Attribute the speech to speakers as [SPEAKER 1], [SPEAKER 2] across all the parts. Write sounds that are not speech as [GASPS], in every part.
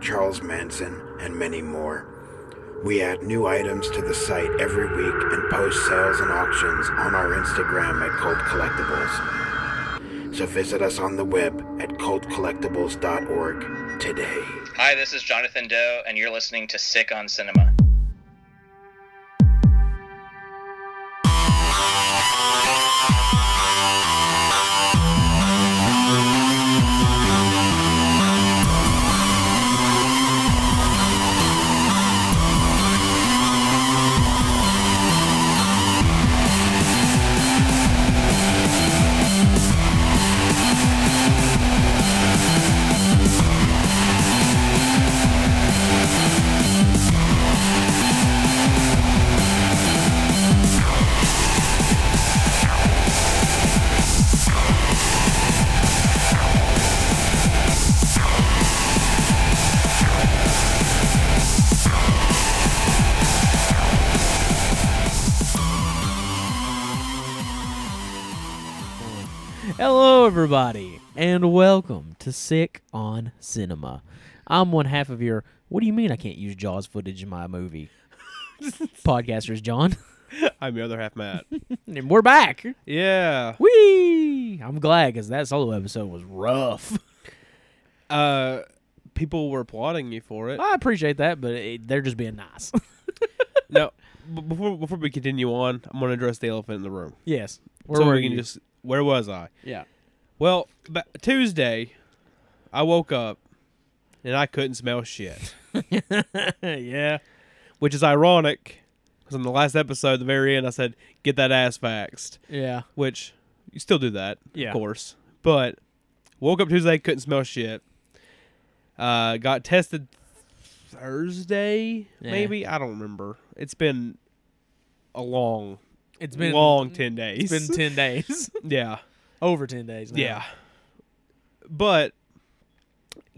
[SPEAKER 1] Charles Manson, and many more. We add new items to the site every week and post sales and auctions on our Instagram at Cult Collectibles. So visit us on the web at cultcollectibles.org today.
[SPEAKER 2] Hi, this is Jonathan Doe, and you're listening to Sick on Cinema.
[SPEAKER 3] Hello, everybody, and welcome to Sick on Cinema. I'm one half of your. What do you mean I can't use Jaws footage in my [LAUGHS] movie? Podcasters, John, [LAUGHS]
[SPEAKER 4] I'm the other half Matt.
[SPEAKER 3] and we're back.
[SPEAKER 4] yeah.
[SPEAKER 3] Whee! I'm glad because that solo episode was rough. [LAUGHS]
[SPEAKER 4] Uh people were applauding you for it.
[SPEAKER 3] I appreciate that, but it, they're just being nice. [LAUGHS]
[SPEAKER 4] now, b- before before we continue on, I'm going to address the elephant in the room.
[SPEAKER 3] yes,
[SPEAKER 4] so
[SPEAKER 3] were
[SPEAKER 4] we can
[SPEAKER 3] you?
[SPEAKER 4] just where was I?
[SPEAKER 3] yeah.
[SPEAKER 4] Well, ba- Tuesday I woke up and I couldn't
[SPEAKER 3] [LAUGHS]
[SPEAKER 4] smell shit,
[SPEAKER 3] [LAUGHS] yeah.
[SPEAKER 4] which is ironic cuz on the last episode, the very end I said get that ass faxed,
[SPEAKER 3] Yeah.
[SPEAKER 4] which you still do that,
[SPEAKER 3] Yeah.
[SPEAKER 4] of course. But woke up Tuesday couldn't smell shit. Uh got tested Thursday,
[SPEAKER 3] Yeah.
[SPEAKER 4] maybe. I don't remember. It's been a long
[SPEAKER 3] It's been
[SPEAKER 4] long 10 days.
[SPEAKER 3] It's [LAUGHS] been ten days.
[SPEAKER 4] [LAUGHS] yeah.
[SPEAKER 3] Over ten days. Now.
[SPEAKER 4] Yeah. But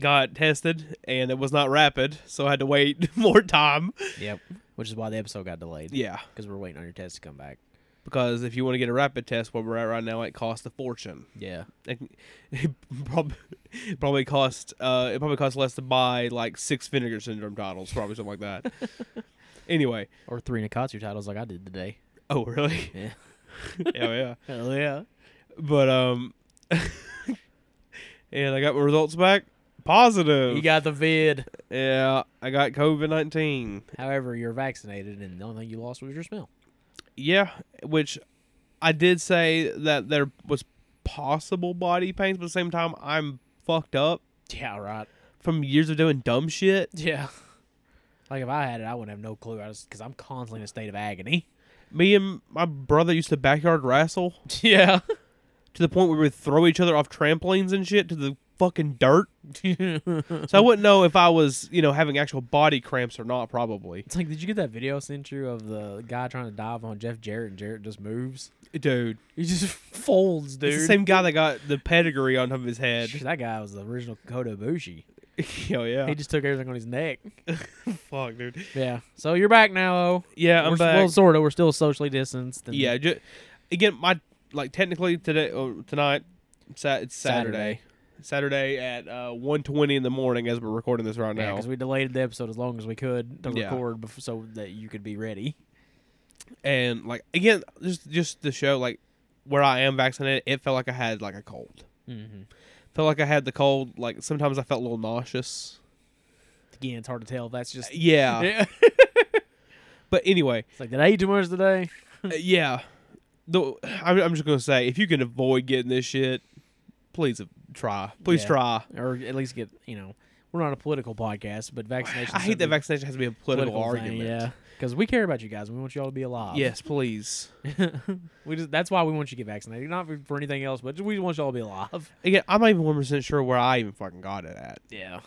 [SPEAKER 4] got tested and it was not rapid, so I had to wait [LAUGHS] more time.
[SPEAKER 3] Yep. Which is why the episode got delayed.
[SPEAKER 4] Yeah.
[SPEAKER 3] Because we're waiting on your test to come back.
[SPEAKER 4] Because if you want to get a rapid test where we're at right now, it costs a fortune.
[SPEAKER 3] Yeah.
[SPEAKER 4] It, [LAUGHS] probably probably cost uh it probably costs less to buy like six vinegar syndrome titles, probably something like that.
[SPEAKER 3] [LAUGHS]
[SPEAKER 4] anyway.
[SPEAKER 3] Or three Nikatsu titles like I did today.
[SPEAKER 4] Oh really?
[SPEAKER 3] Yeah.
[SPEAKER 4] yeah, [LAUGHS] yeah.
[SPEAKER 3] Hell yeah.
[SPEAKER 4] But um [LAUGHS] and I got my results back. Positive.
[SPEAKER 3] You got the vid.
[SPEAKER 4] yeah, I got COVID nineteen.
[SPEAKER 3] However, you're vaccinated, and the only thing you lost was your smell.
[SPEAKER 4] Yeah, which I did say that there was possible body pains, but at the same time, I'm fucked up
[SPEAKER 3] Yeah, right.
[SPEAKER 4] from years of doing dumb shit.
[SPEAKER 3] [LAUGHS] Yeah. Like if I had it, I wouldn't have no clue. I was because I'm constantly in a state of agony.
[SPEAKER 4] Me and my brother used to backyard wrestle
[SPEAKER 3] [LAUGHS] [LAUGHS] Yeah.
[SPEAKER 4] to the point where we would throw each other off trampolines and shit to the fucking [LAUGHS] dirt. So I wouldn't know if I was, you know, having actual body cramps or not, probably.
[SPEAKER 3] it's like, did you get that video I sent you of the guy trying to dive on Jeff Jarrett, and Jarrett just moves?
[SPEAKER 4] Dude,
[SPEAKER 3] He just [LAUGHS] folds, dude.
[SPEAKER 4] it's the same guy that got the pedigree on top of his head.
[SPEAKER 3] Shit, That guy was the original Kota Ibushi.
[SPEAKER 4] [LAUGHS] oh, yeah.
[SPEAKER 3] He just took everything on his neck.
[SPEAKER 4] Fuck, dude.
[SPEAKER 3] Yeah. So you're back now. Oh.
[SPEAKER 4] Yeah, I'm
[SPEAKER 3] we're,
[SPEAKER 4] back.
[SPEAKER 3] Well, sort of. We're still socially distanced. and-
[SPEAKER 4] Yeah, ju- again, my like technically today or tonight, sa- it's Saturday. Saturday, at uh, one twenty in the morning as we're recording this right
[SPEAKER 3] Yeah,
[SPEAKER 4] now,
[SPEAKER 3] because we delayed the episode as long as we could to
[SPEAKER 4] Yeah.
[SPEAKER 3] record bef- so that you could be ready.
[SPEAKER 4] and like again, just just to show like where I am vaccinated, it felt like I had like a cold.
[SPEAKER 3] Mm-hmm.
[SPEAKER 4] Felt like I had the cold. Like sometimes I felt a little nauseous.
[SPEAKER 3] Again, it's hard to tell. if That's just [LAUGHS]
[SPEAKER 4] Yeah,
[SPEAKER 3] yeah.
[SPEAKER 4] but anyway,
[SPEAKER 3] It's like did I eat too much today?
[SPEAKER 4] uh, yeah. The I'm, I'm just gonna say if you can avoid getting this shit, please uh, try. Please
[SPEAKER 3] Yeah.
[SPEAKER 4] try.
[SPEAKER 3] Or at least get you know we're not a political podcast, but vaccination.
[SPEAKER 4] I hate that vaccination has to be a political,
[SPEAKER 3] thing,
[SPEAKER 4] argument.
[SPEAKER 3] yeah, because we care about you guys. We want you all to be alive.
[SPEAKER 4] Yes, please.
[SPEAKER 3] [LAUGHS] we just that's why we want you to get vaccinated, not for- for anything else, but we just want you all to be alive.
[SPEAKER 4] Again, I'm not even one percent sure where I even fucking got it at.
[SPEAKER 3] Yeah.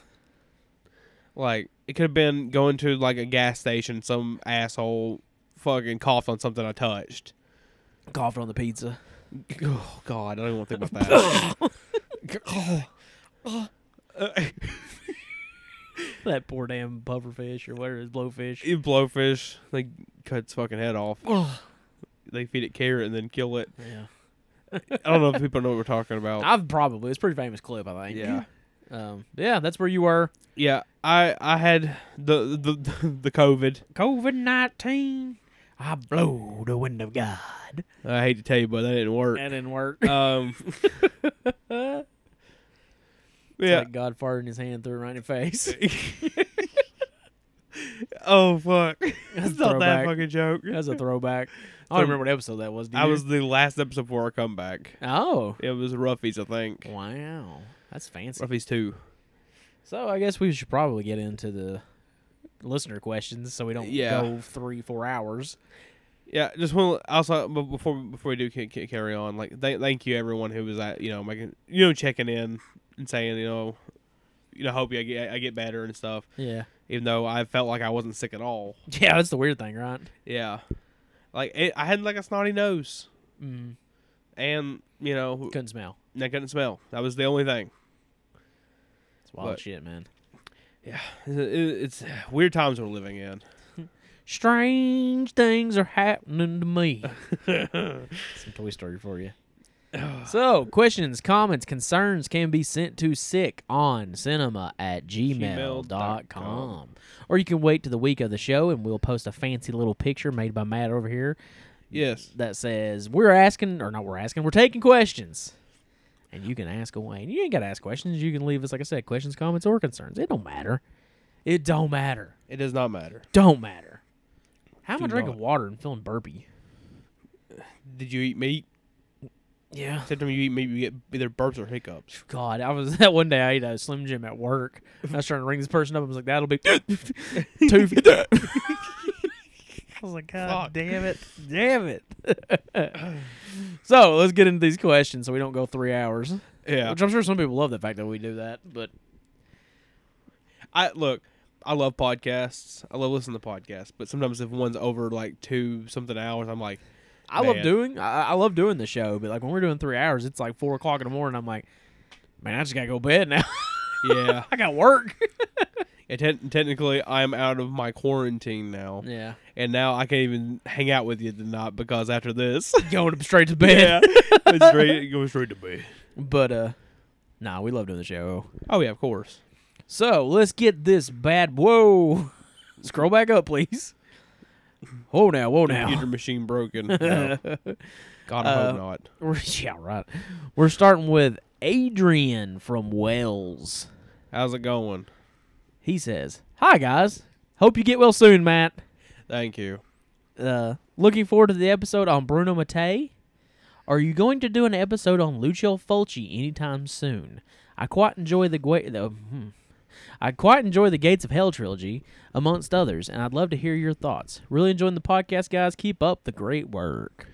[SPEAKER 4] Like it could have been going to like a gas station, some asshole fucking coughed on something I touched.
[SPEAKER 3] Coughed on the pizza.
[SPEAKER 4] Oh God, I don't even want to think about that. Oh. Uh,
[SPEAKER 3] That poor damn pufferfish or whatever it is, blowfish.
[SPEAKER 4] [LAUGHS] you blowfish, they cut its fucking head off.
[SPEAKER 3] Ugh.
[SPEAKER 4] They feed it carrot and then kill it.
[SPEAKER 3] yeah.
[SPEAKER 4] I don't know if people know what we're talking [LAUGHS] about.
[SPEAKER 3] I've probably it's a pretty famous clip, I think.
[SPEAKER 4] Yeah,
[SPEAKER 3] Um, yeah, that's where you were.
[SPEAKER 4] yeah. I I had the the the, the COVID.
[SPEAKER 3] COVID nineteen. I blow the wind of God.
[SPEAKER 4] I hate to tell you, but that didn't work.
[SPEAKER 3] That didn't [LAUGHS] work.
[SPEAKER 4] [LAUGHS] Um.
[SPEAKER 3] yeah.
[SPEAKER 4] yeah.
[SPEAKER 3] Like God farting his hand through right in your [LAUGHS] face.
[SPEAKER 4] oh fuck.
[SPEAKER 3] That's
[SPEAKER 4] [LAUGHS] It's not that
[SPEAKER 3] throwback.
[SPEAKER 4] fucking joke.
[SPEAKER 3] That's a [LAUGHS] throwback. I don't remember what episode that was. Do
[SPEAKER 4] I
[SPEAKER 3] you?
[SPEAKER 4] was the last episode before our comeback.
[SPEAKER 3] Oh.
[SPEAKER 4] It was Ruffies, I think.
[SPEAKER 3] Wow. That's fancy.
[SPEAKER 4] Ruffies two.
[SPEAKER 3] So I guess we should probably get into the listener questions so we don't
[SPEAKER 4] Yeah.
[SPEAKER 3] go three, four hours.
[SPEAKER 4] Yeah, just want to also but before before we do ca- ca- carry on, like th- thank you everyone who was at you know making you know checking in and saying you know you know hope you I get I get better and stuff.
[SPEAKER 3] Yeah.
[SPEAKER 4] Even though I felt like I wasn't sick at all.
[SPEAKER 3] Yeah, that's the weird thing, right?
[SPEAKER 4] Yeah, like it, I had like a snotty nose
[SPEAKER 3] Mm.
[SPEAKER 4] and you know
[SPEAKER 3] Couldn't smell.
[SPEAKER 4] I couldn't smell. That was the only thing.
[SPEAKER 3] It's wild
[SPEAKER 4] But-
[SPEAKER 3] shit, man.
[SPEAKER 4] Yeah, it, it- it's weird times we're living in.
[SPEAKER 3] Strange things are happening to me.
[SPEAKER 4] [LAUGHS]
[SPEAKER 3] Some Toy Story for you. so, questions, comments, concerns can be sent to sick on cinema at
[SPEAKER 4] Gmail dot
[SPEAKER 3] gmail.com. Or you can wait to the week of the show and we'll post a fancy little picture made by Matt over here
[SPEAKER 4] yes.
[SPEAKER 3] that says, We're asking, or not we're asking, we're taking questions. And you can ask away. And you ain't got to ask questions. You can leave us, like I said, questions, comments, or concerns. It don't matter. It don't matter
[SPEAKER 4] It does not matter.
[SPEAKER 3] don't matter. How am I
[SPEAKER 4] Do
[SPEAKER 3] drinking
[SPEAKER 4] not.
[SPEAKER 3] water and feeling burpy?
[SPEAKER 4] Did you eat meat?
[SPEAKER 3] Yeah.
[SPEAKER 4] Every time you eat meat, you get either burps or hiccups.
[SPEAKER 3] God, I was [LAUGHS] that one day I ate a Slim Jim at work. and I was trying to ring this person up. I was like, "That'll be [LAUGHS]
[SPEAKER 4] [LAUGHS]
[SPEAKER 3] two." feet." [LAUGHS] I was like, "God
[SPEAKER 4] Fuck.
[SPEAKER 3] damn it, damn it." [LAUGHS] so let's get into these questions so we don't go three hours.
[SPEAKER 4] Yeah.
[SPEAKER 3] Which I'm sure some people love the fact that we do that, but
[SPEAKER 4] I look. I love podcasts. I love listening to podcasts. But sometimes if one's over like two something hours, I'm like,
[SPEAKER 3] I love
[SPEAKER 4] Man.
[SPEAKER 3] doing I, I love doing the show. But like when we're doing three hours, it's like four o'clock in the morning. I'm like, man, I just gotta go to bed now. [LAUGHS]
[SPEAKER 4] yeah.
[SPEAKER 3] I got work.
[SPEAKER 4] And te- technically, I'm out of my quarantine now,
[SPEAKER 3] Yeah.
[SPEAKER 4] and now I can't even hang out with you tonight because after this,
[SPEAKER 3] [LAUGHS]
[SPEAKER 4] [LAUGHS]
[SPEAKER 3] going straight to bed.
[SPEAKER 4] it's straight go straight to bed.
[SPEAKER 3] [LAUGHS] But uh nah, we love doing the show.
[SPEAKER 4] Oh yeah, of course.
[SPEAKER 3] So let's get this bad whoa. [LAUGHS] Scroll back up, please. Whoa now, whoa [LAUGHS]
[SPEAKER 4] Computer
[SPEAKER 3] now.
[SPEAKER 4] machine broken. No. God, I hope
[SPEAKER 3] Ah. Uh,
[SPEAKER 4] not.
[SPEAKER 3] We're- yeah, right. We're starting with Adrian from Wales.
[SPEAKER 4] How's it going?
[SPEAKER 3] He says, Hi guys. Hope you get well soon, Matt.
[SPEAKER 4] Thank you.
[SPEAKER 3] Uh looking forward to the episode on Bruno Mattei. Are you going to do an episode on Lucio Fulci anytime soon? I quite enjoy the gua- the- hmm. I quite enjoy the Gates of Hell trilogy, amongst others, and I'd love to hear your thoughts. Really enjoying the podcast, guys. Keep up the great work.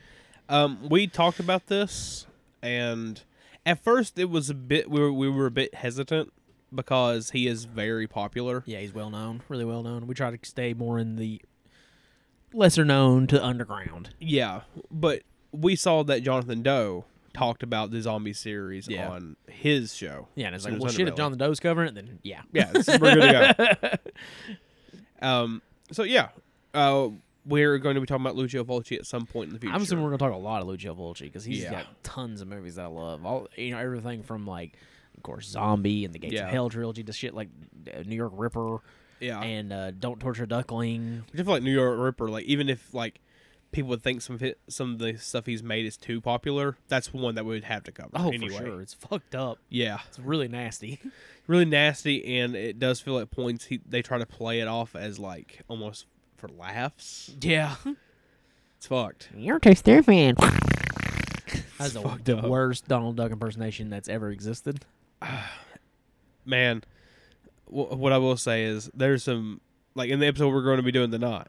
[SPEAKER 4] Um, we talked about this, and at first it was a bit we were, we were a bit hesitant because he is very popular.
[SPEAKER 3] Yeah, he's well known, really well known. We try to stay more in the lesser known to underground.
[SPEAKER 4] Yeah, but we saw that Jonathan Doe talked about the zombie series
[SPEAKER 3] Yeah.
[SPEAKER 4] on his show.
[SPEAKER 3] Yeah, and it's like,
[SPEAKER 4] Sears
[SPEAKER 3] well, shit, if
[SPEAKER 4] Underbelly.
[SPEAKER 3] John the Doe's covering it, then yeah.
[SPEAKER 4] Yeah, it's- we're good to
[SPEAKER 3] [LAUGHS]
[SPEAKER 4] go. Um, so yeah, uh, we're going to be talking about Lucio Fulci at some point in the future.
[SPEAKER 3] I'm assuming we're gonna talk a lot of Lucio Fulci because he's
[SPEAKER 4] Yeah.
[SPEAKER 3] got tons of movies that I love. All you know, everything from like, of course, Zombie and the Gates
[SPEAKER 4] Yeah.
[SPEAKER 3] of Hell trilogy to shit like uh, New York Ripper
[SPEAKER 4] yeah,
[SPEAKER 3] and uh, Don't Torture a Duckling.
[SPEAKER 4] I just feel like New York Ripper, like even if like people would think some of his, some of the stuff he's made is too popular, that's one that we would have to cover.
[SPEAKER 3] Oh,
[SPEAKER 4] anyway.
[SPEAKER 3] for sure, it's fucked up.
[SPEAKER 4] Yeah,
[SPEAKER 3] It's really nasty.
[SPEAKER 4] really nasty, and it does feel at points he, they try to play it off as like almost for laughs.
[SPEAKER 3] [LAUGHS] yeah,
[SPEAKER 4] It's fucked.
[SPEAKER 5] You're too stupid.
[SPEAKER 3] that's the,
[SPEAKER 4] fucked
[SPEAKER 3] the
[SPEAKER 4] up.
[SPEAKER 3] worst Donald Duck impersonation that's ever existed.
[SPEAKER 4] Man, w- what I will say is there's some like in the episode we're going to be doing tonight.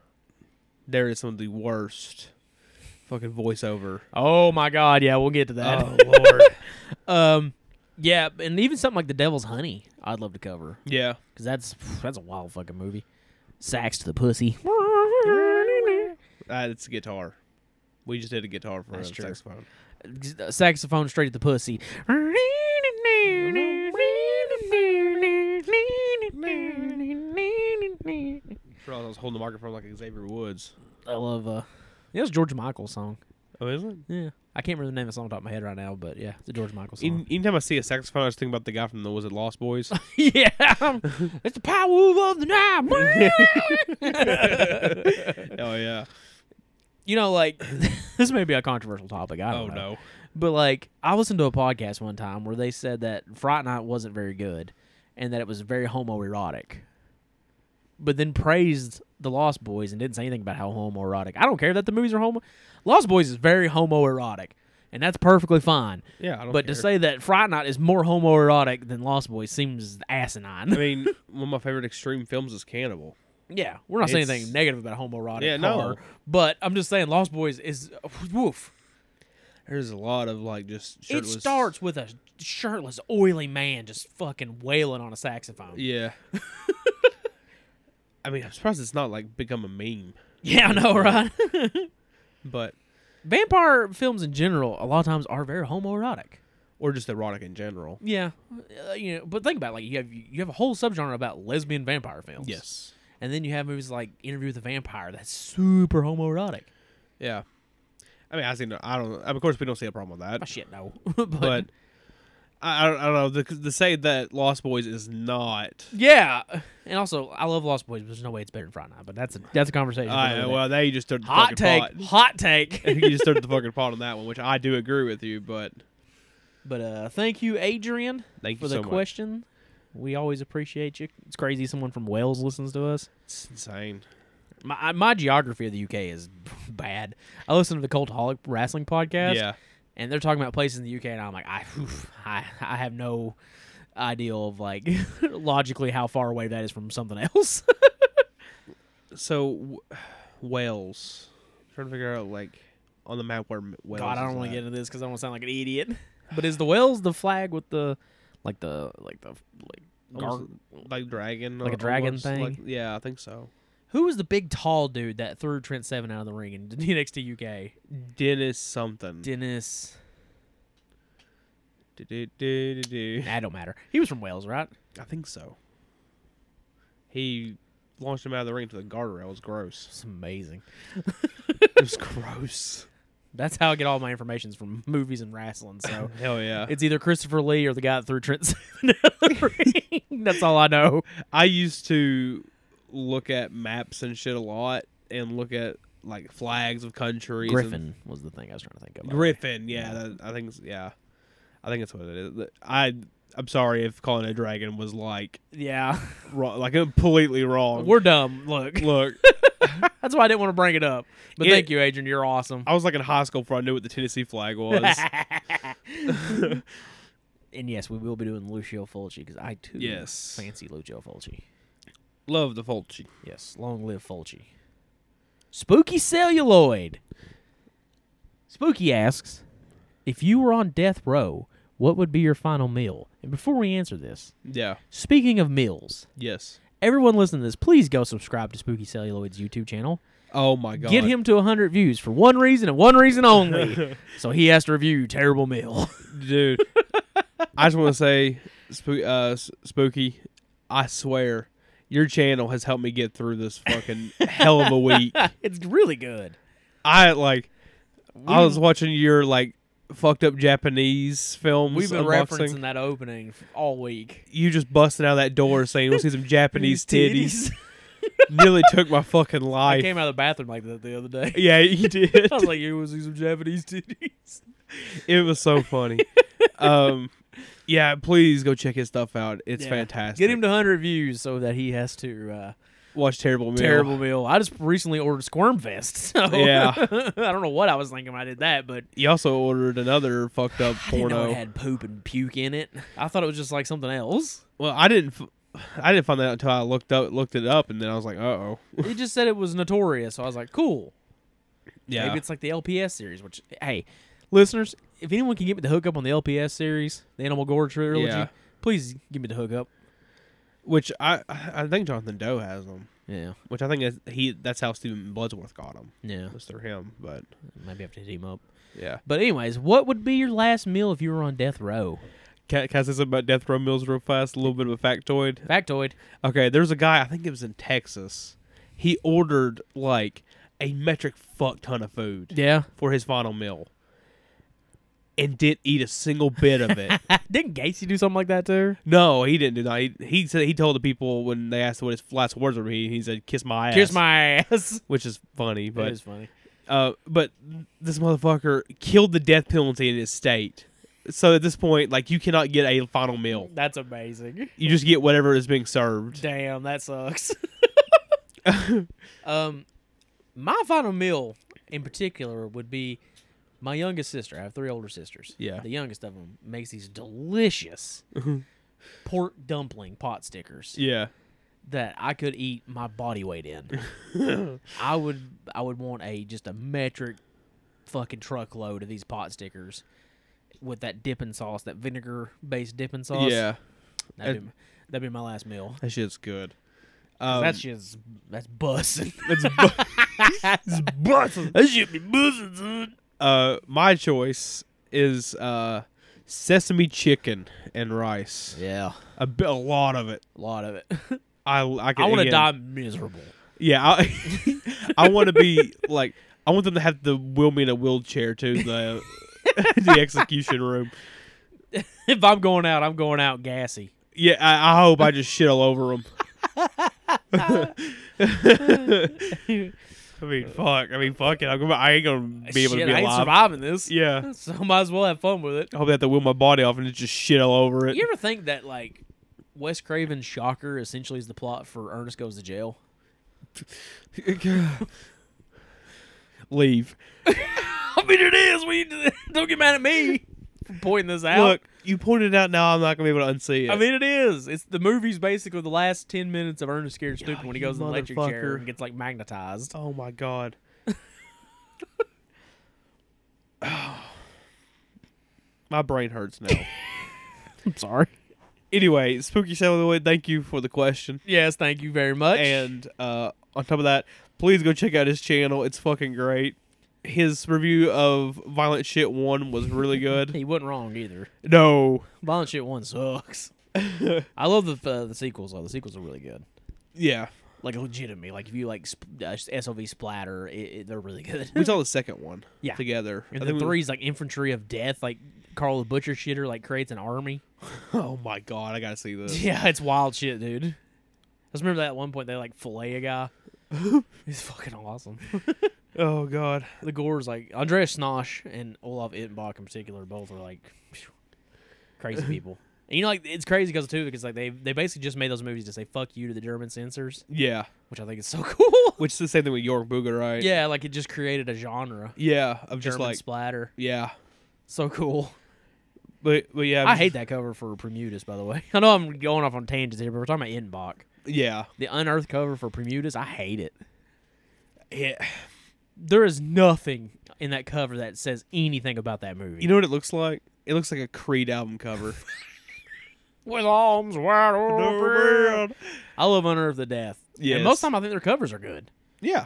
[SPEAKER 4] There is some of the worst fucking voiceover.
[SPEAKER 3] Oh my
[SPEAKER 4] [LAUGHS]
[SPEAKER 3] god, yeah, we'll get to that.
[SPEAKER 4] Oh lord.
[SPEAKER 3] um, yeah, and even something like The Devil's Honey. I'd love to cover
[SPEAKER 4] Yeah.
[SPEAKER 3] because that's [SIGHS] that's a wild fucking movie. Sax to the pussy.
[SPEAKER 4] Uh, it's a guitar. We just did a guitar for
[SPEAKER 3] That's
[SPEAKER 4] a
[SPEAKER 3] true.
[SPEAKER 4] saxophone.
[SPEAKER 3] uh, Saxophone straight at the pussy.
[SPEAKER 4] For all I was holding the microphone like Xavier Woods.
[SPEAKER 3] I love uh, yeah, it's a George Michael song.
[SPEAKER 4] Oh, is it?
[SPEAKER 3] Yeah, I can't remember the name of the song off the top of my head right now, but yeah, it's a George Michael song. [LAUGHS]
[SPEAKER 4] In, [LAUGHS] anytime I see a saxophone, I just think about the guy from the was it Lost Boys? [LAUGHS]
[SPEAKER 3] yeah, it's the power of the
[SPEAKER 4] [LAUGHS]
[SPEAKER 3] night.
[SPEAKER 4] oh yeah.
[SPEAKER 3] you know, like [LAUGHS] this may be a controversial topic. I don't
[SPEAKER 4] Oh
[SPEAKER 3] know.
[SPEAKER 4] no.
[SPEAKER 3] But like, I listened to a podcast one time where they said that Fright Night wasn't very good, and that it was very homoerotic. But then praised the Lost Boys and didn't say anything about how homoerotic. I don't care that the movies are homo. Lost Boys is very homoerotic, and that's perfectly fine.
[SPEAKER 4] Yeah, I don't
[SPEAKER 3] But
[SPEAKER 4] care.
[SPEAKER 3] to say that Fright Night is more homoerotic than Lost Boys seems
[SPEAKER 4] I
[SPEAKER 3] asinine.
[SPEAKER 4] mean, [LAUGHS] one of my favorite extreme films is Cannibal.
[SPEAKER 3] [LAUGHS] yeah, we're not saying
[SPEAKER 4] It's-
[SPEAKER 3] anything negative about homoerotic.
[SPEAKER 4] Yeah, no.
[SPEAKER 3] horror, But I'm just saying Lost Boys is woof.
[SPEAKER 4] There's a lot of like just shirtless-
[SPEAKER 3] It starts with a shirtless, oily man just fucking wailing on a saxophone. Yeah, [LAUGHS]
[SPEAKER 4] Yeah. I mean, I'm surprised it's not like become a meme.
[SPEAKER 3] I know, right?
[SPEAKER 4] But
[SPEAKER 3] [LAUGHS] Vampire films in general, a lot of times, are very homoerotic.
[SPEAKER 4] or just erotic in general.
[SPEAKER 3] Yeah, uh, you know. But think about it, like you have you have a whole subgenre about lesbian vampire films.
[SPEAKER 4] Yes.
[SPEAKER 3] and then you have movies like Interview with a Vampire that's super homoerotic.
[SPEAKER 4] Yeah. I mean, I see. No, I don't. I mean, of course, we don't see a problem with that.
[SPEAKER 3] Oh, shit, no. [LAUGHS] but,
[SPEAKER 4] but I, I don't, I don't know. The, to say that Lost Boys is not.
[SPEAKER 3] yeah, and also I love Lost Boys, but there's no way it's better than Friday Night. But that's a that's a conversation. for
[SPEAKER 4] I,
[SPEAKER 3] another day.
[SPEAKER 4] well, now you just stirred the
[SPEAKER 3] hot
[SPEAKER 4] fucking
[SPEAKER 3] take,
[SPEAKER 4] pot. [LAUGHS]
[SPEAKER 3] hot take. [LAUGHS]
[SPEAKER 4] you just stirred the fucking pot on that one, which I do agree with you. But
[SPEAKER 3] But uh, thank you, Adrian,
[SPEAKER 4] Thank
[SPEAKER 3] for
[SPEAKER 4] you
[SPEAKER 3] the
[SPEAKER 4] so much.
[SPEAKER 3] question. We always appreciate you. It's crazy someone from Wales listens to us.
[SPEAKER 4] it's insane.
[SPEAKER 3] My I- my geography of the UK is [LAUGHS] bad. I listen to the Cultaholic Wrestling podcast,
[SPEAKER 4] Yeah.
[SPEAKER 3] and they're talking about places in the UK, and I'm like, I, oof, I, I have no idea of like [LAUGHS] logically how far away that is from something [LAUGHS] else.
[SPEAKER 4] So, w- Wales. trying to figure out like on the map where M- Wales.
[SPEAKER 3] God, I don't
[SPEAKER 4] want
[SPEAKER 3] want to get into this because I don't want to sound like an idiot. But is the Wales the flag with the like the like the like gar-
[SPEAKER 4] like dragon,
[SPEAKER 3] Like a
[SPEAKER 4] uh,
[SPEAKER 3] dragon
[SPEAKER 4] almost, like-
[SPEAKER 3] thing?
[SPEAKER 4] yeah, I think so.
[SPEAKER 3] Who was the big tall dude that threw Trent Seven out of the ring in [LAUGHS] NXT UK?
[SPEAKER 4] Dennis something.
[SPEAKER 3] Dennis.
[SPEAKER 4] Du-du-du-du-du.
[SPEAKER 3] That don't matter. He was from Wales, right?
[SPEAKER 4] I think so. He launched him out of the ring to the guardrail. It was gross. [LAUGHS]
[SPEAKER 3] It's amazing.
[SPEAKER 4] it was gross.
[SPEAKER 3] That's how I get all my information is from [LAUGHS] movies and wrestling. [LAUGHS] So
[SPEAKER 4] Hell yeah.
[SPEAKER 3] it's either Christopher Lee or the guy that threw Trent [LAUGHS] Seven out of the ring. That's all I know.
[SPEAKER 4] I used to look at maps and shit a lot and look at like flags of countries. and-
[SPEAKER 3] Griffin was the thing I was trying to think of.
[SPEAKER 4] Griffin, yeah, that, I think, it's- yeah, I think that's what it is. I, I'm sorry if calling it a dragon was like,
[SPEAKER 3] Yeah,
[SPEAKER 4] wrong, like completely wrong.
[SPEAKER 3] we're dumb. Um, Look,
[SPEAKER 4] [LAUGHS] Look,
[SPEAKER 3] that's why I didn't want to bring it up. But
[SPEAKER 4] It-
[SPEAKER 3] thank you, Adrian. You're awesome.
[SPEAKER 4] I was like in high school before I knew what the Tennessee
[SPEAKER 3] [LAUGHS]
[SPEAKER 4] flag was.
[SPEAKER 3] and yes, we will be doing Lucio Fulci because I too
[SPEAKER 4] Yes.
[SPEAKER 3] fancy Lucio Fulci.
[SPEAKER 4] Love the Fulci.
[SPEAKER 3] Yes, long live Fulci. Spooky celluloid. Spooky asks, if you were on death row, what would be your final meal? And before we answer this,
[SPEAKER 4] Yeah.
[SPEAKER 3] speaking of meals,
[SPEAKER 4] Yes.
[SPEAKER 3] everyone listening to this, please go subscribe to Spooky Celluloid's YouTube channel.
[SPEAKER 4] Oh my god.
[SPEAKER 3] Get him to 100 views for one reason and one reason [LAUGHS] only. so he has to review Terrible Meal.
[SPEAKER 4] dude. I just want to say, spoo- uh, S- spooky. I swear, your channel has helped me get through this fucking hell of
[SPEAKER 3] [LAUGHS]
[SPEAKER 4] a week.
[SPEAKER 3] [LAUGHS] it's really good.
[SPEAKER 4] I like. I was watching your like fucked up Japanese films.
[SPEAKER 3] We've been
[SPEAKER 4] unboxing.
[SPEAKER 3] referencing that opening f- all week.
[SPEAKER 4] you just busting out that door saying we'll see
[SPEAKER 3] [LAUGHS]
[SPEAKER 4] some Japanese titties nearly took
[SPEAKER 3] [LAUGHS]
[SPEAKER 4] my fucking
[SPEAKER 3] I
[SPEAKER 4] life.
[SPEAKER 3] came out of the bathroom like that the other day. [LAUGHS]
[SPEAKER 4] Yeah, you did.
[SPEAKER 3] I was like, you want to see some Japanese titties?
[SPEAKER 4] it was so
[SPEAKER 3] [LAUGHS]
[SPEAKER 4] funny. um, yeah, please go check his stuff out. It's
[SPEAKER 3] Yeah.
[SPEAKER 4] fantastic.
[SPEAKER 3] Get him to 100 views so that he has to uh,
[SPEAKER 4] watch terrible meal.
[SPEAKER 3] terrible meal. I just recently ordered Squirm Fest. [LAUGHS] So
[SPEAKER 4] Yeah.
[SPEAKER 3] I don't know what I was thinking when I did that, but
[SPEAKER 4] He also ordered another fucked up
[SPEAKER 3] [SIGHS] I didn't know
[SPEAKER 4] porno.
[SPEAKER 3] it had poop and puke in it. I thought it was just like something else.
[SPEAKER 4] well, I didn't. F- I didn't find that out until I looked up looked it up, and then I was like, uh oh.
[SPEAKER 3] It just said it was notorious, so I was like, cool.
[SPEAKER 4] Yeah.
[SPEAKER 3] Maybe it's like the LPS series, which hey, listeners, if anyone can get me the hookup on the LPS series, the Animal Gore trilogy,
[SPEAKER 4] Yeah.
[SPEAKER 3] please give me the hookup.
[SPEAKER 4] which I I think Jonathan Doe has them,
[SPEAKER 3] Yeah,
[SPEAKER 4] which I think is, he that's how Stephen Bloodsworth got them.
[SPEAKER 3] yeah.
[SPEAKER 4] It was through him, but
[SPEAKER 3] Maybe have to hit him up.
[SPEAKER 4] yeah.
[SPEAKER 3] But anyways, what would be your last meal if you were on death row?
[SPEAKER 4] Can, can I say something about Death Row Mills real fast? A little bit of a factoid.
[SPEAKER 3] Factoid.
[SPEAKER 4] Okay, there's a guy, I think it was in Texas. He ordered like a metric fuck ton of food
[SPEAKER 3] Yeah.
[SPEAKER 4] for his final meal and didn't eat a single bit
[SPEAKER 3] [LAUGHS]
[SPEAKER 4] of it.
[SPEAKER 3] [LAUGHS] Didn't Gacy do something like that too?
[SPEAKER 4] no, he didn't do that. He, he said he told the people when they asked what his last words were, he, he said, kiss my ass.
[SPEAKER 3] Here's my ass.
[SPEAKER 4] Which is
[SPEAKER 3] [LAUGHS]
[SPEAKER 4] funny,
[SPEAKER 3] That
[SPEAKER 4] but
[SPEAKER 3] is funny.
[SPEAKER 4] uh, but this motherfucker killed the death penalty in his state. So at this point, like you cannot get a final meal.
[SPEAKER 3] That's [LAUGHS] amazing.
[SPEAKER 4] You just get whatever is being served.
[SPEAKER 3] Damn, that sucks. [LAUGHS] um, my final meal in particular would be my youngest sister. I have three older sisters.
[SPEAKER 4] Yeah.
[SPEAKER 3] The youngest of them makes these [LAUGHS] delicious pork dumpling pot stickers
[SPEAKER 4] Yeah.
[SPEAKER 3] that I could eat my body weight in.
[SPEAKER 4] [LAUGHS]
[SPEAKER 3] I would I would want a just a metric fucking truckload of these pot stickers with that dipping sauce, that vinegar based dipping sauce.
[SPEAKER 4] Yeah.
[SPEAKER 3] That'd be, that'd be my last meal.
[SPEAKER 4] That shit's good.
[SPEAKER 3] 'Cause
[SPEAKER 4] Um,
[SPEAKER 3] that
[SPEAKER 4] [LAUGHS]
[SPEAKER 3] shit's that's bussin'. [LAUGHS]
[SPEAKER 4] it's bu- it's bussin'.
[SPEAKER 3] that shit be bussin', son.
[SPEAKER 4] Uh, my choice is uh, sesame chicken and rice.
[SPEAKER 3] Yeah,
[SPEAKER 4] A, bit, a lot of it.
[SPEAKER 3] a lot of it. [LAUGHS]
[SPEAKER 4] I I, can,
[SPEAKER 3] I want to
[SPEAKER 4] again,
[SPEAKER 3] die miserable. [LAUGHS]
[SPEAKER 4] Yeah. I, [LAUGHS] I want to be like. I want them to have to wheel me in a wheelchair to the [LAUGHS] the execution room.
[SPEAKER 3] If I'm going out, I'm going out gassy.
[SPEAKER 4] Yeah, I, I hope I just shit all over them. I mean, fuck. I mean, fuck it. I'm gonna, I ain't gonna be able
[SPEAKER 3] Shit,
[SPEAKER 4] to be
[SPEAKER 3] I ain't
[SPEAKER 4] alive.
[SPEAKER 3] surviving this.
[SPEAKER 4] Yeah,
[SPEAKER 3] [LAUGHS] So might as well have fun with it.
[SPEAKER 4] I hope they have to wheel my body off and it's just shit all over it.
[SPEAKER 3] You ever think that like Wes Craven's Shocker essentially is the plot for Ernest Goes to Jail?
[SPEAKER 4] [LAUGHS] Leave.
[SPEAKER 3] [LAUGHS] I mean, it is. We [LAUGHS] don't get mad at me for pointing this out.
[SPEAKER 4] Look, you pointed out now. I'm not gonna be able to unsee it.
[SPEAKER 3] I mean, it is. It's the movie's basically the last ten minutes of Ernest Scared Stupid
[SPEAKER 4] Oh,
[SPEAKER 3] when he
[SPEAKER 4] you
[SPEAKER 3] goes in the electric chair
[SPEAKER 4] motherfucker.
[SPEAKER 3] and gets like magnetized.
[SPEAKER 4] oh my god. [SIGHS] my brain hurts now.
[SPEAKER 3] [LAUGHS] I'm sorry.
[SPEAKER 4] anyway, spooky side of the way. Thank you for the question.
[SPEAKER 3] Yes, thank you very much.
[SPEAKER 4] And uh, on top of that, please go check out his channel. It's fucking great. His review of Violent Shit One was
[SPEAKER 3] [LAUGHS]
[SPEAKER 4] really good.
[SPEAKER 3] he wasn't wrong either.
[SPEAKER 4] no.
[SPEAKER 3] Violent shit one sucks. [LAUGHS] I love the uh, the sequels though. The sequels are really good.
[SPEAKER 4] Yeah.
[SPEAKER 3] Like legitimately, like if you like sp- uh, SOV splatter, it, it, they're really good. [LAUGHS]
[SPEAKER 4] We saw the second one
[SPEAKER 3] Yeah.
[SPEAKER 4] together.
[SPEAKER 3] and
[SPEAKER 4] I
[SPEAKER 3] then
[SPEAKER 4] think we-
[SPEAKER 3] three's like infantry of death. Like Carl the Butcher shitter like creates an army.
[SPEAKER 4] Oh my god, I gotta see
[SPEAKER 3] [LAUGHS]
[SPEAKER 4] this.
[SPEAKER 3] Yeah, it's wild shit, dude. I just remember that at one point they like fillet a
[SPEAKER 4] [LAUGHS]
[SPEAKER 3] guy. He's fucking awesome.
[SPEAKER 4] Oh god.
[SPEAKER 3] the gore's like Andreas Snosh and Olaf Ittenbach in particular both are like phew,
[SPEAKER 4] [LAUGHS]
[SPEAKER 3] crazy people. And you know, like it's crazy because too because like they they basically just made those movies to say fuck you to the German censors,
[SPEAKER 4] Yeah.
[SPEAKER 3] which I think is so [LAUGHS] cool.
[SPEAKER 4] [LAUGHS] Which is the same thing with York Booger, right?
[SPEAKER 3] yeah, like it just created a genre,
[SPEAKER 4] Yeah. Of just
[SPEAKER 3] German
[SPEAKER 4] like
[SPEAKER 3] splatter.
[SPEAKER 4] yeah.
[SPEAKER 3] So cool.
[SPEAKER 4] But but yeah.
[SPEAKER 3] I hate that cover for Premutus, by the way. [LAUGHS] I know I'm going off on tangents here, but we're talking about Ittenbach.
[SPEAKER 4] Yeah.
[SPEAKER 3] The unearthed cover for Premutus, I hate it.
[SPEAKER 4] Yeah.
[SPEAKER 3] There is nothing in that cover that says anything about that movie.
[SPEAKER 4] You know what it looks like? It looks like a Creed
[SPEAKER 3] [LAUGHS]
[SPEAKER 4] album cover.
[SPEAKER 3] with arms wide open. I love Unearthed to Death. Yeah.
[SPEAKER 4] Yes.
[SPEAKER 3] And most of the time, I think their covers are good.
[SPEAKER 4] yeah.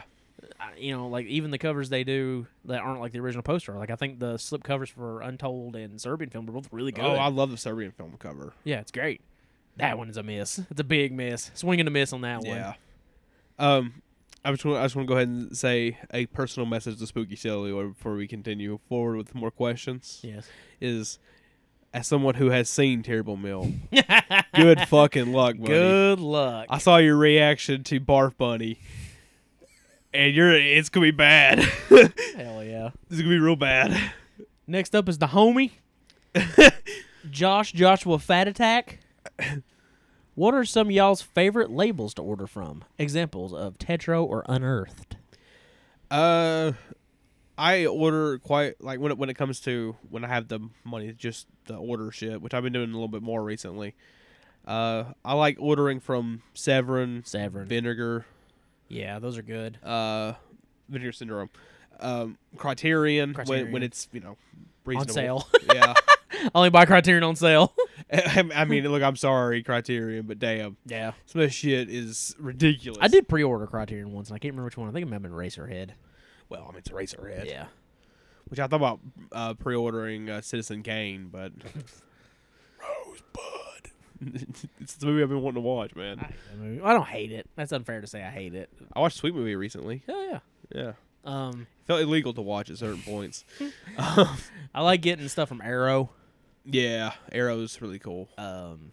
[SPEAKER 3] I, you know, like even the covers they do that aren't like the original poster. Like I think the slip covers for Untold and Serbian film are both really good.
[SPEAKER 4] Oh, I love the Serbian film cover.
[SPEAKER 3] yeah, it's great. That one is a miss. It's a big miss. Swing and a miss on that
[SPEAKER 4] Yeah.
[SPEAKER 3] one.
[SPEAKER 4] Um, I just want I just want to go ahead and say a personal message to Spooky Silly before we continue forward with more questions.
[SPEAKER 3] Yes.
[SPEAKER 4] Is as someone who has seen
[SPEAKER 3] [LAUGHS]
[SPEAKER 4] Terrible Mill, good fucking luck, buddy.
[SPEAKER 3] Good luck.
[SPEAKER 4] I saw your reaction to Barf Bunny, and you're it's gonna be bad. [LAUGHS] it's
[SPEAKER 3] Hell yeah.
[SPEAKER 4] gonna be real bad.
[SPEAKER 3] Next up is the [LAUGHS] homie, Josh Joshua Fat Attack. What are some of y'all's favorite labels to order from? Examples of Tetro or Unearthed.
[SPEAKER 4] Uh, I order quite like when it when it comes to when I have the money, just the order shit, which I've been doing a little bit more recently. Uh, I like ordering from Severin,
[SPEAKER 3] Severin.
[SPEAKER 4] Vinegar,
[SPEAKER 3] Yeah, those are good.
[SPEAKER 4] uh, Vinegar Syndrome, um, Criterion, When, when
[SPEAKER 3] Criterion.
[SPEAKER 4] it's you know
[SPEAKER 3] [LAUGHS]
[SPEAKER 4] reasonable.
[SPEAKER 3] sale.
[SPEAKER 4] yeah, [LAUGHS]
[SPEAKER 3] Only buy Criterion on sale.
[SPEAKER 4] I mean, look, I'm sorry, Criterion, but damn,
[SPEAKER 3] [LAUGHS] Yeah.
[SPEAKER 4] some of this shit is ridiculous.
[SPEAKER 3] I did pre order Criterion once, and I can't remember which one. I think it might have been Racerhead.
[SPEAKER 4] Well, I mean, it's Razorhead.
[SPEAKER 3] Yeah.
[SPEAKER 4] Which I thought about uh, pre-ordering uh, Citizen Kane, but [LAUGHS] Rosebud. [LAUGHS] it's the movie I've been wanting to watch, man. I,
[SPEAKER 3] That movie- I don't hate it. That's unfair to say I hate it.
[SPEAKER 4] watched Sweet Movie recently.
[SPEAKER 3] Yeah, yeah.
[SPEAKER 4] Yeah,
[SPEAKER 3] Um,
[SPEAKER 4] felt illegal to watch at certain points.
[SPEAKER 3] I like getting stuff from Arrow.
[SPEAKER 4] Yeah, Arrow's really cool.
[SPEAKER 3] Um,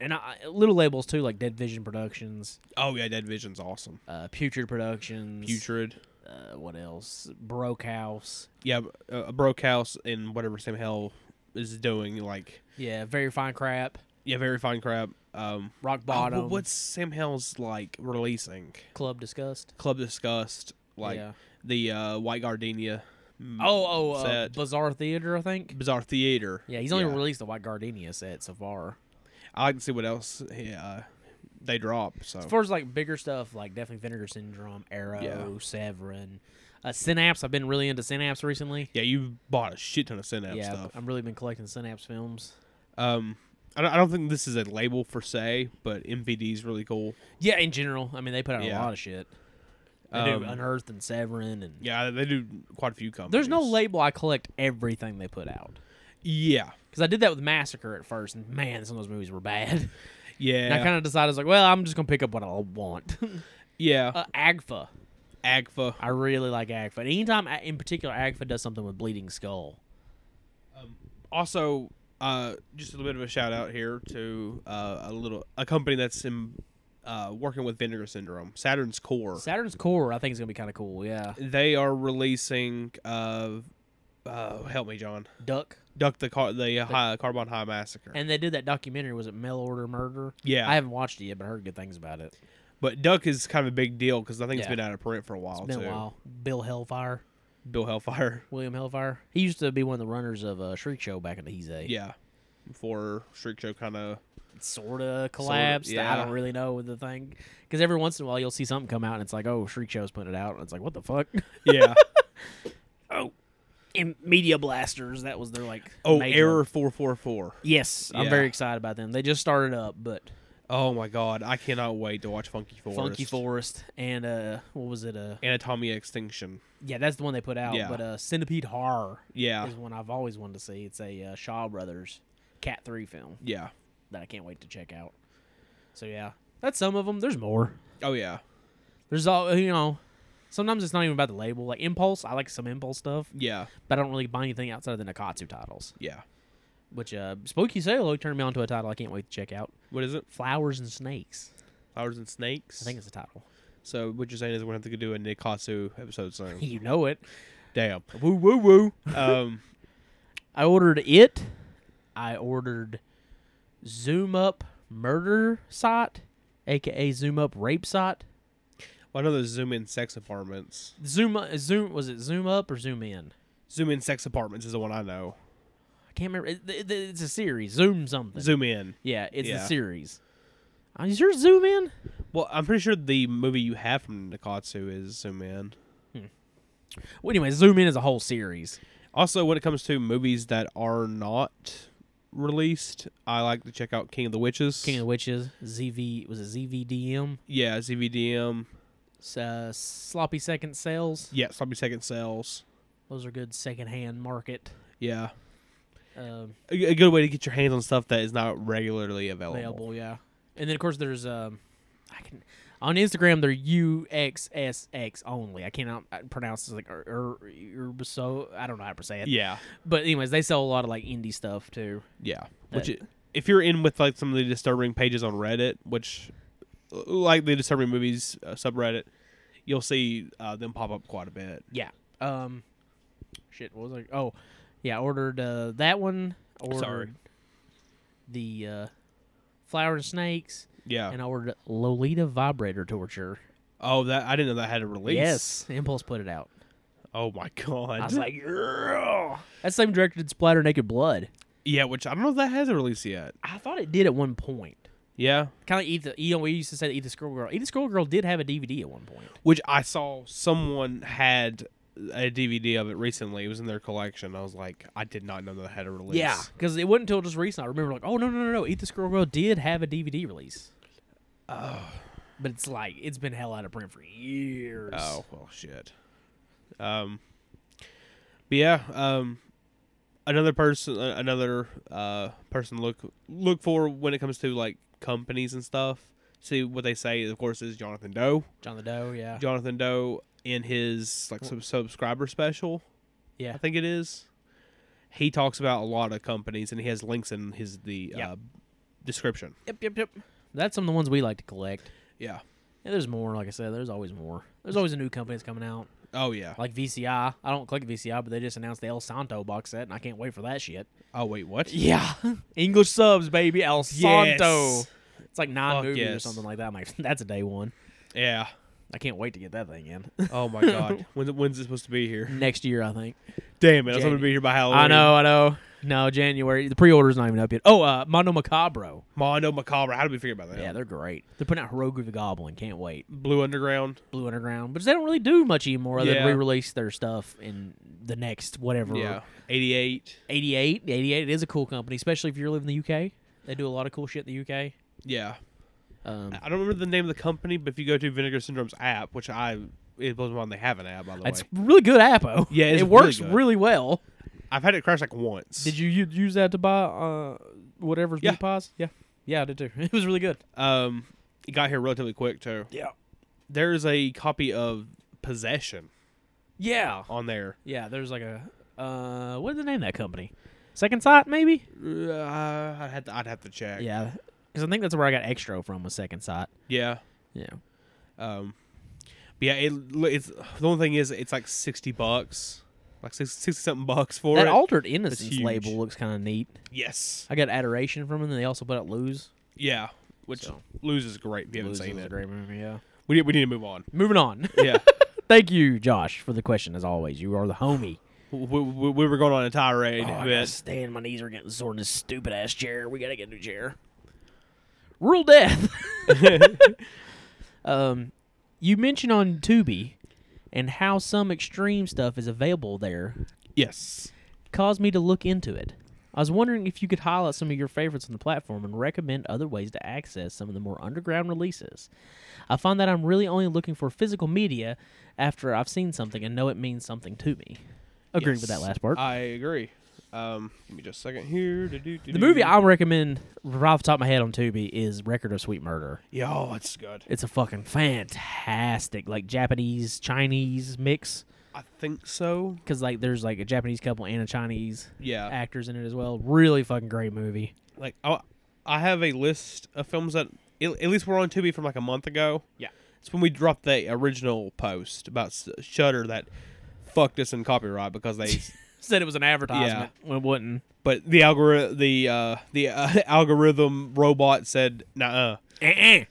[SPEAKER 3] and I, little labels too, like Dead Vision Productions,
[SPEAKER 4] Oh yeah, Dead Vision's awesome.
[SPEAKER 3] uh, Putrid Productions,
[SPEAKER 4] Putrid.
[SPEAKER 3] Uh, what else? Broke House.
[SPEAKER 4] Yeah, uh, a broke house and whatever Sam Hell is doing, like
[SPEAKER 3] Yeah, very fine crap.
[SPEAKER 4] yeah, very fine crap. Um,
[SPEAKER 3] Rock
[SPEAKER 4] oh, wh-
[SPEAKER 3] Bottom.
[SPEAKER 4] what's Sam Hell's like releasing?
[SPEAKER 3] Club Disgust?
[SPEAKER 4] Club Disgust, like
[SPEAKER 3] Yeah.
[SPEAKER 4] the uh, White Gardenia. m-
[SPEAKER 3] Oh, oh, uh,
[SPEAKER 4] set.
[SPEAKER 3] Bizarre Theater, I think.
[SPEAKER 4] Bizarre Theater.
[SPEAKER 3] Yeah, he's only released the White Gardenia set so far.
[SPEAKER 4] I like to see what else he, uh, they drop. So
[SPEAKER 3] As far as like bigger stuff, like definitely Vinegar Syndrome, Arrow,
[SPEAKER 4] Yeah.
[SPEAKER 3] Severin, uh, Synapse. I've been really into Synapse recently.
[SPEAKER 4] yeah, you bought a shit ton of Synapse
[SPEAKER 3] yeah,
[SPEAKER 4] stuff.
[SPEAKER 3] I've really been collecting Synapse films.
[SPEAKER 4] Um, I don't, I don't think this is a label for se, but MVD is really cool.
[SPEAKER 3] Yeah, in general, I mean they put out a
[SPEAKER 4] Yeah.
[SPEAKER 3] lot of shit. They do
[SPEAKER 4] Um,
[SPEAKER 3] Unearthed and Severin, and
[SPEAKER 4] Yeah, they do quite a few companies.
[SPEAKER 3] there's no label. I collect everything they put out
[SPEAKER 4] Yeah,
[SPEAKER 3] because I did that with Massacre at first, and man, some of those movies were bad. [LAUGHS]
[SPEAKER 4] yeah,
[SPEAKER 3] And I kind of decided I was like, well, I'm just gonna pick up what I
[SPEAKER 4] [LAUGHS]
[SPEAKER 3] want.
[SPEAKER 4] yeah.
[SPEAKER 3] uh, Agfa,
[SPEAKER 4] Agfa.
[SPEAKER 3] I really like Agfa. And anytime, a- in particular, Agfa does something with Bleeding Skull.
[SPEAKER 4] Also, uh, just a little bit of a shout out here to uh, a little a company that's in uh, working with Vinegar Syndrome, Saturn's Core.
[SPEAKER 3] Saturn's Core, I think, is gonna be kind of cool. Yeah,
[SPEAKER 4] they are releasing. Uh, uh, help me, John.
[SPEAKER 3] Duck.
[SPEAKER 4] Duck the car, the uh, high, Carbon High Massacre.
[SPEAKER 3] And they did that documentary. Was it Mail Order Murder?
[SPEAKER 4] Yeah.
[SPEAKER 3] I haven't watched it yet, but I heard good things about it.
[SPEAKER 4] but Duck is kind of a big deal because I think it's
[SPEAKER 3] Yeah.
[SPEAKER 4] been out of print for a while
[SPEAKER 3] Been
[SPEAKER 4] too.
[SPEAKER 3] a while. Bill Hellfire,
[SPEAKER 4] Bill Hellfire,
[SPEAKER 3] William Hellfire. He used to be one of the runners of uh, Shriek Show back in the He's a
[SPEAKER 4] yeah. Before Shriek Show kind of
[SPEAKER 3] sort of collapsed. I
[SPEAKER 4] yeah.
[SPEAKER 3] don't really know the thing because every once in a while you'll see something come out and it's like, oh, Shriek Show's putting it out, and it's like, what the fuck?
[SPEAKER 4] yeah.
[SPEAKER 3] oh, [LAUGHS] and Media Blasters. That was their like.
[SPEAKER 4] Oh,
[SPEAKER 3] major-
[SPEAKER 4] Error four four four.
[SPEAKER 3] Yes, I'm
[SPEAKER 4] Yeah.
[SPEAKER 3] very excited about them. They just started up, but
[SPEAKER 4] Oh my god, I cannot wait to watch Funky Forest.
[SPEAKER 3] Funky Forest and uh, what was it? Uh,
[SPEAKER 4] Anatomy of Extinction.
[SPEAKER 3] yeah, that's the one they put out.
[SPEAKER 4] Yeah.
[SPEAKER 3] But uh, Centipede Horror
[SPEAKER 4] Yeah,
[SPEAKER 3] is one I've always wanted to see. It's a uh, Shaw Brothers Cat Three film
[SPEAKER 4] yeah.
[SPEAKER 3] that I can't wait to check out. So yeah, that's some of them. There's more.
[SPEAKER 4] Oh yeah,
[SPEAKER 3] There's all you know. Sometimes it's not even about the label. Like Impulse, I like some Impulse stuff,
[SPEAKER 4] yeah,
[SPEAKER 3] but I don't really buy anything outside of the Nakatsu titles.
[SPEAKER 4] yeah.
[SPEAKER 3] Which uh, Spooky Salo turned me onto a title I can't wait to check out.
[SPEAKER 4] What is it?
[SPEAKER 3] Flowers and Snakes.
[SPEAKER 4] Flowers and Snakes.
[SPEAKER 3] I think it's the title.
[SPEAKER 4] so. What you're saying is we're gonna have to do a Nikatsu
[SPEAKER 3] [LAUGHS]
[SPEAKER 4] episode soon.
[SPEAKER 3] you know it.
[SPEAKER 4] Damn.
[SPEAKER 3] Woo woo woo. [LAUGHS]
[SPEAKER 4] Um.
[SPEAKER 3] I ordered it. I ordered Zoom Up Murder Sot, aka Zoom Up Rape Sot.
[SPEAKER 4] Well, I know those Zoom In Sex Apartments.
[SPEAKER 3] Zoom uh, Zoom was it Zoom Up or Zoom In?
[SPEAKER 4] Zoom In Sex Apartments is the one I know.
[SPEAKER 3] I can't remember. It- it- it's a series. Zoom something.
[SPEAKER 4] Zoom In.
[SPEAKER 3] Yeah, it's a
[SPEAKER 4] Yeah.
[SPEAKER 3] series. Are you sure it's Zoom In?
[SPEAKER 4] Well, I'm pretty sure the movie you have from Nikatsu is Zoom In.
[SPEAKER 3] Well, anyway, Zoom In is a whole series.
[SPEAKER 4] Also, when it comes to movies that are not released, I like to check out King of the Witches.
[SPEAKER 3] King of the Witches, ZV was it ZVDM?
[SPEAKER 4] yeah, ZVDM.
[SPEAKER 3] S- Uh, sloppy second sales.
[SPEAKER 4] Yeah, Sloppy Second Sales.
[SPEAKER 3] Those are good secondhand market.
[SPEAKER 4] Yeah.
[SPEAKER 3] Um,
[SPEAKER 4] A, a good way to get your hands on stuff that is not regularly available.
[SPEAKER 3] available, yeah. And then of course there's um, I can on Instagram they're UXSX only. I cannot uh, pronounce it like or, or, so I don't know how to say it.
[SPEAKER 4] Yeah.
[SPEAKER 3] But anyways, they sell a lot of like indie stuff too.
[SPEAKER 4] Yeah. Which,
[SPEAKER 3] That-
[SPEAKER 4] i- if you're in with like some of the disturbing pages on Reddit, which l- like the disturbing movies uh, subreddit, you'll see uh, them pop up quite a bit.
[SPEAKER 3] Yeah. Um, shit. What was I? Oh, yeah. I ordered uh, that one. I Ordered
[SPEAKER 4] Sorry.
[SPEAKER 3] The uh, flower and snakes,
[SPEAKER 4] Yeah.
[SPEAKER 3] and I ordered Lolita vibrator torture.
[SPEAKER 4] oh, that I didn't know that had a release.
[SPEAKER 3] Yes, Impulse put it out.
[SPEAKER 4] Oh my [LAUGHS] god.
[SPEAKER 3] I was like, "Grr." that's the same director did Splatter Naked Blood.
[SPEAKER 4] yeah, which I don't know if that has a release yet.
[SPEAKER 3] I thought it did at one point.
[SPEAKER 4] Yeah.
[SPEAKER 3] Kind of Ethan. You know, we used to say that Ethan Squirrel Girl. Ethan Squirrel Girl did have a DVD at one point.
[SPEAKER 4] Which I saw someone had a DVD of it recently. It was in their collection. I was like, I did not know that had a release.
[SPEAKER 3] Yeah, because it wasn't until just recent I remember like, oh no no no no, Eat the Squirrel Girl did have a DVD release. Oh, but it's like it's been hell out of print for years.
[SPEAKER 4] Oh well, shit. Um, but yeah, um, another person, uh, another uh, person to look look for when it comes to like companies and stuff. See what they say. Of course, is Jonathan Doe.
[SPEAKER 3] John the Doe, yeah,
[SPEAKER 4] Jonathan Doe in his like sub- subscriber special,
[SPEAKER 3] yeah,
[SPEAKER 4] I think it is. He talks about a lot of companies, and he has links in his the
[SPEAKER 3] Yeah.
[SPEAKER 4] uh, description.
[SPEAKER 3] yep yep yep. That's some of the ones we like to collect.
[SPEAKER 4] Yeah.
[SPEAKER 3] Yeah, there's more. Like I said, there's always more. There's always a new company that's coming out.
[SPEAKER 4] Oh yeah.
[SPEAKER 3] Like VCI, I don't collect VCI, but they just announced the El Santo box set, and I can't wait for that shit.
[SPEAKER 4] Oh wait, what?
[SPEAKER 3] Yeah, [LAUGHS] English subs, baby, El Santo.
[SPEAKER 4] Yes.
[SPEAKER 3] It's like nine
[SPEAKER 4] Fuck
[SPEAKER 3] movies or
[SPEAKER 4] yes.
[SPEAKER 3] something like that. I'm like, [LAUGHS] that's a day one.
[SPEAKER 4] Yeah.
[SPEAKER 3] I can't wait to get that thing in. [LAUGHS]
[SPEAKER 4] Oh my god. when's it, when's it supposed to be here?
[SPEAKER 3] Next year, I think.
[SPEAKER 4] Damn it! I was going
[SPEAKER 3] Janie.
[SPEAKER 4] to be here by Halloween.
[SPEAKER 3] I know, I know. No, January. The pre-order's not even up yet. Oh, uh, Mondo Macabro.
[SPEAKER 4] Mondo Macabre. How did we figure about that?
[SPEAKER 3] Yeah, they're great. They're putting out Hirogu the Goblin. Can't wait.
[SPEAKER 4] Blue Underground.
[SPEAKER 3] Blue Underground, but they don't really do much anymore other than
[SPEAKER 4] Yeah.
[SPEAKER 3] re-release their stuff in the next whatever.
[SPEAKER 4] Yeah. 88.
[SPEAKER 3] 88. 88 is a cool company, especially if you're living in the UK. They do a lot of cool shit in the UK.
[SPEAKER 4] Yeah.
[SPEAKER 3] Um,
[SPEAKER 4] I don't remember the name of the company, but if you go to Vinegar Syndrome's app, which I it blows my mind they have an app by the
[SPEAKER 3] it's
[SPEAKER 4] way.
[SPEAKER 3] really good [LAUGHS] appo.
[SPEAKER 4] Yeah, it's
[SPEAKER 3] it works
[SPEAKER 4] really
[SPEAKER 3] really,
[SPEAKER 4] good.
[SPEAKER 3] well.
[SPEAKER 4] I've had it crash like once.
[SPEAKER 3] Did you u- use that to buy uh, whatever's
[SPEAKER 4] Yeah.
[SPEAKER 3] meat pies? Yeah, yeah, I did too. [LAUGHS] It was really good.
[SPEAKER 4] Um, it got here relatively quick too.
[SPEAKER 3] Yeah,
[SPEAKER 4] There is a copy of Possession
[SPEAKER 3] yeah,
[SPEAKER 4] on there.
[SPEAKER 3] yeah. There's like a uh, what's the name of that company? Second Sight, maybe.
[SPEAKER 4] Uh, I'd have to, I'd have to check.
[SPEAKER 3] Yeah, because I think that's where I got Extra from was Second Sight.
[SPEAKER 4] Yeah.
[SPEAKER 3] Yeah,
[SPEAKER 4] Um, but yeah, it, it's the only thing is it's like sixty bucks, like six- sixty something bucks for
[SPEAKER 3] that
[SPEAKER 4] it.
[SPEAKER 3] Altered Innocence
[SPEAKER 4] huge.
[SPEAKER 3] label looks kind of neat.
[SPEAKER 4] yes.
[SPEAKER 3] I got Adoration from them, and they also put out Lose.
[SPEAKER 4] Yeah. Which
[SPEAKER 3] So.
[SPEAKER 4] loses great. If you haven't
[SPEAKER 3] Lose
[SPEAKER 4] seen
[SPEAKER 3] was a
[SPEAKER 4] it,
[SPEAKER 3] great movie. Yeah.
[SPEAKER 4] we need, we need to
[SPEAKER 3] [LAUGHS]
[SPEAKER 4] move on.
[SPEAKER 3] Moving on.
[SPEAKER 4] Yeah.
[SPEAKER 3] Thank you, Josh, for the question as always. You are the homie.
[SPEAKER 4] we, we, we were going on a tirade.
[SPEAKER 3] Oh, I
[SPEAKER 4] but-
[SPEAKER 3] gotta stand. My knees are getting sore in this stupid ass chair. We gotta get a new chair. Rural death. um, you mentioned on Tubi and how some extreme stuff is available there
[SPEAKER 4] yes.
[SPEAKER 3] caused me to look into it. I was wondering if you could highlight some of your favorites on the platform and recommend other ways to access some of the more underground releases. I find that I'm really only looking for physical media after I've seen something and know it means something to me. Agreeing with that
[SPEAKER 4] Yes.
[SPEAKER 3] last part.
[SPEAKER 4] I agree. Um, give me just a second here.
[SPEAKER 3] The movie I recommend right off the top of my head on Tubi is Record of Sweet Murder.
[SPEAKER 4] Yo, oh, it's good.
[SPEAKER 3] It's a fucking fantastic, like Japanese Chinese mix,
[SPEAKER 4] I think so.
[SPEAKER 3] because like there's like a Japanese couple and a Chinese
[SPEAKER 4] Yeah.
[SPEAKER 3] actors in it as well. Really fucking great movie.
[SPEAKER 4] Like I, I have a list of films that at at least were on Tubi from like a month ago.
[SPEAKER 3] Yeah.
[SPEAKER 4] It's when we dropped the original post about S- Shudder that fucked us in copyright because they,
[SPEAKER 3] Said it was an advertisement when it wasn't.
[SPEAKER 4] but the algorithm, the uh, the uh, [LAUGHS] algorithm robot said, nah.
[SPEAKER 3] Eh-eh.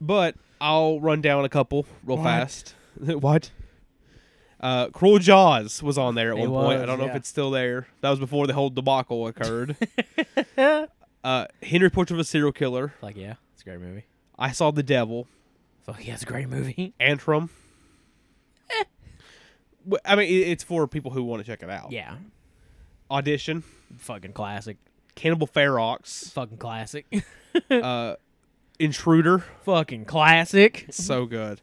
[SPEAKER 4] But I'll run down a couple real fast. [LAUGHS] what? Uh, Cruel Jaws was on there at
[SPEAKER 3] It
[SPEAKER 4] one point. I
[SPEAKER 3] was,
[SPEAKER 4] don't know
[SPEAKER 3] yeah.
[SPEAKER 4] if it's still there. That was before the whole debacle
[SPEAKER 3] [LAUGHS]
[SPEAKER 4] occurred. uh, Henry Portrait of a Serial Killer.
[SPEAKER 3] Like yeah, it's a great movie.
[SPEAKER 4] I Saw the Devil.
[SPEAKER 3] Fuck yeah, it's a great movie. [LAUGHS]
[SPEAKER 4] Antrim.
[SPEAKER 3] Eh.
[SPEAKER 4] Wh- I mean, it- it's for people who want to check it out.
[SPEAKER 3] Yeah,
[SPEAKER 4] Audition.
[SPEAKER 3] fucking classic.
[SPEAKER 4] Cannibal Ferox.
[SPEAKER 3] Fucking classic. [LAUGHS]
[SPEAKER 4] Intruder.
[SPEAKER 3] fucking classic.
[SPEAKER 4] so good.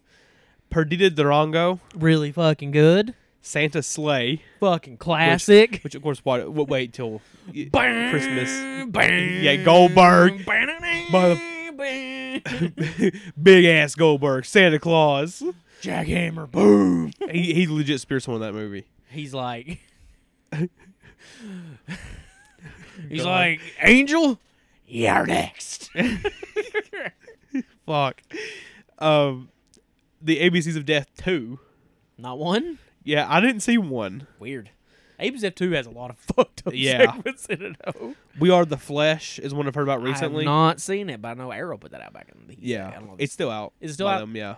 [SPEAKER 4] Perdita Durango.
[SPEAKER 3] Really fucking good.
[SPEAKER 4] Santa Sleigh.
[SPEAKER 3] Fucking classic.
[SPEAKER 4] Which, of course, why, w- wait till y-
[SPEAKER 3] Bang,
[SPEAKER 4] Christmas.
[SPEAKER 3] bang,
[SPEAKER 4] Yeah, Goldberg.
[SPEAKER 3] bang,
[SPEAKER 4] Mother-
[SPEAKER 3] bang. [LAUGHS]
[SPEAKER 4] [LAUGHS] Big ass Goldberg, Santa Claus.
[SPEAKER 3] Jackhammer, boom.
[SPEAKER 4] He, he legit speared someone in that movie.
[SPEAKER 3] He's like, he's like, Angel, [LAUGHS] you're next.
[SPEAKER 4] Fuck. Um, the ABCs of Death two.
[SPEAKER 3] Not one.
[SPEAKER 4] Yeah, I didn't see one.
[SPEAKER 3] Weird. Abe's F two has a lot of [LAUGHS] fucked up
[SPEAKER 4] Yeah.
[SPEAKER 3] segments in it. though.
[SPEAKER 4] We Are the Flesh is one I've heard about
[SPEAKER 3] I
[SPEAKER 4] recently.
[SPEAKER 3] have not seen it, but I know Arrow put that out back in the I
[SPEAKER 4] yeah,
[SPEAKER 3] don't know if
[SPEAKER 4] it's still out.
[SPEAKER 3] Is it still
[SPEAKER 4] by
[SPEAKER 3] out?
[SPEAKER 4] them, yeah.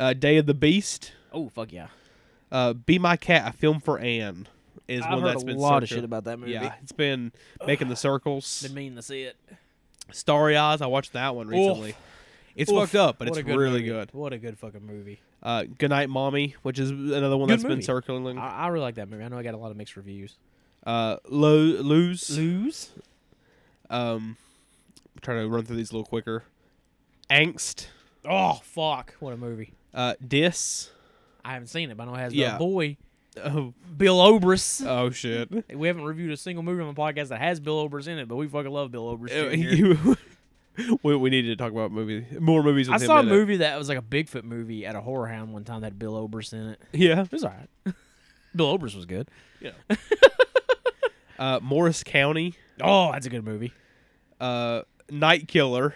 [SPEAKER 4] Uh, Day of the Beast.
[SPEAKER 3] oh fuck yeah.
[SPEAKER 4] Uh, Be My Cat, a film for Anne is
[SPEAKER 3] I've
[SPEAKER 4] one
[SPEAKER 3] heard
[SPEAKER 4] that's
[SPEAKER 3] a
[SPEAKER 4] been
[SPEAKER 3] lot of
[SPEAKER 4] circul-
[SPEAKER 3] shit about that movie.
[SPEAKER 4] Yeah, it's been
[SPEAKER 3] [SIGHS]
[SPEAKER 4] making the circles.
[SPEAKER 3] Been meaning to see it.
[SPEAKER 4] Starry Eyes. I watched that one recently. It's fucked up, but
[SPEAKER 3] What
[SPEAKER 4] it's
[SPEAKER 3] a good
[SPEAKER 4] really
[SPEAKER 3] movie.
[SPEAKER 4] good.
[SPEAKER 3] What a good fucking movie.
[SPEAKER 4] Uh, Goodnight, Mommy, which is another one
[SPEAKER 3] Good
[SPEAKER 4] that's
[SPEAKER 3] movie.
[SPEAKER 4] been circling.
[SPEAKER 3] I, I really like that movie. I know I got a lot of mixed reviews.
[SPEAKER 4] Uh, Lo- Lose.
[SPEAKER 3] Lose.
[SPEAKER 4] Um, I'm trying to run through these a little quicker. Angst.
[SPEAKER 3] Oh fuck! What a movie.
[SPEAKER 4] Uh, Dis.
[SPEAKER 3] I haven't seen it, but I know it has
[SPEAKER 4] Yeah.
[SPEAKER 3] the boy
[SPEAKER 4] Oh,
[SPEAKER 3] Bill Obrus. [LAUGHS]
[SPEAKER 4] oh shit.
[SPEAKER 3] we haven't reviewed a single movie on the podcast that has Bill Obrus in it, but we fucking love Bill Obrus.
[SPEAKER 4] Uh,
[SPEAKER 3] Jr.
[SPEAKER 4] [LAUGHS] you- we, we need to talk about movie more movies. With
[SPEAKER 3] I
[SPEAKER 4] him
[SPEAKER 3] saw a
[SPEAKER 4] in it.
[SPEAKER 3] movie that was like a Bigfoot movie at a horror hound one time that had Bill Obrus in it.
[SPEAKER 4] Yeah.
[SPEAKER 3] It was alright. [LAUGHS] Bill Obrus was good.
[SPEAKER 4] Uh, Morris County.
[SPEAKER 3] Oh, that's a good movie.
[SPEAKER 4] Uh, Night Killer.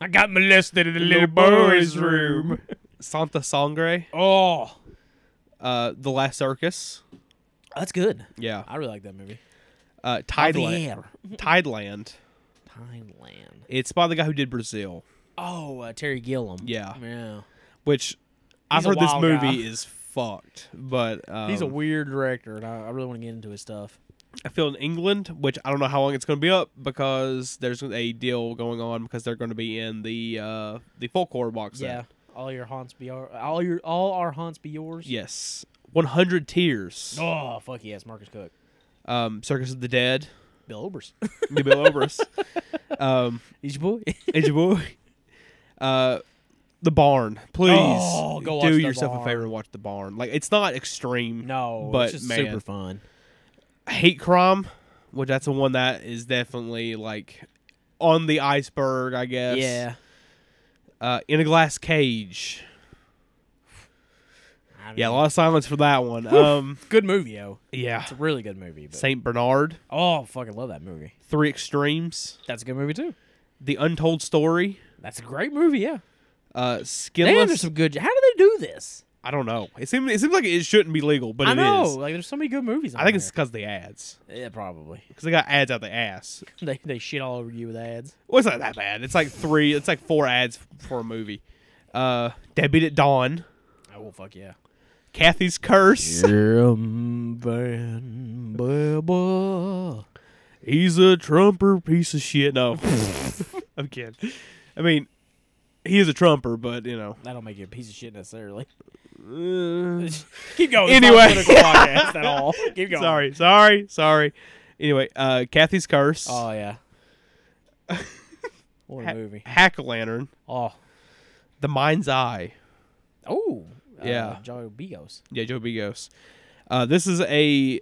[SPEAKER 3] I got molested in the little, boy's room.
[SPEAKER 4] Santa Sangre.
[SPEAKER 3] Oh,
[SPEAKER 4] Uh, The Last Circus.
[SPEAKER 3] that's good.
[SPEAKER 4] Yeah.
[SPEAKER 3] I really like that movie.
[SPEAKER 4] Uh, Tideland. Tideland.
[SPEAKER 3] Thailand.
[SPEAKER 4] It's by the guy who did Brazil,
[SPEAKER 3] Oh, uh, Terry Gilliam.
[SPEAKER 4] Yeah.
[SPEAKER 3] yeah.
[SPEAKER 4] which I've
[SPEAKER 3] He's a
[SPEAKER 4] heard this
[SPEAKER 3] wild
[SPEAKER 4] movie
[SPEAKER 3] guy.
[SPEAKER 4] is fucked. But um,
[SPEAKER 3] He's a weird director, and I, I really want to get into his stuff.
[SPEAKER 4] I feel in England, which I don't know how long it's going to be up because there's a deal going on because they're going to be in the uh, the folklore box. set.
[SPEAKER 3] all your haunts be our, all your all our haunts be yours.
[SPEAKER 4] Yes. 100 Tears.
[SPEAKER 3] Oh fuck yes, Marcus Cook,
[SPEAKER 4] Um, Circus of the Dead.
[SPEAKER 3] Bill [LAUGHS] Oberst.
[SPEAKER 4] New Bill Obrus. um,
[SPEAKER 3] He's your
[SPEAKER 4] [LAUGHS]
[SPEAKER 3] boy.
[SPEAKER 4] and your boy. Uh, the Barn. Please
[SPEAKER 3] Oh, go watch
[SPEAKER 4] do
[SPEAKER 3] The
[SPEAKER 4] yourself a
[SPEAKER 3] Barn.
[SPEAKER 4] favor and watch The Barn. Like it's not extreme.
[SPEAKER 3] No,
[SPEAKER 4] But,
[SPEAKER 3] it's just
[SPEAKER 4] man.
[SPEAKER 3] super fun.
[SPEAKER 4] Hate Crime, which that's the one that is definitely like on the iceberg, I guess.
[SPEAKER 3] Yeah.
[SPEAKER 4] Uh, in a glass cage.
[SPEAKER 3] I don't
[SPEAKER 4] Yeah, a
[SPEAKER 3] know.
[SPEAKER 4] lot of silence for that one. Um,
[SPEAKER 3] good movie, yo.
[SPEAKER 4] yeah.
[SPEAKER 3] It's a really good movie. But,
[SPEAKER 4] Saint Bernard,
[SPEAKER 3] oh, fucking love that movie.
[SPEAKER 4] Three Extremes,
[SPEAKER 3] That's a good movie too.
[SPEAKER 4] The Untold Story,
[SPEAKER 3] That's a great movie, yeah.
[SPEAKER 4] uh,
[SPEAKER 3] Damn,
[SPEAKER 4] Skinless.
[SPEAKER 3] there's some good. How do they do this?
[SPEAKER 4] I don't know. It seems it seems like it shouldn't be legal, but
[SPEAKER 3] I
[SPEAKER 4] it
[SPEAKER 3] know,
[SPEAKER 4] is.
[SPEAKER 3] like there's so many good movies.
[SPEAKER 4] I think it's because the ads,
[SPEAKER 3] yeah, probably. [LAUGHS]
[SPEAKER 4] because they got ads out the ass.
[SPEAKER 3] They they shit all over you with ads.
[SPEAKER 4] Well, it's not that bad. It's like three. It's like four ads for a movie. Uh, Deadbeat at Dawn,
[SPEAKER 3] Oh well, fuck yeah.
[SPEAKER 4] Kathy's Curse. He's a Trumper piece of shit. No, [LAUGHS] I'm kidding. I mean, he is a Trumper, but you know.
[SPEAKER 3] That'll make you a piece of shit necessarily. [LAUGHS]
[SPEAKER 4] uh,
[SPEAKER 3] Keep going.
[SPEAKER 4] Anyway.
[SPEAKER 3] it's not a political podcast at
[SPEAKER 4] [LAUGHS]
[SPEAKER 3] all. Keep going.
[SPEAKER 4] sorry, sorry, sorry. Anyway, uh, Kathy's Curse,
[SPEAKER 3] Oh
[SPEAKER 4] [LAUGHS]
[SPEAKER 3] yeah. what
[SPEAKER 4] Ha-
[SPEAKER 3] a movie.
[SPEAKER 4] Hack a Lantern,
[SPEAKER 3] Oh.
[SPEAKER 4] The Mind's Eye.
[SPEAKER 3] Oh.
[SPEAKER 4] Yeah.
[SPEAKER 3] Uh, Joe Bigos.
[SPEAKER 4] Yeah, Joe Bigos. Uh, this is a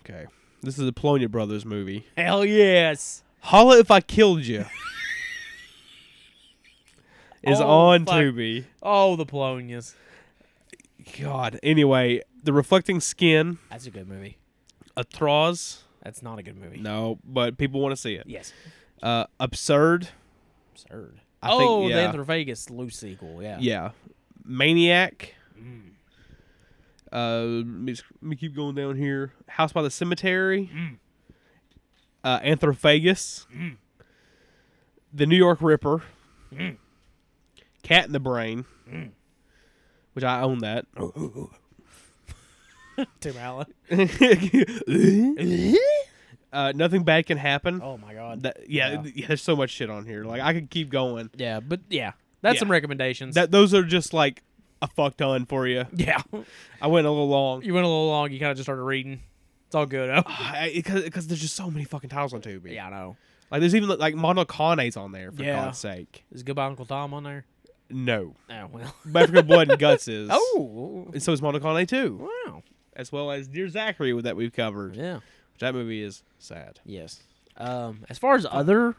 [SPEAKER 4] okay. This is a Polonia Brothers movie.
[SPEAKER 3] Hell yes.
[SPEAKER 4] Holla if I killed [LAUGHS] you. is
[SPEAKER 3] Oh,
[SPEAKER 4] on
[SPEAKER 3] fuck.
[SPEAKER 4] Tubi.
[SPEAKER 3] Oh, the Polonius.
[SPEAKER 4] God. Anyway, the reflecting skin,
[SPEAKER 3] That's a good movie.
[SPEAKER 4] Atroz.
[SPEAKER 3] That's not a good movie.
[SPEAKER 4] No, but people want to see it.
[SPEAKER 3] Yes.
[SPEAKER 4] Uh, absurd.
[SPEAKER 3] Absurd.
[SPEAKER 4] I think-
[SPEAKER 3] oh,
[SPEAKER 4] yeah.
[SPEAKER 3] the Anthro Vegas loose sequel. Yeah.
[SPEAKER 4] Yeah. Maniac. Uh, let me, s- let me keep going down here. House by the Cemetery. Uh, Anthrophagus. The New York Ripper. Cat in the Brain. Which I own that.
[SPEAKER 3] Tim Allen.
[SPEAKER 4] uh, nothing bad can happen.
[SPEAKER 3] Oh my God.
[SPEAKER 4] That- yeah,
[SPEAKER 3] Yeah.
[SPEAKER 4] th- yeah, there's so much shit on here. Like I could keep going.
[SPEAKER 3] yeah, but yeah, that's
[SPEAKER 4] Yeah.
[SPEAKER 3] some recommendations.
[SPEAKER 4] That those are just like a fuck ton for you.
[SPEAKER 3] [LAUGHS] yeah.
[SPEAKER 4] I went a little long
[SPEAKER 3] you went a little long. You kind of just started reading. It's all good. Oh.
[SPEAKER 4] [SIGHS] because there's just so many fucking titles on Tubi.
[SPEAKER 3] yeah, I know.
[SPEAKER 4] like there's even like Monocone's on there for
[SPEAKER 3] Yeah.
[SPEAKER 4] God's sake.
[SPEAKER 3] Is Goodbye Uncle Tom on there?
[SPEAKER 4] No,
[SPEAKER 3] Oh well.
[SPEAKER 4] African Blood and Guts is.
[SPEAKER 3] [LAUGHS] Oh
[SPEAKER 4] and so is Monocone too,
[SPEAKER 3] wow.
[SPEAKER 4] as well as Dear Zachary with that we've covered.
[SPEAKER 3] Yeah.
[SPEAKER 4] That movie is sad.
[SPEAKER 3] Yes. Um, as far as other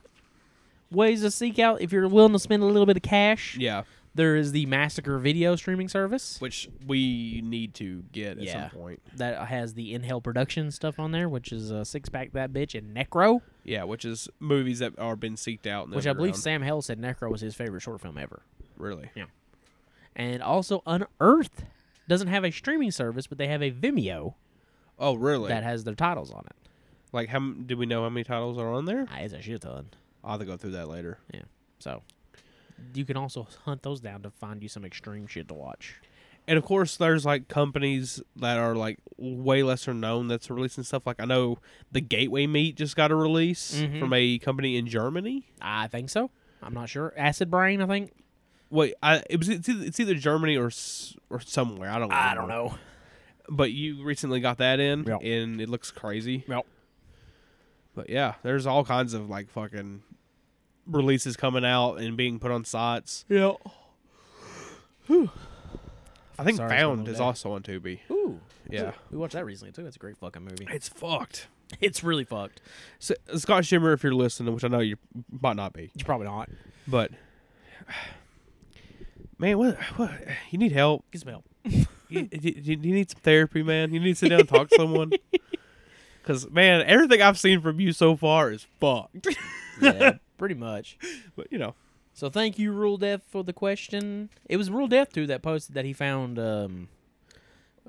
[SPEAKER 3] ways to seek out, if you're willing to spend a little bit of cash,
[SPEAKER 4] Yeah,
[SPEAKER 3] there is the Massacre video streaming service
[SPEAKER 4] which we need to get at
[SPEAKER 3] Yeah.
[SPEAKER 4] some point.
[SPEAKER 3] that has the Inhale Production stuff on there, which is a six pack that bitch and Necro,
[SPEAKER 4] Yeah, which is movies that are been seeked out. and
[SPEAKER 3] which I believe
[SPEAKER 4] underground.
[SPEAKER 3] Sam Hell said Necro was his favorite short film ever.
[SPEAKER 4] really.
[SPEAKER 3] And also Unearth doesn't have a streaming service, but they have a Vimeo
[SPEAKER 4] Oh, really?
[SPEAKER 3] that has their titles on it.
[SPEAKER 4] like, how m- do we know how many titles are on there?
[SPEAKER 3] Ah, It's a shit ton.
[SPEAKER 4] I'll have to go through that later.
[SPEAKER 3] So you can also hunt those down to find you some extreme shit to watch.
[SPEAKER 4] And of course, there's like companies that are like way lesser known that's releasing stuff. Like I know the Gateway Meat just got a release
[SPEAKER 3] Mhm.
[SPEAKER 4] from a company in Germany.
[SPEAKER 3] I think so. I'm not sure. Acid Brain, I think.
[SPEAKER 4] Wait, I it was it's either, it's either Germany or s- or somewhere. I don't.
[SPEAKER 3] I don't know.
[SPEAKER 4] But you recently got that in,
[SPEAKER 3] Yep.
[SPEAKER 4] and it looks crazy.
[SPEAKER 3] Yep.
[SPEAKER 4] But yeah, there's all kinds of like fucking releases coming out and being put on sites.
[SPEAKER 3] Yeah.
[SPEAKER 4] I think
[SPEAKER 3] Sorry, it's my
[SPEAKER 4] Found
[SPEAKER 3] little
[SPEAKER 4] is
[SPEAKER 3] dad.
[SPEAKER 4] also on Tubi.
[SPEAKER 3] Ooh.
[SPEAKER 4] Yeah.
[SPEAKER 3] We watched that recently too. It's a great fucking movie.
[SPEAKER 4] It's fucked.
[SPEAKER 3] It's really fucked.
[SPEAKER 4] So, Scott Shimmer, if you're listening, which I know you might not be,
[SPEAKER 3] You're probably not.
[SPEAKER 4] but man, what, what you need help.
[SPEAKER 3] Get some help.
[SPEAKER 4] you, you, you need some therapy, man. You need to sit down and talk to someone. Because, man, everything I've seen from you so far is fucked.
[SPEAKER 3] [LAUGHS] Yeah, pretty much.
[SPEAKER 4] But, you know,
[SPEAKER 3] So thank you, Rule Death, for the question. It was Rule Death too that posted that he found um,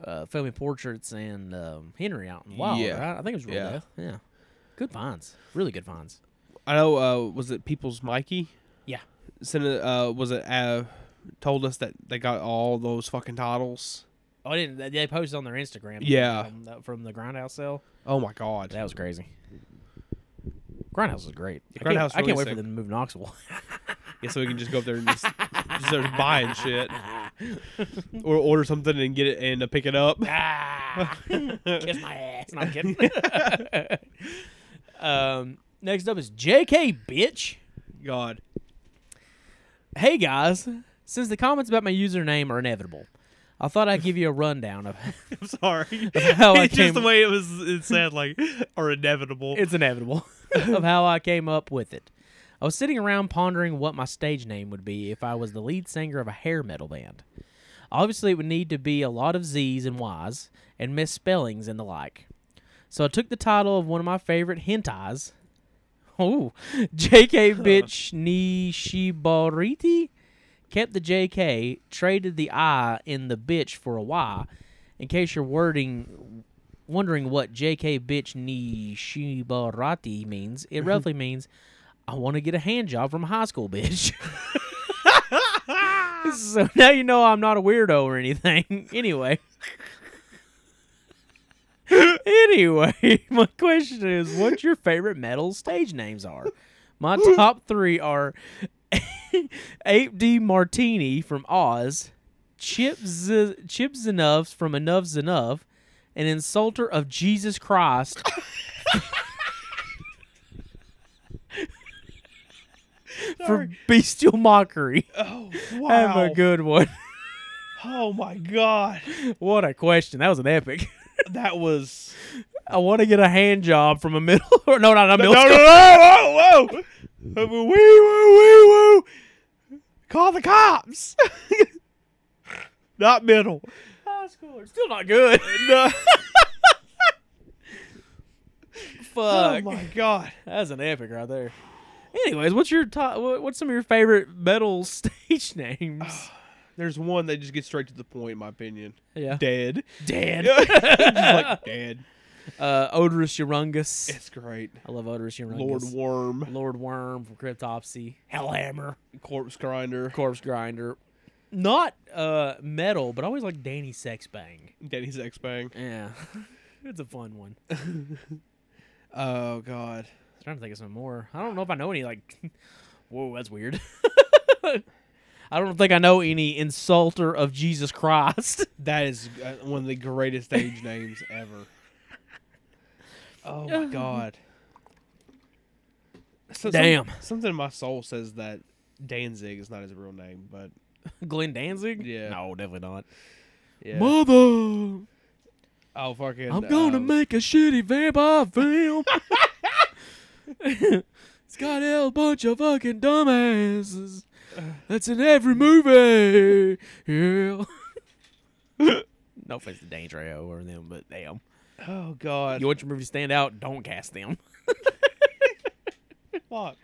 [SPEAKER 3] uh, family portraits and um, Henry out in the wild.
[SPEAKER 4] Yeah.
[SPEAKER 3] right? I think it was Rule
[SPEAKER 4] Yeah.
[SPEAKER 3] Death. Yeah, good finds. Really good finds.
[SPEAKER 4] I know, uh, was it People's Mikey?
[SPEAKER 3] Yeah.
[SPEAKER 4] Sent it, uh, was it, uh, told us that they got all those fucking titles?
[SPEAKER 3] Oh, I didn't. They, they posted on their Instagram.
[SPEAKER 4] Yeah.
[SPEAKER 3] um, that- from the Grindhouse cell.
[SPEAKER 4] Oh, my God.
[SPEAKER 3] That was crazy. Grindhouse was great. I can't,
[SPEAKER 4] Grindhouse was
[SPEAKER 3] I can't
[SPEAKER 4] really
[SPEAKER 3] wait for
[SPEAKER 4] sick.
[SPEAKER 3] them to move to
[SPEAKER 4] [LAUGHS]
[SPEAKER 3] Knoxville.
[SPEAKER 4] Yeah, so we can just go up there and just, just start buying shit. Or order something and get it and uh, pick it up.
[SPEAKER 3] ah, kiss my ass. No, I'm
[SPEAKER 4] [LAUGHS]
[SPEAKER 3] kidding. um, next up is JK, bitch.
[SPEAKER 4] God. [LAUGHS]
[SPEAKER 3] Hey guys, since the comments about my username are inevitable, I thought I'd give you a rundown of [LAUGHS]
[SPEAKER 4] I'm sorry.
[SPEAKER 3] how I
[SPEAKER 4] it's [LAUGHS]
[SPEAKER 3] came.
[SPEAKER 4] just the way it was, it said, like, are inevitable.
[SPEAKER 3] it's inevitable [LAUGHS] of how I came up with it. I was sitting around pondering what my stage name would be if I was the lead singer of a hair metal band. Obviously, it would need to be a lot of Z's and Y's and misspellings and the like. So I took the title of one of my favorite hentais. [LAUGHS] Oh, [LAUGHS] JK bitch Nishibariti. Kept the JK, traded the I in the bitch for a Y. In case you're wording, wondering what JK bitch Nishibarati means, it roughly means I want to get a hand job from a high school bitch. [LAUGHS] so now you know I'm not a weirdo or anything. [LAUGHS] anyway. anyway, [LAUGHS] my question is what your favorite metal stage names are? My top three are [LAUGHS] Ape D Martini from Oz, Chip, Z- Chip Zanuffs from Enough Zanuff, an insulter of Jesus Christ [LAUGHS] for bestial mockery.
[SPEAKER 4] [LAUGHS] oh,
[SPEAKER 3] Have a good one. [LAUGHS]
[SPEAKER 4] Oh my god,
[SPEAKER 3] What a question. That was an epic. [LAUGHS]
[SPEAKER 4] that was
[SPEAKER 3] I want to get a hand job from a middle [LAUGHS] or no, not a middle
[SPEAKER 4] [LAUGHS] no, no,
[SPEAKER 3] school.
[SPEAKER 4] no, whoa, whoa, woo, woo, woo, woo. Call the cops. Not middle.
[SPEAKER 3] [LAUGHS] High schooler. Still not good.
[SPEAKER 4] [LAUGHS] No.
[SPEAKER 3] [LAUGHS]
[SPEAKER 4] Oh
[SPEAKER 3] Fuck.
[SPEAKER 4] my god.
[SPEAKER 3] That's an epic right there. Anyways, what's your top wha- what's some of your favorite metal [LAUGHS] stage names?
[SPEAKER 4] [SIGHS] There's one that just gets straight to the point, in my opinion.
[SPEAKER 3] yeah.
[SPEAKER 4] Dead.
[SPEAKER 3] Dad.
[SPEAKER 4] just [LAUGHS] like dead.
[SPEAKER 3] uh Odorous Urungus.
[SPEAKER 4] It's great.
[SPEAKER 3] I love Odorous Urungus.
[SPEAKER 4] Lord Worm,
[SPEAKER 3] Lord Worm from Cryptopsy. Hellhammer.
[SPEAKER 4] Corpse Grinder,
[SPEAKER 3] Corpse Grinder. Not uh metal, but I always like Danny Sexbang.
[SPEAKER 4] Danny's X Bang.
[SPEAKER 3] Yeah. [LAUGHS] it's a fun one.
[SPEAKER 4] Oh god.
[SPEAKER 3] trying to think of some more. I don't know if I know any like. [LAUGHS] Whoa, that's weird. [LAUGHS] I don't think I know any insulter of Jesus Christ. [LAUGHS]
[SPEAKER 4] That is uh, one of the greatest stage names ever. Oh my god. So some-
[SPEAKER 3] Damn.
[SPEAKER 4] something in my soul says that Danzig is not his real name, but
[SPEAKER 3] Glenn Danzig?
[SPEAKER 4] Yeah.
[SPEAKER 3] No, definitely not.
[SPEAKER 4] yeah.
[SPEAKER 3] Mother, I'm
[SPEAKER 4] oh fucking.
[SPEAKER 3] gonna
[SPEAKER 4] uh,
[SPEAKER 3] make a shitty vampire [LAUGHS] film. it's got a bunch of fucking dumbasses. That's in every movie. Yeah. no offense to Dane Trejo or them, but damn.
[SPEAKER 4] Oh god.
[SPEAKER 3] You want your movie to stand out? Don't cast them.
[SPEAKER 4] fuck.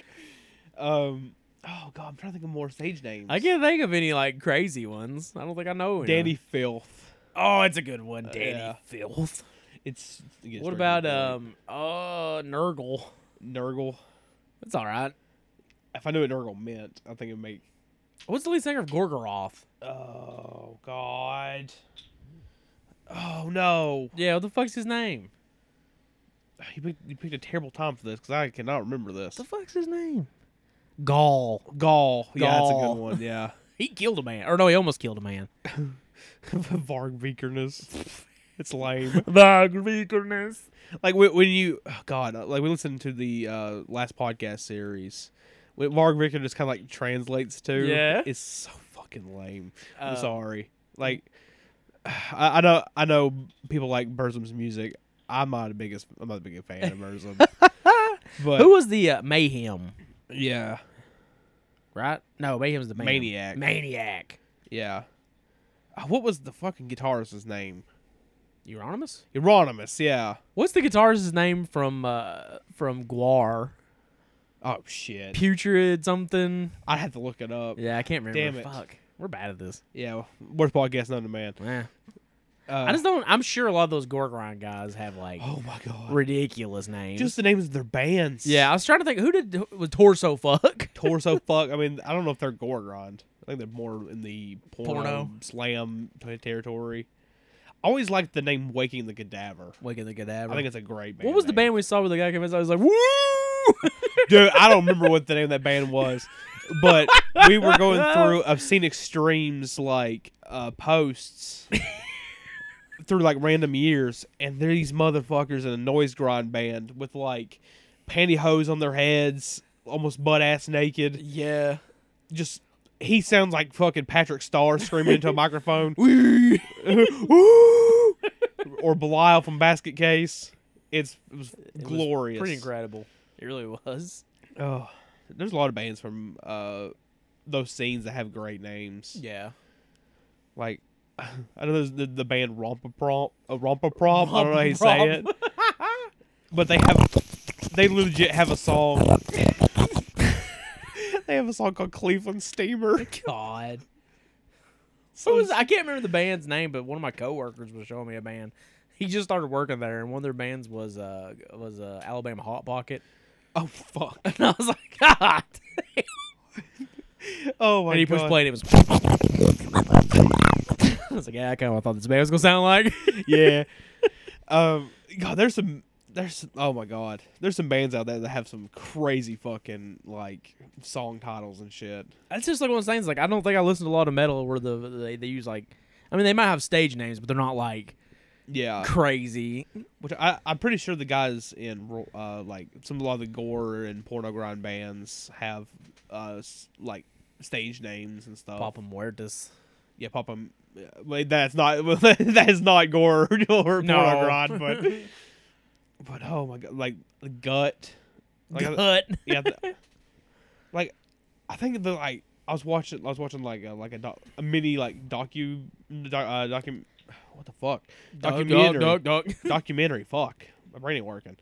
[SPEAKER 4] Um. Oh god, I'm trying to think of more stage names.
[SPEAKER 3] I can't think of any like crazy ones. I don't think I know. any.
[SPEAKER 4] Danny Filth.
[SPEAKER 3] Oh, it's a good one. Danny
[SPEAKER 4] yeah.
[SPEAKER 3] Filth.
[SPEAKER 4] It's. it gets
[SPEAKER 3] What
[SPEAKER 4] straight to
[SPEAKER 3] about
[SPEAKER 4] the
[SPEAKER 3] um uh Nurgle?
[SPEAKER 4] point. Nurgle?
[SPEAKER 3] That's all right.
[SPEAKER 4] If I knew what Nurgle meant, I think it'd make.
[SPEAKER 3] What's the lead singer of Gorgoroth?
[SPEAKER 4] Oh god. Oh no.
[SPEAKER 3] Yeah, what the fuck's his name?
[SPEAKER 4] You picked, you picked a terrible time for this because I cannot remember this.
[SPEAKER 3] What the fuck's his name? Gall.
[SPEAKER 4] Gall. Yeah, that's a
[SPEAKER 3] Gall.
[SPEAKER 4] good one. Yeah.
[SPEAKER 3] [LAUGHS] he killed a man, or no, he almost killed a man.
[SPEAKER 4] Varg Vikernes.
[SPEAKER 3] [LAUGHS]
[SPEAKER 4] It's lame.
[SPEAKER 3] The weakness.
[SPEAKER 4] like when, when you, oh God, like we listened to the uh, last podcast series. When Varg Vikernes kind of like translates to.
[SPEAKER 3] Yeah.
[SPEAKER 4] It's so fucking lame. I'm
[SPEAKER 3] Uh,
[SPEAKER 4] sorry. Like, [SIGHS] I, I know I know people like Burzum's music. I'm not the biggest. I'm not the biggest fan of
[SPEAKER 3] [LAUGHS]
[SPEAKER 4] Burzum. but
[SPEAKER 3] Who was the uh, mayhem?
[SPEAKER 4] yeah,
[SPEAKER 3] Right? No, mayhem's the man.
[SPEAKER 4] Maniac.
[SPEAKER 3] Maniac.
[SPEAKER 4] yeah. Uh, What was the fucking guitarist's name?
[SPEAKER 3] Euronymous.
[SPEAKER 4] Euronymous. Yeah.
[SPEAKER 3] What's the guitarist's name from uh from Guar?
[SPEAKER 4] Oh shit.
[SPEAKER 3] Putrid something.
[SPEAKER 4] I had to look it up.
[SPEAKER 3] Yeah, I can't remember.
[SPEAKER 4] Damn it.
[SPEAKER 3] Fuck. We're bad at this.
[SPEAKER 4] Yeah, worst podcast known to man.
[SPEAKER 3] Eh.
[SPEAKER 4] Uh,
[SPEAKER 3] I just don't. I'm sure a lot of those gore grind guys have
[SPEAKER 4] [GASPS]
[SPEAKER 3] like
[SPEAKER 4] oh my god,
[SPEAKER 3] ridiculous names.
[SPEAKER 4] just the names of their bands.
[SPEAKER 3] yeah, I was trying to think who did was torso fuck. [LAUGHS]
[SPEAKER 4] torso [LAUGHS] fuck. I mean, I don't know if they're gore grind. I think they're more in the porno,
[SPEAKER 3] Porno.
[SPEAKER 4] slam t- territory. I always liked the name Waking the Cadaver.
[SPEAKER 3] Waking the cadaver.
[SPEAKER 4] I think it's a great band.
[SPEAKER 3] what was the band we saw where the guy came in? I was like, woo!
[SPEAKER 4] name. Dude, I don't remember what the name of that band was, but we were going through obscene extremes like uh, posts. Through like random years, and they're these motherfuckers in a noise grind band with like pantyhose on their heads, almost butt ass naked.
[SPEAKER 3] [LAUGHS] [LAUGHS] yeah.
[SPEAKER 4] just he sounds like fucking Patrick Starr screaming into a microphone
[SPEAKER 3] [LAUGHS]
[SPEAKER 4] or Belial from Basket Case. It's it was glorious.
[SPEAKER 3] Pretty incredible. It really was.
[SPEAKER 4] Oh, there's a lot of bands from uh those scenes that have great names.
[SPEAKER 3] Yeah.
[SPEAKER 4] Like [LAUGHS] I know there's the, the band Rompapromp, uh, Rompapromp. I don't know how you say it, but they have they legit have a song. [LAUGHS] they have a song called Cleveland Steamer.
[SPEAKER 3] [LAUGHS] God. So was, I can't remember the band's name, but one of my coworkers was showing me a band. He just started working there, and one of their bands was uh was uh, Alabama Hot Pocket, [LAUGHS]
[SPEAKER 4] Oh fuck.
[SPEAKER 3] and I was like, God. damn."
[SPEAKER 4] Oh
[SPEAKER 3] [LAUGHS]
[SPEAKER 4] my
[SPEAKER 3] and he
[SPEAKER 4] god.
[SPEAKER 3] pushed play, and it was. [LAUGHS] I was like, yeah, I kind of thought this band was gonna sound like. [LAUGHS]
[SPEAKER 4] yeah. Um, God, there's some, there's, oh my God, there's some bands out there that have some crazy fucking like song titles and shit.
[SPEAKER 3] That's just like one of those things. Like I don't think I listen to a lot of metal where the they, they use like, I mean they might have stage names, but they're not like
[SPEAKER 4] Yeah,
[SPEAKER 3] crazy.
[SPEAKER 4] which I, I'm pretty sure the guys in ro- uh like some a lot of the gore and porno grind bands have uh s- like stage names and stuff.
[SPEAKER 3] Papa Muertas.
[SPEAKER 4] Yeah, Papa. M- Wait, that's not [LAUGHS] that is not gore or
[SPEAKER 3] No.
[SPEAKER 4] porno
[SPEAKER 3] [LAUGHS]
[SPEAKER 4] grind, but but oh my god, like the gut. Like, uh, I- [LAUGHS]
[SPEAKER 3] Gut.
[SPEAKER 4] yeah, th- like I think the like I was watching I was watching like a, like a, doc, a mini like docu doc, uh, docu what the fuck documentary
[SPEAKER 3] Duck, duck, duck.
[SPEAKER 4] documentary fuck my brain ain't working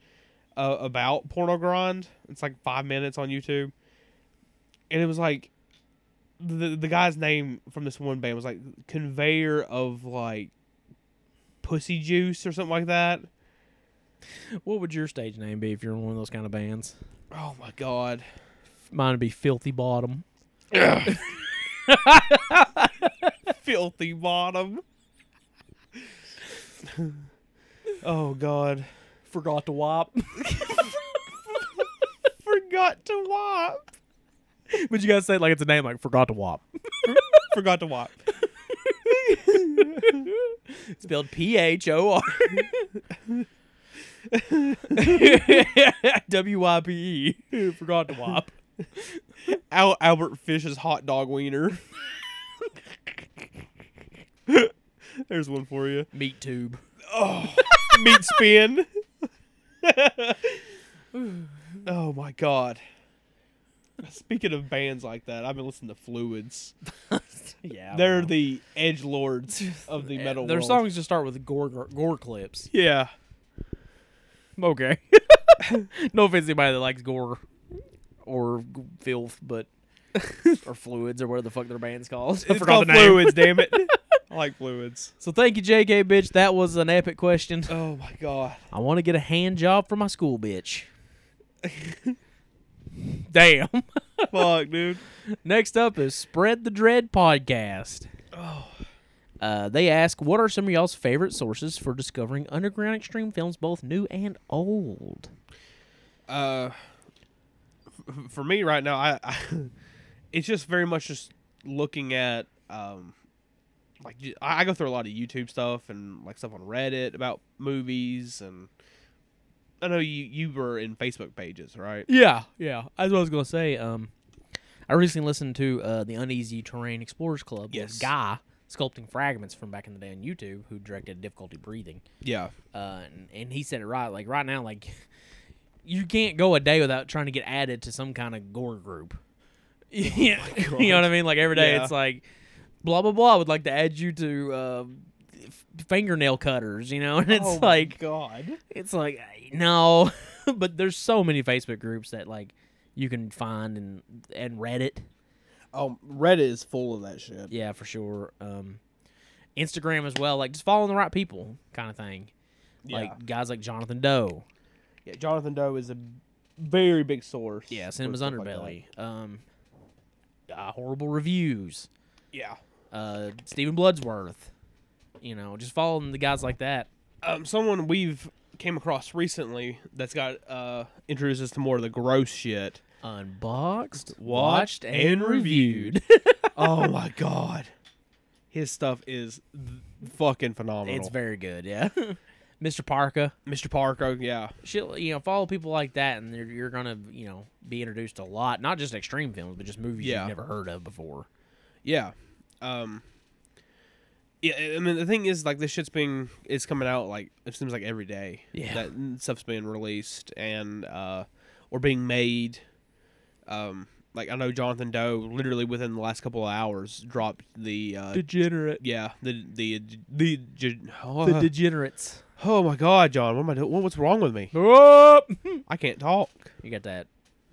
[SPEAKER 4] uh, about porno grind it's like five minutes on YouTube and it was like the the guy's name from this one band was like conveyor of like pussy juice or something like that
[SPEAKER 3] What would your stage name be if you're in one of those kind of bands?
[SPEAKER 4] oh my god
[SPEAKER 3] Mine would be Filthy Bottom.
[SPEAKER 4] [LAUGHS] filthy bottom. oh God!
[SPEAKER 3] Forgot to wop.
[SPEAKER 4] [LAUGHS] Forgot to wop.
[SPEAKER 3] but you gotta say it like it's a name like Forgot to wop.
[SPEAKER 4] Forgot to wop.
[SPEAKER 3] [LAUGHS] Spelled P H O R W Y P E. Forgot to wop.
[SPEAKER 4] Al- Albert Fish's hot dog wiener. [LAUGHS] There's one for you.
[SPEAKER 3] Meat tube. [LAUGHS]
[SPEAKER 4] Meat spin. [LAUGHS] oh my God. Speaking of bands like that, I've been listening to Fluids.
[SPEAKER 3] Yeah.
[SPEAKER 4] They're the
[SPEAKER 3] [LAUGHS]
[SPEAKER 4] edge lords of the metal
[SPEAKER 3] Eh, Their
[SPEAKER 4] world.
[SPEAKER 3] songs just start with gore gore clips.
[SPEAKER 4] yeah.
[SPEAKER 3] Okay. [LAUGHS] no offense to anybody that likes gore or g- filth,
[SPEAKER 4] [LAUGHS]
[SPEAKER 3] but or fluids or whatever the fuck their band's called. I
[SPEAKER 4] It's
[SPEAKER 3] forgot
[SPEAKER 4] called
[SPEAKER 3] the name.
[SPEAKER 4] fluids,
[SPEAKER 3] [LAUGHS]
[SPEAKER 4] damn it. I like fluids.
[SPEAKER 3] So thank you, JK bitch. That was an epic
[SPEAKER 4] [LAUGHS]
[SPEAKER 3] question.
[SPEAKER 4] Oh my god.
[SPEAKER 3] I want to get a hand job from my school [LAUGHS] bitch. Damn. [LAUGHS]
[SPEAKER 4] Fuck, dude.
[SPEAKER 3] Next up is Spread the Dread podcast. Oh. Uh, they ask, what are some of y'all's favorite sources for discovering underground extreme films, both new and old?
[SPEAKER 4] [LAUGHS] Uh f- for me right now, I, I it's just very much just looking at um, like ju- I I go through a lot of YouTube stuff and like stuff on Reddit about movies and I know you you were in Facebook pages, right?
[SPEAKER 3] Yeah, yeah. That's what I was gonna say. Um, I recently listened to uh, the Uneasy Terrain Explorers Club. with
[SPEAKER 4] Yes.
[SPEAKER 3] Guy sculpting fragments from back in the day on YouTube, who directed Difficulty Breathing.
[SPEAKER 4] Yeah,
[SPEAKER 3] Uh, and, and he said it right. Like right now, like [LAUGHS] you can't go a day without trying to get added to some kind of gore group. [LAUGHS] Yeah, [LAUGHS] you know what I mean. Like every day,
[SPEAKER 4] Yeah.
[SPEAKER 3] it's like blah blah blah. Would like to add you to uh, f- fingernail cutters. You know, [LAUGHS] and it's
[SPEAKER 4] Oh
[SPEAKER 3] like
[SPEAKER 4] God.
[SPEAKER 3] it's like I- no, [LAUGHS] but there's so many Facebook groups that like you can find and and Reddit.
[SPEAKER 4] Um, Reddit is full of that shit.
[SPEAKER 3] Yeah, for sure. Um, Instagram as well. Like just following the right people, kind of thing. Like guys like Jonathan Doe.
[SPEAKER 4] Yeah, Jonathan Doe is a very big source.
[SPEAKER 3] Yeah,
[SPEAKER 4] for
[SPEAKER 3] Cinema's
[SPEAKER 4] stuff like
[SPEAKER 3] Underbelly. um, uh, horrible reviews.
[SPEAKER 4] that. yeah.
[SPEAKER 3] Uh, Stephen Bloodsworth. You know, just following the guys like that.
[SPEAKER 4] Um, someone we've came across recently that's got uh introduced us to more of the gross shit.
[SPEAKER 3] Unboxed,
[SPEAKER 4] Watched, and [LAUGHS] oh my god. His stuff is th- fucking phenomenal.
[SPEAKER 3] [LAUGHS] it's very good. Yeah, [LAUGHS] Mr. Parker.
[SPEAKER 4] Mr. Parker, yeah.
[SPEAKER 3] shit, you know, follow people like that, and you're, you're gonna, you know, be introduced to a lot, not just extreme films, but just movies
[SPEAKER 4] Yeah.
[SPEAKER 3] you've never heard of before.
[SPEAKER 4] Yeah. Um Yeah, I- I mean the thing is like this shit's being it's coming out like it seems like every day.
[SPEAKER 3] Yeah.
[SPEAKER 4] That stuff's being released and uh or being made. Um like I know Jonathan Doe literally within the last couple of hours dropped the uh
[SPEAKER 3] Degenerate,
[SPEAKER 4] yeah, the the the, oh,
[SPEAKER 3] degenerates.
[SPEAKER 4] oh my god, John, what am I doing? What's wrong with me?
[SPEAKER 3] you
[SPEAKER 4] I can't talk.
[SPEAKER 3] got that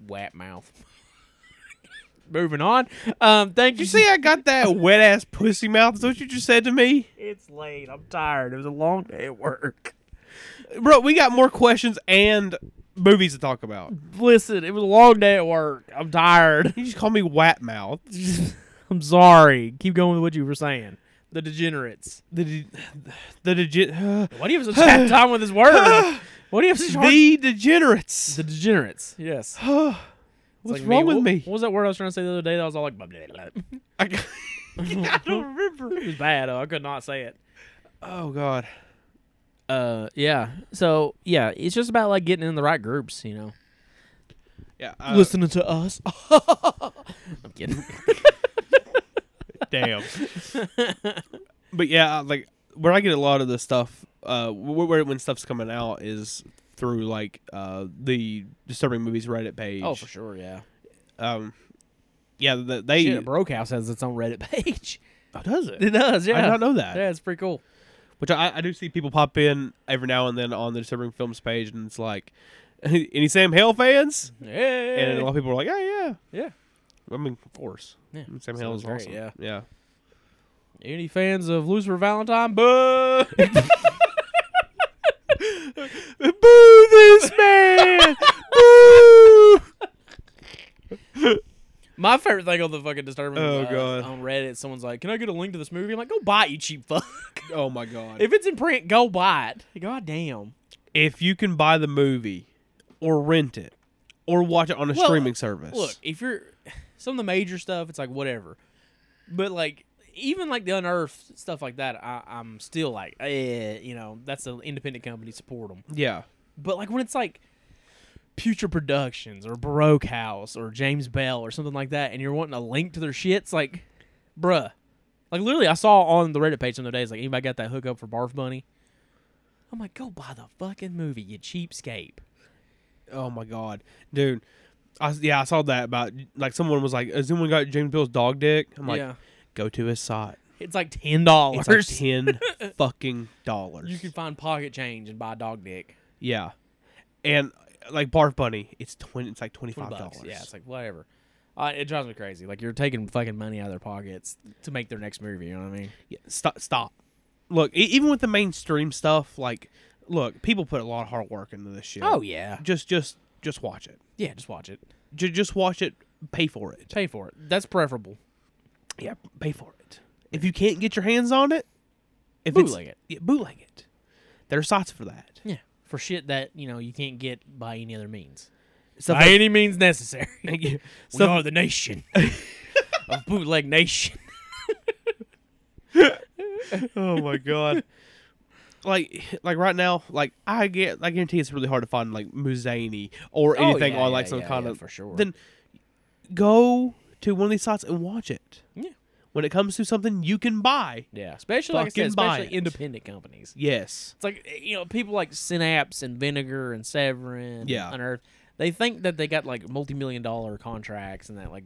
[SPEAKER 3] wet mouth. [LAUGHS] Moving on. Um,
[SPEAKER 4] [LAUGHS]
[SPEAKER 3] thank you.
[SPEAKER 4] You see, I
[SPEAKER 3] [LAUGHS]
[SPEAKER 4] got that wet ass pussy mouth. Is what you just said to me,
[SPEAKER 3] it's late. I'm tired. It was a long day at work.
[SPEAKER 4] bro? We got more questions and movies to talk about.
[SPEAKER 3] Listen, it was a long day at work. I'm tired. [LAUGHS]
[SPEAKER 4] You just call me wet mouth.
[SPEAKER 3] I'm sorry. Keep going with what you were saying. The degenerates.
[SPEAKER 4] The de- the dege-
[SPEAKER 3] What do you have such a [SIGHS] hard time with this word? What do you have such a hard
[SPEAKER 4] the degenerates. [SIGHS]
[SPEAKER 3] The degenerates. Yes.
[SPEAKER 4] What's
[SPEAKER 3] Like
[SPEAKER 4] wrong with
[SPEAKER 3] What-
[SPEAKER 4] me?
[SPEAKER 3] What was that word I was trying to say the other day? That I was all like, blah, blah, blah. [LAUGHS]
[SPEAKER 4] I, g- [LAUGHS] I don't remember.
[SPEAKER 3] it was bad. though. I could not say it.
[SPEAKER 4] Oh god.
[SPEAKER 3] Uh, yeah. So yeah, it's just about like getting in the right groups, you know.
[SPEAKER 4] Yeah. Uh,
[SPEAKER 3] Listening to us. [LAUGHS] I'm kidding.
[SPEAKER 4] Damn. but yeah, like where I get a lot of the stuff, uh, wh- where when stuff's coming out is through like uh the disturbing movies Reddit page.
[SPEAKER 3] [LAUGHS] oh, for sure. Yeah.
[SPEAKER 4] Um, yeah, the, they.
[SPEAKER 3] Shit, Brokehouse has its own
[SPEAKER 4] [LAUGHS]
[SPEAKER 3] Reddit page.
[SPEAKER 4] Oh, does it?
[SPEAKER 3] It does. Yeah.
[SPEAKER 4] I did not know that.
[SPEAKER 3] Yeah, it's pretty cool.
[SPEAKER 4] Which I, I do see people pop in every now and then on the disturbing films page, and it's like, [LAUGHS] any Sam Hale fans? And a
[SPEAKER 3] Yeah.
[SPEAKER 4] lot of people are like, oh
[SPEAKER 3] Yeah.
[SPEAKER 4] yeah. I mean, of course.
[SPEAKER 3] Yeah,
[SPEAKER 4] Sam
[SPEAKER 3] so
[SPEAKER 4] Hale
[SPEAKER 3] it's
[SPEAKER 4] is
[SPEAKER 3] great,
[SPEAKER 4] awesome.
[SPEAKER 3] yeah.
[SPEAKER 4] Yeah.
[SPEAKER 3] Any fans of Lucifer Valentine?
[SPEAKER 4] [LAUGHS]
[SPEAKER 3] Boo! [LAUGHS]
[SPEAKER 4] Boo this
[SPEAKER 3] [LAUGHS]
[SPEAKER 4] man! Boo!
[SPEAKER 3] My favorite thing on the fucking disturbing
[SPEAKER 4] Oh,
[SPEAKER 3] uh,
[SPEAKER 4] God.
[SPEAKER 3] on Reddit, someone's like, "Can I get a link to this movie?" I'm like, "Go buy it, you cheap fuck." [LAUGHS]
[SPEAKER 4] Oh my god.
[SPEAKER 3] If it's in print, go buy it. God damn.
[SPEAKER 4] if you can buy the movie or rent it or watch it on a
[SPEAKER 3] Well,
[SPEAKER 4] streaming service.
[SPEAKER 3] Look, if you're [SIGHS] some of the major stuff, it's like whatever. But like even like the unearthed stuff like that, I, I'm still like, eh, you know, that's an independent company, support them.
[SPEAKER 4] yeah,
[SPEAKER 3] But like when it's like Future Productions or Baroque House or James Bell or something like that, and you're wanting a link to their shit, it's like, bruh. Like literally, I saw on the Reddit page some of the days, like anybody got that hookup for Barf Bunny? I'm like, go buy the fucking movie, you cheapskate.
[SPEAKER 4] oh my god, dude. I, yeah, I saw that about like someone was like, "Has anyone got James Bill's dog dick?" I'm like,
[SPEAKER 3] yeah,
[SPEAKER 4] "Go to his site.
[SPEAKER 3] it's like ten dollars.
[SPEAKER 4] It's
[SPEAKER 3] [LAUGHS]
[SPEAKER 4] like ten fucking dollars."
[SPEAKER 3] You can find pocket change and buy dog dick.
[SPEAKER 4] yeah, and like Barf Bunny, it's twenty. It's like twenty five
[SPEAKER 3] Twenty
[SPEAKER 4] dollars.
[SPEAKER 3] bucks. Yeah, it's like whatever. Uh, it drives me crazy. Like you're taking fucking money out of their pockets to make their next movie. You know what I mean?
[SPEAKER 4] Yeah, stop, stop. Look, e- even with the mainstream stuff, like, look, people put a lot of hard work into this shit.
[SPEAKER 3] Oh, yeah,
[SPEAKER 4] just, just, just watch it.
[SPEAKER 3] yeah. Just watch it.
[SPEAKER 4] J- just watch it. Pay for it.
[SPEAKER 3] Pay for it. That's preferable.
[SPEAKER 4] Yeah, pay for it. If you can't get your hands on it, if
[SPEAKER 3] Bootleg
[SPEAKER 4] it's,
[SPEAKER 3] it.
[SPEAKER 4] yeah, bootleg it. There are sites for that.
[SPEAKER 3] Yeah, for shit that you know you can't get by any other means.
[SPEAKER 4] Stuff
[SPEAKER 3] by [LAUGHS]
[SPEAKER 4] like,
[SPEAKER 3] any means necessary. we [LAUGHS]
[SPEAKER 4] stuff-
[SPEAKER 3] are the nation of Bootleg Nation.
[SPEAKER 4] [LAUGHS] oh my god. [LAUGHS] Like, like right now, like I get, I guarantee it's really hard to find like Muzani or
[SPEAKER 3] Oh,
[SPEAKER 4] anything
[SPEAKER 3] yeah,
[SPEAKER 4] on
[SPEAKER 3] yeah,
[SPEAKER 4] like some
[SPEAKER 3] yeah,
[SPEAKER 4] kind
[SPEAKER 3] yeah,
[SPEAKER 4] of.
[SPEAKER 3] for sure.
[SPEAKER 4] Then go to one of these sites and watch it.
[SPEAKER 3] Yeah.
[SPEAKER 4] When it comes to something you can buy,
[SPEAKER 3] Yeah, especially like I said,
[SPEAKER 4] Fucking buy
[SPEAKER 3] especially
[SPEAKER 4] it.
[SPEAKER 3] independent companies.
[SPEAKER 4] yes,
[SPEAKER 3] It's like eh, you know people like Synapse and Vinegar and Severin.
[SPEAKER 4] Yeah.
[SPEAKER 3] and Unearth. They think that they got like multi-million dollar contracts and that like,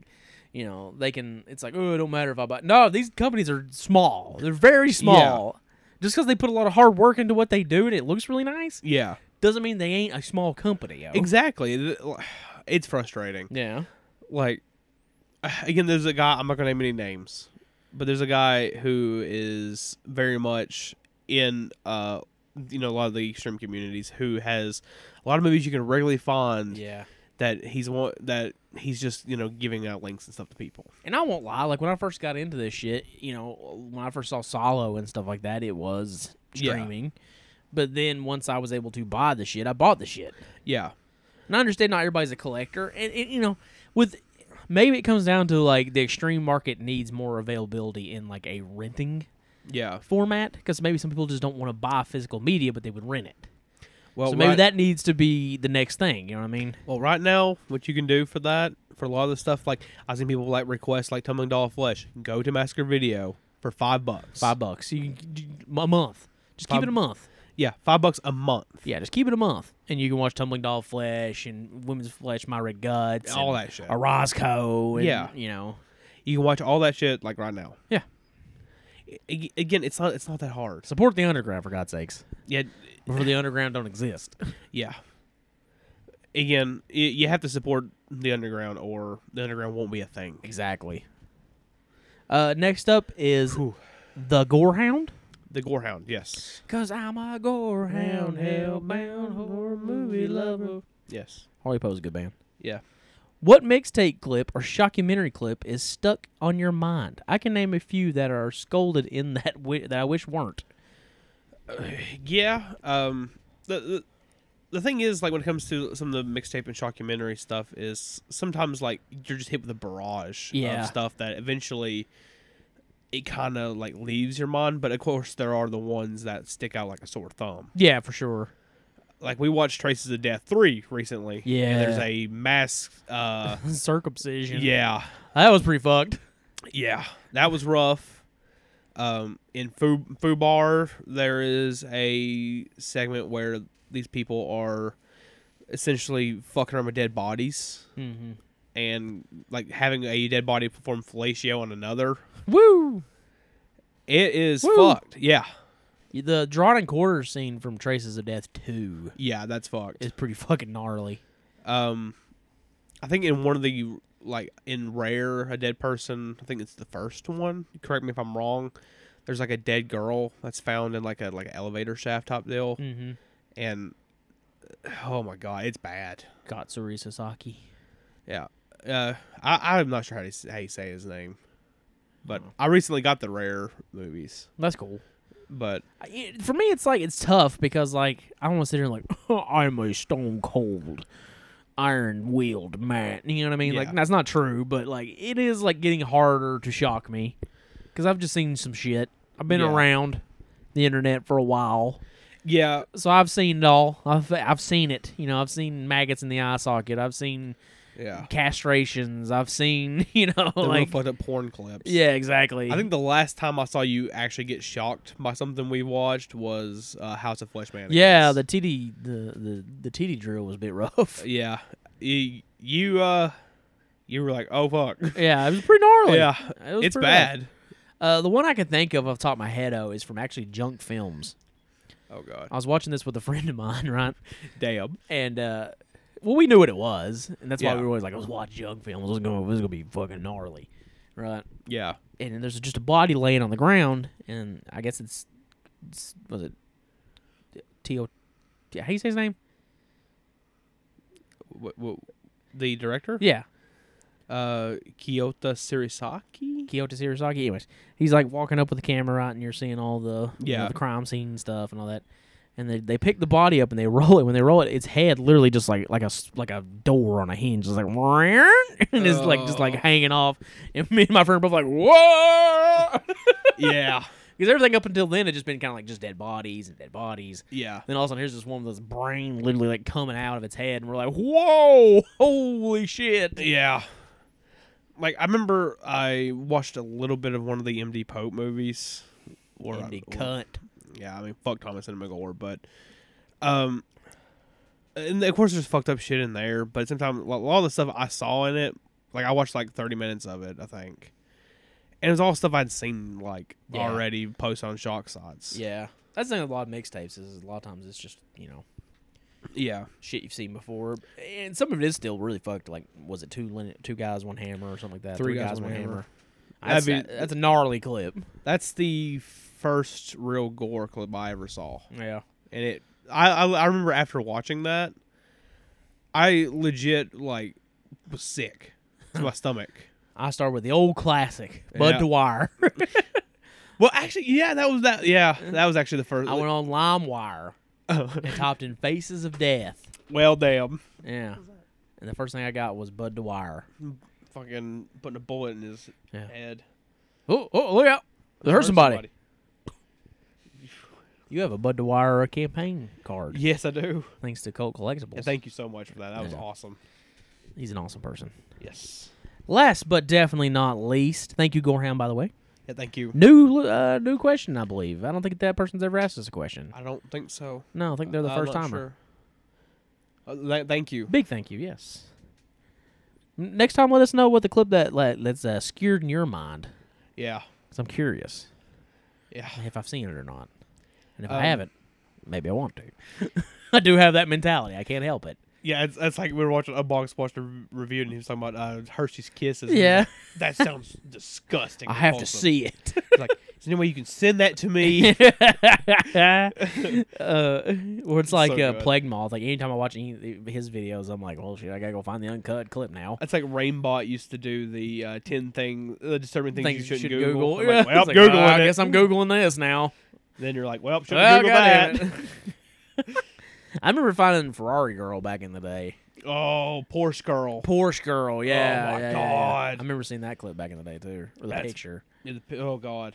[SPEAKER 3] you know, they can. It's like oh, it don't matter if I buy. No, these companies are small. They're very small. Just because they put a lot of hard work into what they do and it looks really nice
[SPEAKER 4] yeah,
[SPEAKER 3] doesn't mean they ain't a small company. Yo.
[SPEAKER 4] exactly. Th- [SIGHS] It's frustrating.
[SPEAKER 3] Yeah.
[SPEAKER 4] like [SIGHS] again there's a guy i'm not gonna name any names but there's a guy who is very much in uh you know a lot of the extreme communities who has a lot of movies you can regularly find
[SPEAKER 3] Yeah.
[SPEAKER 4] that he's want that he's just you know giving out links and stuff to people
[SPEAKER 3] And I won't lie, like when I first got into this shit, you know, when I first saw Solo and stuff like that, it was
[SPEAKER 4] Yeah.
[SPEAKER 3] streaming. But then once I was able to buy the shit, I bought the shit.
[SPEAKER 4] yeah
[SPEAKER 3] And I understand not everybody's a collector, and, and you know, with maybe it comes down to like the extreme market needs more availability in like a renting
[SPEAKER 4] yeah
[SPEAKER 3] format because maybe some people just don't want to buy physical media, but they would rent it.
[SPEAKER 4] well
[SPEAKER 3] So maybe
[SPEAKER 4] right,
[SPEAKER 3] that needs to be the next thing. You know what I mean?
[SPEAKER 4] well right now what you can do for that for a lot of the stuff like i've seen people like request like tumbling doll of flesh go to massacre video for five bucks
[SPEAKER 3] Five bucks, you, you- a month. Just keep
[SPEAKER 4] Five-
[SPEAKER 3] it a month.
[SPEAKER 4] yeah five bucks a month
[SPEAKER 3] Yeah, just keep it a month, and you can watch Tumbling Doll Flesh and Women's Flesh, My Red Guts,
[SPEAKER 4] All
[SPEAKER 3] and
[SPEAKER 4] that shit.
[SPEAKER 3] Orozco, and,
[SPEAKER 4] Yeah.
[SPEAKER 3] you know,
[SPEAKER 4] You can watch all that shit like right now.
[SPEAKER 3] Yeah.
[SPEAKER 4] A- Again, it's not it's not that hard. So,
[SPEAKER 3] support the underground for God's sakes.
[SPEAKER 4] yeah,
[SPEAKER 3] Before the underground don't exist. [LAUGHS]
[SPEAKER 4] yeah. Again, y- you have to support the underground, or the underground won't be a thing.
[SPEAKER 3] exactly. Uh, next up is
[SPEAKER 4] Whew.
[SPEAKER 3] the Gorehound.
[SPEAKER 4] The Gorehound, yes,
[SPEAKER 3] Cause I'm a Gorehound, hellbound horror movie lover.
[SPEAKER 4] yes,
[SPEAKER 3] Harley Poe's a good band.
[SPEAKER 4] yeah.
[SPEAKER 3] What mixtape clip or shockumentary clip is stuck on your mind? I can name a few that are scolded in [LAUGHS] that wi- that I wish weren't.
[SPEAKER 4] Yeah. Um. The, the the thing is, like, when it comes to some of the mixtape and documentary stuff, is sometimes like you're just hit with a barrage
[SPEAKER 3] Yeah.
[SPEAKER 4] of stuff that eventually it kind of like leaves your mind. But of course, there are the ones that stick out like a sore thumb.
[SPEAKER 3] Yeah, for sure.
[SPEAKER 4] Like we watched Traces of Death three recently. and
[SPEAKER 3] Yeah.
[SPEAKER 4] there's a mass.
[SPEAKER 3] [LAUGHS]
[SPEAKER 4] Uh.
[SPEAKER 3] Circumcision.
[SPEAKER 4] yeah.
[SPEAKER 3] That was pretty fucked.
[SPEAKER 4] Yeah. That was rough. Um, in Foo Fubar, there is a segment where these people are essentially fucking around with dead bodies
[SPEAKER 3] Mm-hmm.
[SPEAKER 4] and like having a dead body perform fellatio on another.
[SPEAKER 3] Woo!
[SPEAKER 4] It is
[SPEAKER 3] Woo.
[SPEAKER 4] fucked. Yeah.
[SPEAKER 3] The drawn and quarter scene from Traces of Death 2
[SPEAKER 4] Yeah, that's fucked.
[SPEAKER 3] is pretty fucking gnarly.
[SPEAKER 4] Um, I think in one of the like in rare a dead person. I think it's the first one. Correct me if I'm wrong. There's like a dead girl that's found in like a like an elevator shaft top deal,
[SPEAKER 3] Mm-hmm.
[SPEAKER 4] and [SIGHS] oh my god, it's bad.
[SPEAKER 3] Katsuri Sasaki.
[SPEAKER 4] Yeah. Uh, I I'm not sure how to s- how you say his name, but I recently got the rare movies.
[SPEAKER 3] That's cool.
[SPEAKER 4] But
[SPEAKER 3] I- it- for me, it's like it's tough because like I don't want to sit here and like [LAUGHS] I'm a stone cold iron willed man. You know what I mean?
[SPEAKER 4] Yeah.
[SPEAKER 3] Like that's not true, but like it is like getting harder to shock me because I've just seen some shit. I've been
[SPEAKER 4] Yeah.
[SPEAKER 3] around the internet for a while,
[SPEAKER 4] yeah,
[SPEAKER 3] so I've seen it all. I've I've seen it. You know, I've seen maggots in the eye socket. I've seen
[SPEAKER 4] yeah,
[SPEAKER 3] castrations. I've seen [LAUGHS] you know
[SPEAKER 4] the
[SPEAKER 3] like
[SPEAKER 4] like, fucked up porn clips.
[SPEAKER 3] yeah, exactly.
[SPEAKER 4] I think the last time I saw you actually get shocked by something we watched was uh, House of Flesh Mannequins.
[SPEAKER 3] yeah, the TD the the the TD drill was a bit rough.
[SPEAKER 4] yeah, you, you uh, you were like, oh fuck,
[SPEAKER 3] Yeah, it was pretty gnarly.
[SPEAKER 4] [LAUGHS] yeah,
[SPEAKER 3] It was
[SPEAKER 4] it's
[SPEAKER 3] pretty rough.
[SPEAKER 4] bad.
[SPEAKER 3] Uh, the one I can think of off the top of my head, though, is from actually Junk Films.
[SPEAKER 4] Oh god,
[SPEAKER 3] I was watching this with a friend of mine, [LAUGHS] right?
[SPEAKER 4] damn.
[SPEAKER 3] And, uh, well, we knew what it was. And that's why
[SPEAKER 4] Yeah.
[SPEAKER 3] we were always like, let's watch Junk Films. This is going to be fucking gnarly, right?
[SPEAKER 4] Yeah,
[SPEAKER 3] And then there's just a body laying on the ground. And I guess it's, it's was it T.O. How do you say his name?
[SPEAKER 4] w- w- the director,
[SPEAKER 3] Yeah.
[SPEAKER 4] uh,
[SPEAKER 3] [LAUGHS]
[SPEAKER 4] Kyoto Sirisaki.
[SPEAKER 3] Kyoto Sirasaki. Anyways, he's like walking up with the camera, right, and you're seeing all the you know,
[SPEAKER 4] Yeah.
[SPEAKER 3] the crime scene stuff and all that. and they, they pick the body up and they [LAUGHS] roll it. When they roll it, its head literally just like like a s- like a door on a hinge, just like [LAUGHS] and it's like just like
[SPEAKER 4] Oh.
[SPEAKER 3] hanging off. And [LAUGHS] me and my friend both like whoa, [LAUGHS]
[SPEAKER 4] yeah,
[SPEAKER 3] because everything up until then had just been kind of like just dead bodies and dead bodies.
[SPEAKER 4] yeah.
[SPEAKER 3] Then all of a sudden, here's this one with this brain literally like coming out of its head, and we're like, whoa, [LAUGHS] holy shit.
[SPEAKER 4] Yeah. Like I remember I watched a little bit of one of the MD Pope movies. Or
[SPEAKER 3] Andy cunt.
[SPEAKER 4] yeah, I mean fuck Thomas and McGore, but um and of course there's fucked up shit in there, but sometimes a lot of the stuff I saw in it, like I watched like 30 minutes of it, I think. And it was all stuff I'd seen like
[SPEAKER 3] Yeah.
[SPEAKER 4] already post on shock sites.
[SPEAKER 3] Yeah. That's the thing with a lot of mixtapes is a lot of times it's just, you know,
[SPEAKER 4] Yeah.
[SPEAKER 3] shit you've seen before. And some of it is still really fucked. Like, was it two lin- two guys, one hammer or something like that?
[SPEAKER 4] Three Guys, One Hammer.
[SPEAKER 3] That's,
[SPEAKER 4] That'd be-
[SPEAKER 3] that's a gnarly clip.
[SPEAKER 4] That's the first real gore clip I ever saw.
[SPEAKER 3] Yeah.
[SPEAKER 4] and it I, I I remember after watching that I legit like was sick to
[SPEAKER 3] [LAUGHS]
[SPEAKER 4] my stomach.
[SPEAKER 3] I start with the old classic, Bud [LAUGHS]
[SPEAKER 4] Yeah.
[SPEAKER 3] Dwyer.
[SPEAKER 4] Well, actually, yeah, that was that. Yeah, that was actually the first.
[SPEAKER 3] I went on LimeWire
[SPEAKER 4] Oh.
[SPEAKER 3] and typed in Faces of Death. [LAUGHS]
[SPEAKER 4] well, damn,
[SPEAKER 3] Yeah. And the first thing I got was Bud Dwyer.
[SPEAKER 4] fucking putting a bullet in his
[SPEAKER 3] Yeah.
[SPEAKER 4] head.
[SPEAKER 3] Oh, oh, look out. They hurt
[SPEAKER 4] Hurt
[SPEAKER 3] somebody. You have a Bud Dwyer campaign card.
[SPEAKER 4] Yes, I do.
[SPEAKER 3] Thanks to Colt Collectibles.
[SPEAKER 4] And thank you so much for that. That was
[SPEAKER 3] Yeah.
[SPEAKER 4] awesome.
[SPEAKER 3] He's an awesome person.
[SPEAKER 4] Yes.
[SPEAKER 3] Last but definitely not least, thank you, Gorham, by the way.
[SPEAKER 4] Yeah, thank you.
[SPEAKER 3] New uh, new question, I believe. I don't think that person's ever asked us a question.
[SPEAKER 4] I don't think so.
[SPEAKER 3] No, I think they're the
[SPEAKER 4] I'm
[SPEAKER 3] first
[SPEAKER 4] not
[SPEAKER 3] timer.
[SPEAKER 4] sure. Uh, th- thank you.
[SPEAKER 3] Big thank you, yes. N- Next time, let us know what the clip that let, that's uh, skewered in your mind.
[SPEAKER 4] Yeah.
[SPEAKER 3] 'cause I'm curious
[SPEAKER 4] Yeah.
[SPEAKER 3] if I've seen it or not. And if
[SPEAKER 4] Um,
[SPEAKER 3] I haven't, maybe I want to. [LAUGHS] I do have that mentality. I can't help it.
[SPEAKER 4] Yeah, it's, it's like we were watching Unbox watched a re- review and he was talking about uh, Hershey's Kisses. and
[SPEAKER 3] Yeah.
[SPEAKER 4] he's like, that sounds [LAUGHS] disgusting.
[SPEAKER 3] I
[SPEAKER 4] and
[SPEAKER 3] have to
[SPEAKER 4] wholesome."
[SPEAKER 3] see it.
[SPEAKER 4] He's like, is there any way you can send that
[SPEAKER 3] [LAUGHS]
[SPEAKER 4] to me?
[SPEAKER 3] uh, or it's like
[SPEAKER 4] So
[SPEAKER 3] uh,
[SPEAKER 4] good.
[SPEAKER 3] Plague Moth. Like anytime I watch any, his videos, I'm like, well, shit, I gotta go find the uncut clip now.
[SPEAKER 4] That's like Rainbot used to do the uh, ten thing, the disturbing things,
[SPEAKER 3] Things
[SPEAKER 4] you shouldn't
[SPEAKER 3] should
[SPEAKER 4] Google. I'm
[SPEAKER 3] Yeah.
[SPEAKER 4] Like, well,
[SPEAKER 3] [LAUGHS] It's like,
[SPEAKER 4] Googling
[SPEAKER 3] well, I
[SPEAKER 4] it.
[SPEAKER 3] guess I'm googling this now.
[SPEAKER 4] Then you're like, well, should
[SPEAKER 3] Well,
[SPEAKER 4] Google
[SPEAKER 3] goddamn
[SPEAKER 4] that.
[SPEAKER 3] it. [LAUGHS] I remember finding Ferrari girl back in the day.
[SPEAKER 4] [LAUGHS] oh, Porsche girl.
[SPEAKER 3] Porsche girl, yeah.
[SPEAKER 4] Oh, my
[SPEAKER 3] yeah, yeah, yeah.
[SPEAKER 4] God.
[SPEAKER 3] I remember seeing that clip back in the day too, or the
[SPEAKER 4] That's-
[SPEAKER 3] picture.
[SPEAKER 4] Yeah, the pi- Oh God,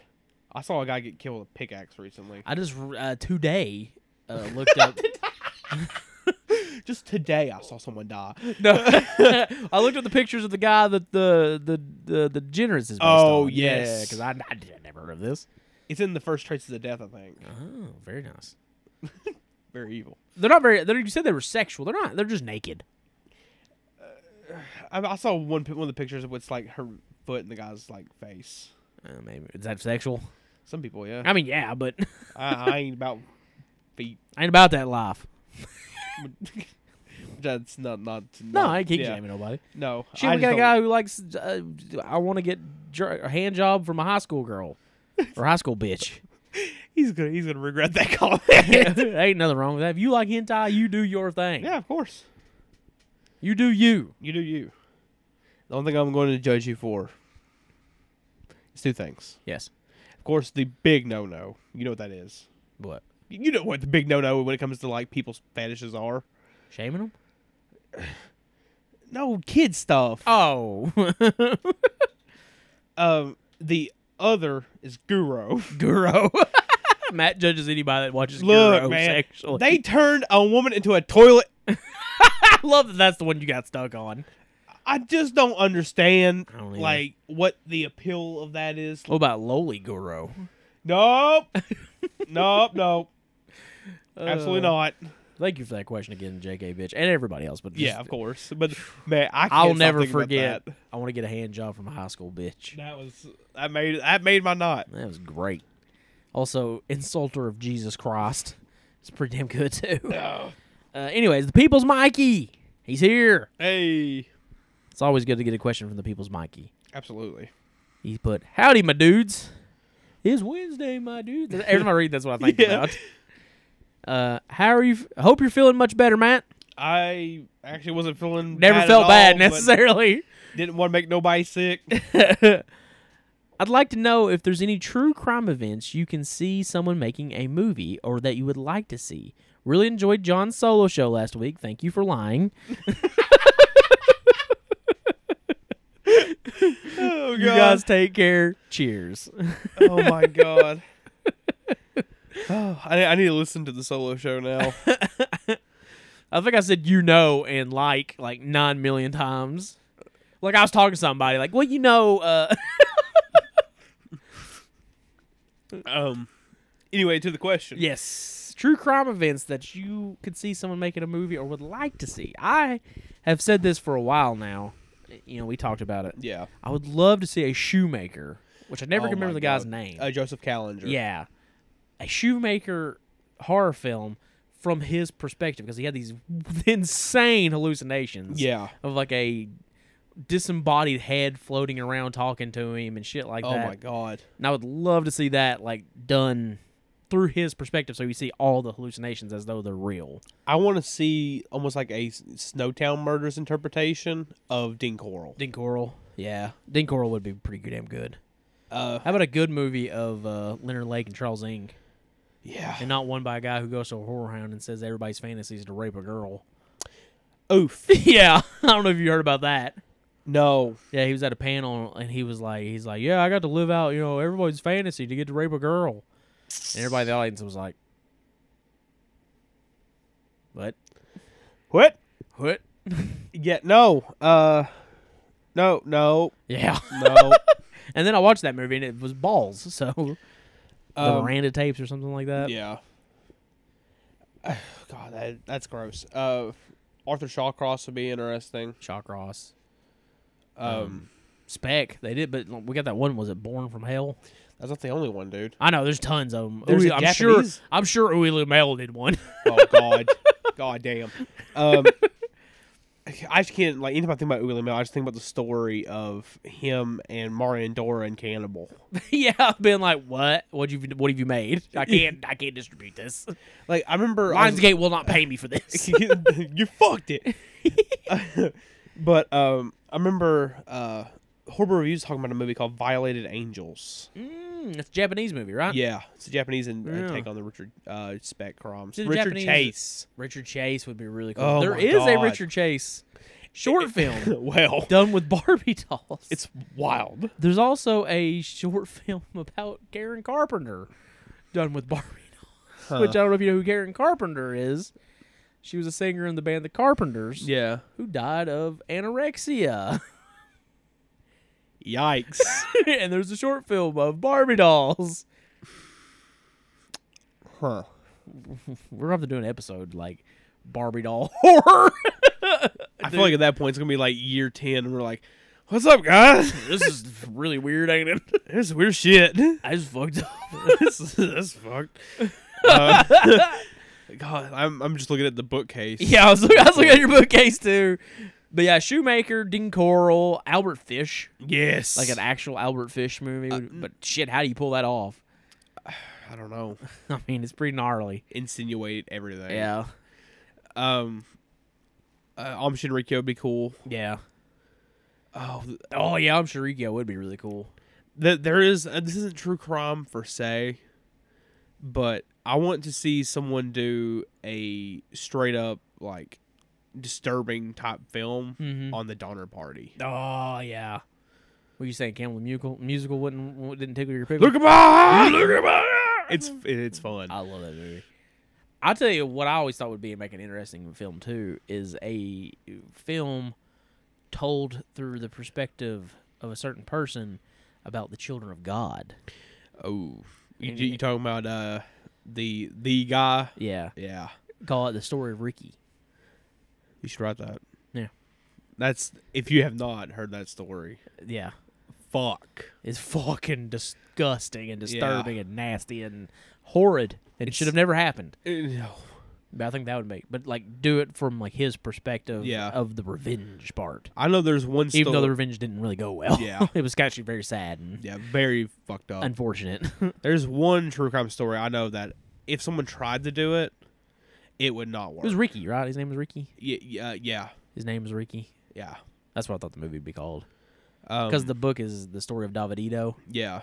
[SPEAKER 4] I saw a guy get killed with a pickaxe recently.
[SPEAKER 3] I just uh, today uh, looked
[SPEAKER 4] [LAUGHS]
[SPEAKER 3] up.
[SPEAKER 4] [GASPS] Just today, I saw someone die.
[SPEAKER 3] [LAUGHS] No, I looked at the pictures of the guy that the the the, the generous is. Based
[SPEAKER 4] Oh,
[SPEAKER 3] on.
[SPEAKER 4] yes.
[SPEAKER 3] because I, I did- never heard of this.
[SPEAKER 4] It's in the first Traces of Death, I think.
[SPEAKER 3] Oh, very nice.
[SPEAKER 4] Very evil.
[SPEAKER 3] They're not very. They're, you said they were sexual. They're not. They're just naked.
[SPEAKER 4] I, I saw one pi- one of the pictures of what's like her foot in the guy's like face.
[SPEAKER 3] Uh, maybe is that sexual?
[SPEAKER 4] Some people, [LAUGHS] yeah.
[SPEAKER 3] I mean, yeah, but [LAUGHS]
[SPEAKER 4] I, I ain't about feet.
[SPEAKER 3] I ain't about that life.
[SPEAKER 4] That's not not.
[SPEAKER 3] No,
[SPEAKER 4] not-
[SPEAKER 3] I ain't keep
[SPEAKER 4] yeah.
[SPEAKER 3] jamming nobody.
[SPEAKER 4] No,
[SPEAKER 3] Shit,
[SPEAKER 4] I
[SPEAKER 3] we
[SPEAKER 4] just
[SPEAKER 3] got a
[SPEAKER 4] don't-
[SPEAKER 3] guy who likes. Uh, I want to get jer- a hand job from a high school girl or high school bitch.
[SPEAKER 4] [LAUGHS]
[SPEAKER 3] [LAUGHS]
[SPEAKER 4] He's gonna he's gonna regret that [LAUGHS] comment.
[SPEAKER 3] ain't nothing wrong with that. If you like hentai, you do your thing.
[SPEAKER 4] yeah, of course.
[SPEAKER 3] you do you.
[SPEAKER 4] You do you. The only thing I'm going to judge you for is two things.
[SPEAKER 3] Yes.
[SPEAKER 4] Of course, the big no no. You know what that is.
[SPEAKER 3] What?
[SPEAKER 4] You know what the big no no when it comes to like people's fetishes are.
[SPEAKER 3] Shaming them?
[SPEAKER 4] No kid stuff.
[SPEAKER 3] Oh,
[SPEAKER 4] Um, the other is
[SPEAKER 3] [LAUGHS]
[SPEAKER 4] Guru.
[SPEAKER 3] Guru. Matt judges anybody that watches
[SPEAKER 4] Look,
[SPEAKER 3] Guru
[SPEAKER 4] man,
[SPEAKER 3] sexually.
[SPEAKER 4] they turned a woman into a toilet.
[SPEAKER 3] [LAUGHS] I love that that's the one you got stuck on.
[SPEAKER 4] I just don't understand
[SPEAKER 3] I don't either.
[SPEAKER 4] like what the appeal of that is.
[SPEAKER 3] What about Loli Guru? [LAUGHS]
[SPEAKER 4] Nope. nope, nope.
[SPEAKER 3] Uh,
[SPEAKER 4] Absolutely not.
[SPEAKER 3] Thank you for that question again, JK bitch, and everybody else. But just-
[SPEAKER 4] Yeah, of course. But man, I can't
[SPEAKER 3] I'll
[SPEAKER 4] stop
[SPEAKER 3] never
[SPEAKER 4] thinking about
[SPEAKER 3] forget.
[SPEAKER 4] That.
[SPEAKER 3] I want to get a hand job from a high school bitch.
[SPEAKER 4] That was that made that made my night.
[SPEAKER 3] That was great. Also, insulter of Jesus Christ. It's pretty damn good
[SPEAKER 4] [LAUGHS]
[SPEAKER 3] too.
[SPEAKER 4] Oh,
[SPEAKER 3] Uh, anyways, the people's Mikey. He's here.
[SPEAKER 4] hey,
[SPEAKER 3] It's always good to get a question from the people's Mikey.
[SPEAKER 4] absolutely.
[SPEAKER 3] He put, "Howdy, my dudes. It's Wednesday, my dudes." Every time I read, that's [LAUGHS] what I think
[SPEAKER 4] Yeah.
[SPEAKER 3] about. Uh, how are you? I hope you're feeling much better, Matt.
[SPEAKER 4] I actually wasn't feeling
[SPEAKER 3] Never
[SPEAKER 4] bad at
[SPEAKER 3] felt
[SPEAKER 4] all,
[SPEAKER 3] bad
[SPEAKER 4] but
[SPEAKER 3] necessarily. [LAUGHS]
[SPEAKER 4] Didn't want to make nobody sick.
[SPEAKER 3] I I'd like to know if there's any true crime events you can see someone making a movie or that you would like to see. Really enjoyed John's solo show last week. Thank you for lying.
[SPEAKER 4] [LAUGHS] Oh
[SPEAKER 3] You guys take care. Cheers. [LAUGHS]
[SPEAKER 4] oh my god. [SIGHS] Oh, I, I need to listen to the solo
[SPEAKER 3] [LAUGHS]
[SPEAKER 4] show now.
[SPEAKER 3] I think I said you know and like like nine million times. Like I was talking to somebody, like, well, you know, uh
[SPEAKER 4] um. Anyway, to the question.
[SPEAKER 3] Yes. True crime events that you could see someone making a movie or would like to see. I have said this for a while now. You know, we talked about it.
[SPEAKER 4] Yeah.
[SPEAKER 3] I would love to see a shoemaker, which I never
[SPEAKER 4] Oh
[SPEAKER 3] can remember
[SPEAKER 4] my
[SPEAKER 3] the guy's
[SPEAKER 4] God.
[SPEAKER 3] name.
[SPEAKER 4] Uh, Joseph Callinger.
[SPEAKER 3] yeah. A shoemaker horror film from his perspective because he had these [LAUGHS] insane hallucinations
[SPEAKER 4] Yeah.
[SPEAKER 3] of like a disembodied head floating around talking to him and shit like
[SPEAKER 4] oh
[SPEAKER 3] that.
[SPEAKER 4] my god.
[SPEAKER 3] And I would love to see that like done through his perspective, so you see all the hallucinations as though they're real.
[SPEAKER 4] I want to see almost like a S- Snowtown Murders interpretation of Dean Coral.
[SPEAKER 3] Dean Coral, yeah, Dean Coral would be pretty good, damn good.
[SPEAKER 4] Uh,
[SPEAKER 3] How about a good movie of uh, Leonard Lake and Charles Ng,
[SPEAKER 4] yeah.
[SPEAKER 3] and not one by a guy who goes to a horror hound and says everybody's fantasy is to rape a girl? [LAUGHS]
[SPEAKER 4] Oof.
[SPEAKER 3] yeah, [LAUGHS] I don't know if you heard about that.
[SPEAKER 4] No.
[SPEAKER 3] Yeah, he was at a panel and he was like, he's like, yeah, I got to live out, you know, everybody's fantasy to get to rape a girl, and everybody in the audience was like, what?
[SPEAKER 4] What?
[SPEAKER 3] What? [LAUGHS]
[SPEAKER 4] Yeah. No. Uh. No. No.
[SPEAKER 3] Yeah.
[SPEAKER 4] No.
[SPEAKER 3] And then I watched that movie and it was balls. [LAUGHS] So the
[SPEAKER 4] Um,
[SPEAKER 3] Miranda tapes or something like that.
[SPEAKER 4] Yeah. [SIGHS] God, that, that's gross. Uh, Arthur Shawcross would be interesting.
[SPEAKER 3] Shock Ross.
[SPEAKER 4] Um,
[SPEAKER 3] Spec. They did, but we got that one. Was it Born from Hell?
[SPEAKER 4] that's not the only one, dude.
[SPEAKER 3] I know there's tons of them.
[SPEAKER 4] There's a
[SPEAKER 3] I'm
[SPEAKER 4] Japanese-
[SPEAKER 3] sure. I'm sure Uwe Lumel did one. [LAUGHS]
[SPEAKER 4] Oh God, [LAUGHS] God damn. Um, [SIGHS] I just can't like anything about think about Uli Mel. I just think about the story of him and Marion Dora and Cannibal.
[SPEAKER 3] yeah, I've been like, what? What you? What have you made?
[SPEAKER 4] [LAUGHS]
[SPEAKER 3] I can't. I can't distribute this.
[SPEAKER 4] Like I remember, I was-
[SPEAKER 3] Lionsgate will not pay me for this.
[SPEAKER 4] [LAUGHS] you fucked it. but um, I remember uh, Horror Reviews talking about a movie called Violated Angels.
[SPEAKER 3] mm, it's a Japanese movie, right?
[SPEAKER 4] Yeah, it's a Japanese and, and
[SPEAKER 3] Yeah.
[SPEAKER 4] take on the Richard uh, Speck crimes.
[SPEAKER 3] It's a
[SPEAKER 4] Richard
[SPEAKER 3] Japanese-
[SPEAKER 4] Chase. [LAUGHS]
[SPEAKER 3] Richard Chase would be really cool.
[SPEAKER 4] Oh
[SPEAKER 3] there
[SPEAKER 4] my
[SPEAKER 3] is a
[SPEAKER 4] God.
[SPEAKER 3] Richard Chase short
[SPEAKER 4] [LAUGHS]
[SPEAKER 3] film
[SPEAKER 4] well,
[SPEAKER 3] done with Barbie [LAUGHS] dolls.
[SPEAKER 4] it's wild.
[SPEAKER 3] There's also a short [LAUGHS] film about Karen Carpenter done with Barbie dolls, which I don't know if you know who Karen Carpenter is. She was a singer in the band The Carpenters
[SPEAKER 4] Yeah.
[SPEAKER 3] who died of anorexia. [LAUGHS]
[SPEAKER 4] Yikes.
[SPEAKER 3] and there's a short film of Barbie dolls.
[SPEAKER 4] huh.
[SPEAKER 3] We're going to have to do an episode like Barbie doll [LAUGHS] horror.
[SPEAKER 4] I feel like at that point it's gonna be like year ten, and we're like, "What's up, guys? [LAUGHS]
[SPEAKER 3] this is really weird, ain't it?
[SPEAKER 4] This is weird shit.
[SPEAKER 3] [LAUGHS]
[SPEAKER 4] [LAUGHS]
[SPEAKER 3] I just fucked up.
[SPEAKER 4] this, is- this is fucked." Uh, God, I'm I'm just looking at the bookcase.
[SPEAKER 3] yeah, I was, look- I was looking at your bookcase too. But yeah, Shoemaker, Dean Coral, Albert Fish.
[SPEAKER 4] Yes.
[SPEAKER 3] like an actual Albert Fish movie. would- but shit, how do you pull that off?
[SPEAKER 4] I don't know.
[SPEAKER 3] [LAUGHS] I mean, it's pretty gnarly.
[SPEAKER 4] Insinuated everything.
[SPEAKER 3] Yeah,
[SPEAKER 4] Um. Uh, Om Shinrikyo would be cool.
[SPEAKER 3] yeah.
[SPEAKER 4] Oh, th-
[SPEAKER 3] Oh yeah, I'm sure Rico would be really cool.
[SPEAKER 4] that there is uh, this isn't true crime per se, but I want to see someone do a straight up like disturbing type film
[SPEAKER 3] Mhm.
[SPEAKER 4] on the Donner Party.
[SPEAKER 3] Oh yeah. What you saying? Campbell musical musical wouldn't w- didn't tickle your pickle?
[SPEAKER 4] Look at my eye! Look at my eye! It's it's fun.
[SPEAKER 3] I love that movie. I'll tell you what I always thought would be make an interesting film too is a film told through the perspective of a certain person about the children of God.
[SPEAKER 4] oh, you, you talking about uh the the guy?
[SPEAKER 3] Yeah,
[SPEAKER 4] Yeah,
[SPEAKER 3] call it the story of Ricky.
[SPEAKER 4] you should write that.
[SPEAKER 3] Yeah.
[SPEAKER 4] That's if you have not heard that story.
[SPEAKER 3] Yeah,
[SPEAKER 4] Fuck.
[SPEAKER 3] is fucking disgusting and
[SPEAKER 4] Yeah.
[SPEAKER 3] disturbing and nasty and horrid. And it should have never happened.
[SPEAKER 4] Uh, No.
[SPEAKER 3] But I think that would make, but like do it from like his perspective
[SPEAKER 4] Yeah.
[SPEAKER 3] of the revenge part.
[SPEAKER 4] I know there's one story.
[SPEAKER 3] Even though the revenge didn't really go well.
[SPEAKER 4] Yeah.
[SPEAKER 3] [LAUGHS] it was actually very sad and
[SPEAKER 4] yeah, very fucked up.
[SPEAKER 3] unfortunate. [LAUGHS]
[SPEAKER 4] There's one true crime story I know that if someone tried to do it, it would not work.
[SPEAKER 3] it was Ricky, right? His name was Ricky.
[SPEAKER 4] yeah, yeah, yeah,
[SPEAKER 3] His name was Ricky.
[SPEAKER 4] yeah. Um,
[SPEAKER 3] That's what I thought the movie would be called. because the book is the story of Davidito.
[SPEAKER 4] Yeah.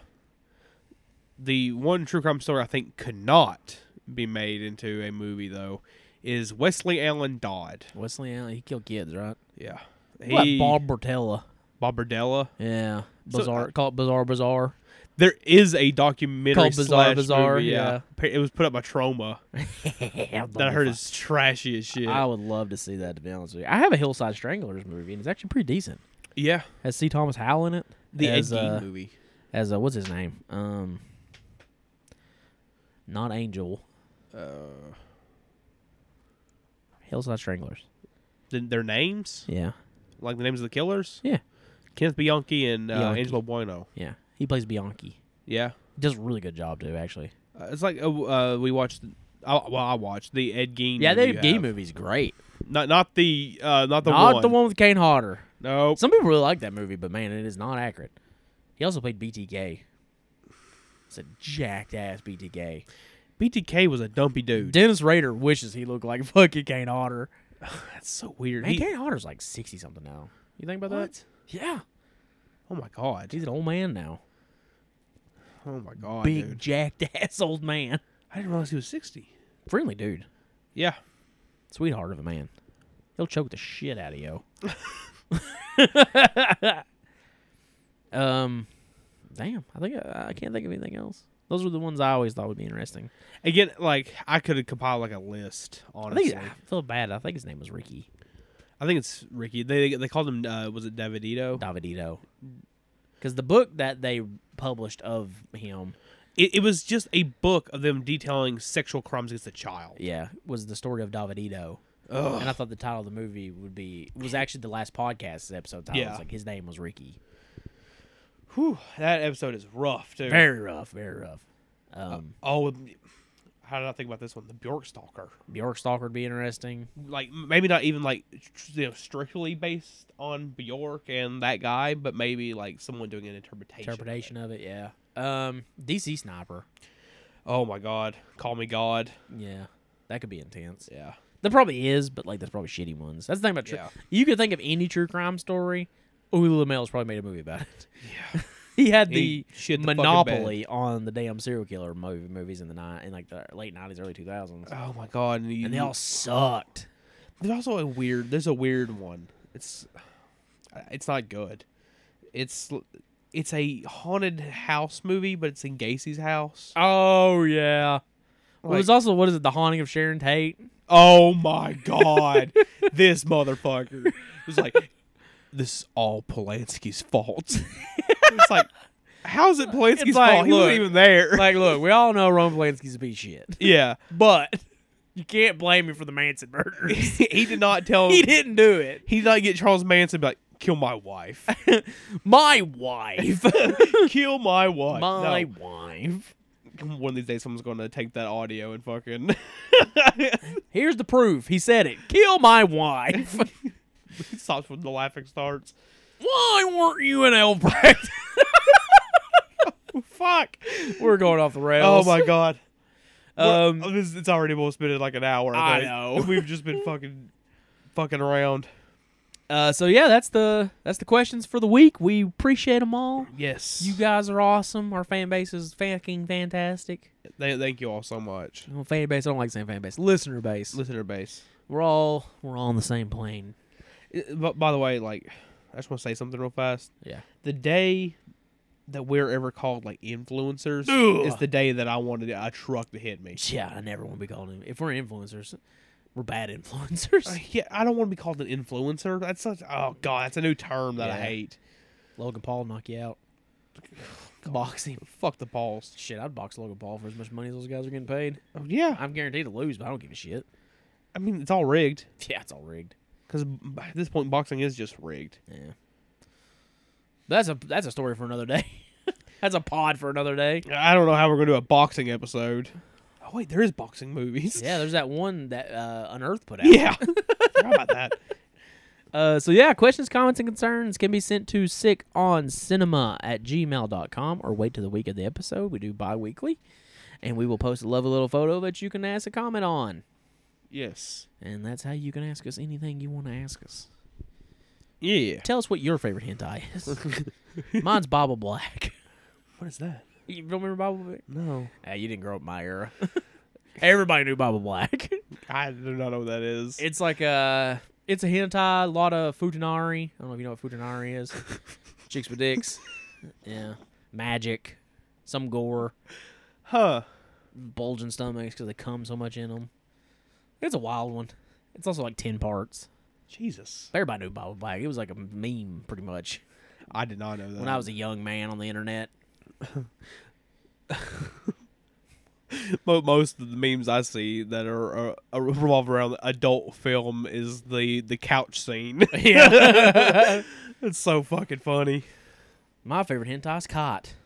[SPEAKER 4] The one true crime story I think could not be made into a movie though is Wesley Allen Dodd.
[SPEAKER 3] Wesley Allen, he killed kids, right?
[SPEAKER 4] Yeah.
[SPEAKER 3] What
[SPEAKER 4] He
[SPEAKER 3] Bob Bertella?
[SPEAKER 4] Bob Bardella.
[SPEAKER 3] Yeah,
[SPEAKER 4] So- uh,
[SPEAKER 3] bizarre. called bizarre,
[SPEAKER 4] [LAUGHS]
[SPEAKER 3] bizarre.
[SPEAKER 4] There is a documentary
[SPEAKER 3] Called Bizarre
[SPEAKER 4] slash
[SPEAKER 3] Bizarre,
[SPEAKER 4] movie,
[SPEAKER 3] yeah.
[SPEAKER 4] Pa- It was put up by Trauma. That I heard is trashy as shit.
[SPEAKER 3] I would love to see that. To be honest with you, I have a Hillside Stranglers movie, and it's actually pretty decent.
[SPEAKER 4] yeah.
[SPEAKER 3] Has C. Thomas Howell in it?
[SPEAKER 4] The Ed
[SPEAKER 3] as,
[SPEAKER 4] Gein
[SPEAKER 3] uh,
[SPEAKER 4] movie.
[SPEAKER 3] as uh, what's his name? Um, not Angel.
[SPEAKER 4] Uh,
[SPEAKER 3] Hillside Stranglers.
[SPEAKER 4] th- their names?
[SPEAKER 3] Yeah,
[SPEAKER 4] Like the names of the killers?
[SPEAKER 3] yeah,
[SPEAKER 4] Kenneth Bianchi and uh,
[SPEAKER 3] Bianchi.
[SPEAKER 4] Angelo Bueno.
[SPEAKER 3] yeah. He plays Bianchi.
[SPEAKER 4] Yeah.
[SPEAKER 3] Does a really good job too, actually.
[SPEAKER 4] Uh, it's like uh, uh, we watched. Uh, well, I watched the Ed Gein.
[SPEAKER 3] Yeah, that
[SPEAKER 4] movie you
[SPEAKER 3] gay
[SPEAKER 4] have.
[SPEAKER 3] movie's great.
[SPEAKER 4] Not not the uh, not the
[SPEAKER 3] not
[SPEAKER 4] one.
[SPEAKER 3] the one with Kane Hodder.
[SPEAKER 4] No.
[SPEAKER 3] Some people really like that movie, but man, it is not accurate. He also played BTK. It's a jacked ass BTK.
[SPEAKER 4] BTK was a dumpy dude.
[SPEAKER 3] Dennis Rader wishes he looked like [LAUGHS] fucking Kane Hodder.
[SPEAKER 4] That's so weird.
[SPEAKER 3] Man,
[SPEAKER 4] He-
[SPEAKER 3] Kane Hodder's like sixty something now. You think about that?
[SPEAKER 4] what?
[SPEAKER 3] Yeah,
[SPEAKER 4] Oh my god.
[SPEAKER 3] he's an old man now.
[SPEAKER 4] Oh my god,
[SPEAKER 3] Big
[SPEAKER 4] dude.
[SPEAKER 3] jacked [LAUGHS] ass old man.
[SPEAKER 4] I didn't realize he was sixty.
[SPEAKER 3] Friendly dude,
[SPEAKER 4] Yeah.
[SPEAKER 3] sweetheart of a man. He'll choke the shit out of you. [LAUGHS] um, damn. I think I, I can't think of anything else. Those were the ones I always thought would be interesting.
[SPEAKER 4] Again, like I could have compiled like a list.
[SPEAKER 3] I
[SPEAKER 4] Honestly,
[SPEAKER 3] think I feel bad. I think his name was Ricky
[SPEAKER 4] it's Ricky. They they called him. Uh, was it Davidito?
[SPEAKER 3] Davidito, because the book that they published of him,
[SPEAKER 4] It, it was just a book of them detailing sexual crimes against a child.
[SPEAKER 3] yeah, was the story of Davidito.
[SPEAKER 4] Ugh.
[SPEAKER 3] And I thought the title of the movie would be was actually the last podcast episode title. It's
[SPEAKER 4] Yeah.
[SPEAKER 3] like his name was Ricky.
[SPEAKER 4] Whew, that episode is rough too.
[SPEAKER 3] Very rough, very rough. Um,
[SPEAKER 4] Oh, how did I think about this one? The Bjorkstalker.
[SPEAKER 3] Bjork Stalker would be interesting.
[SPEAKER 4] like maybe not even like tr- you know strictly based on Bjork and that guy, but maybe like someone doing an interpretation. of it.
[SPEAKER 3] Interpretation of it, yeah. Um, DC Sniper,
[SPEAKER 4] Oh my God! Call me God.
[SPEAKER 3] yeah, that could be intense.
[SPEAKER 4] Yeah.
[SPEAKER 3] There probably is, but like there's probably shitty ones. That's the thing about true.
[SPEAKER 4] Yeah.
[SPEAKER 3] You could think of any true crime story. Ulu Lamelle's probably made a movie about
[SPEAKER 4] [LAUGHS]
[SPEAKER 3] it. Yeah, [LAUGHS] he had the
[SPEAKER 4] He shit the fucking
[SPEAKER 3] monopoly on the damn serial killer movie, movies in the night in like the late nineties, early two thousands,
[SPEAKER 4] Oh my God! And, you,
[SPEAKER 3] and they all sucked.
[SPEAKER 4] there's also a weird. There's a weird one. It's it's not good. It's it's a haunted house movie, but it's in Gacy's house.
[SPEAKER 3] Oh yeah. Well, there's
[SPEAKER 4] Like-
[SPEAKER 3] also what is it? The Haunting of Sharon Tate.
[SPEAKER 4] Oh my God! this motherfucker it was like, "This is all Polanski's fault." [LAUGHS] it's like, how is it Polanski's
[SPEAKER 3] like,
[SPEAKER 4] fault? He
[SPEAKER 3] look,
[SPEAKER 4] wasn't even there.
[SPEAKER 3] Like, look, we all know Ron Polanski's a piece of shit,
[SPEAKER 4] yeah,
[SPEAKER 3] but [LAUGHS] you can't blame me for the Manson [LAUGHS] murders.
[SPEAKER 4] he did not tell.
[SPEAKER 3] he
[SPEAKER 4] he
[SPEAKER 3] didn't do it.
[SPEAKER 4] did not get Charles Manson. to be Like, kill
[SPEAKER 3] [LAUGHS]
[SPEAKER 4] my wife.
[SPEAKER 3] My [LAUGHS] wife.
[SPEAKER 4] kill my wife.
[SPEAKER 3] My wife.
[SPEAKER 4] No. One of these days, someone's going to take that audio and fucking. [LAUGHS]
[SPEAKER 3] Here's the proof. He said it. Kill my [LAUGHS] wife.
[SPEAKER 4] stops when the laughing starts.
[SPEAKER 3] Why weren't you in Albrecht?
[SPEAKER 4] Fuck.
[SPEAKER 3] [LAUGHS] We're going off the
[SPEAKER 4] Oh
[SPEAKER 3] rails.
[SPEAKER 4] my god.
[SPEAKER 3] Um,
[SPEAKER 4] Um, it's, it's already almost been like an hour.
[SPEAKER 3] I
[SPEAKER 4] think.
[SPEAKER 3] know.
[SPEAKER 4] [LAUGHS] We've just been fucking, fucking around.
[SPEAKER 3] Uh, so yeah, that's the that's the questions for the week. We appreciate them all.
[SPEAKER 4] Yes.
[SPEAKER 3] You guys are awesome. Our fan base is fucking fantastic.
[SPEAKER 4] Th- thank you all so much.
[SPEAKER 3] Well, fan base. I don't like saying fan base. Listener base.
[SPEAKER 4] Listener base.
[SPEAKER 3] We're all we're all on the same plane.
[SPEAKER 4] But by the way, like, I just want to say something real fast.
[SPEAKER 3] Yeah.
[SPEAKER 4] The day that we're ever called like influencers
[SPEAKER 3] Ugh.
[SPEAKER 4] is the day that I wanted a truck to hit me.
[SPEAKER 3] Yeah, I never want to be called. In- if we're influencers, we're bad influencers.
[SPEAKER 4] Uh, Yeah, I don't want to be called an influencer. That's such. Oh god, that's a new term that I
[SPEAKER 3] Yeah.
[SPEAKER 4] hate.
[SPEAKER 3] Logan Paul knock you out. [LAUGHS] Boxing.
[SPEAKER 4] Fuck the balls.
[SPEAKER 3] Shit, I'd box Logan Paul for as much money as those guys are getting paid.
[SPEAKER 4] Oh, yeah,
[SPEAKER 3] I'm guaranteed to lose, but I don't give a shit.
[SPEAKER 4] I mean it's all rigged.
[SPEAKER 3] [LAUGHS] Yeah, it's all rigged.
[SPEAKER 4] Because at this point, boxing is just rigged.
[SPEAKER 3] Yeah. That's a that's a story for another day. [LAUGHS] that's a pod for another day.
[SPEAKER 4] I don't know how we're gonna do a boxing episode. Oh wait, there is boxing movies.
[SPEAKER 3] Yeah, there's that one that uh, Unearthed put out.
[SPEAKER 4] [LAUGHS] Yeah. [LAUGHS] Forgot about that?
[SPEAKER 3] Uh, so yeah, questions, comments, and concerns can be sent to sickoncinema at gmail.com or wait to the week of the episode. We do bi-weekly. And we will post a lovely little photo that you can ask a comment on.
[SPEAKER 4] Yes.
[SPEAKER 3] And that's how you can ask us anything you want to ask us.
[SPEAKER 4] Yeah.
[SPEAKER 3] Tell us what your favorite hentai is. [LAUGHS] Mine's Baba Black.
[SPEAKER 4] What is that?
[SPEAKER 3] You don't remember Baba Black?
[SPEAKER 4] No,
[SPEAKER 3] Ah, you didn't grow up in my era. [LAUGHS] Everybody knew Baba Black.
[SPEAKER 4] I do not know what that is.
[SPEAKER 3] It's like a it's a hentai, a lot of futanari. I don't know if you know what futanari is. Chicks with dicks. yeah, magic, some gore,
[SPEAKER 4] huh?
[SPEAKER 3] bulging stomachs because they come so much in them. It's a wild one. It's also like ten parts.
[SPEAKER 4] Jesus,
[SPEAKER 3] Everybody knew Baba Black. It was like a meme, pretty much.
[SPEAKER 4] I did not know that.
[SPEAKER 3] When I was a young man on the internet,
[SPEAKER 4] [LAUGHS]
[SPEAKER 3] [LAUGHS]
[SPEAKER 4] Mo- most of the memes I see that are, are, are revolve around adult film is the the couch scene. [LAUGHS]
[SPEAKER 3] Yeah.
[SPEAKER 4] it's so fucking funny.
[SPEAKER 3] my favorite hentai is Cot. [LAUGHS]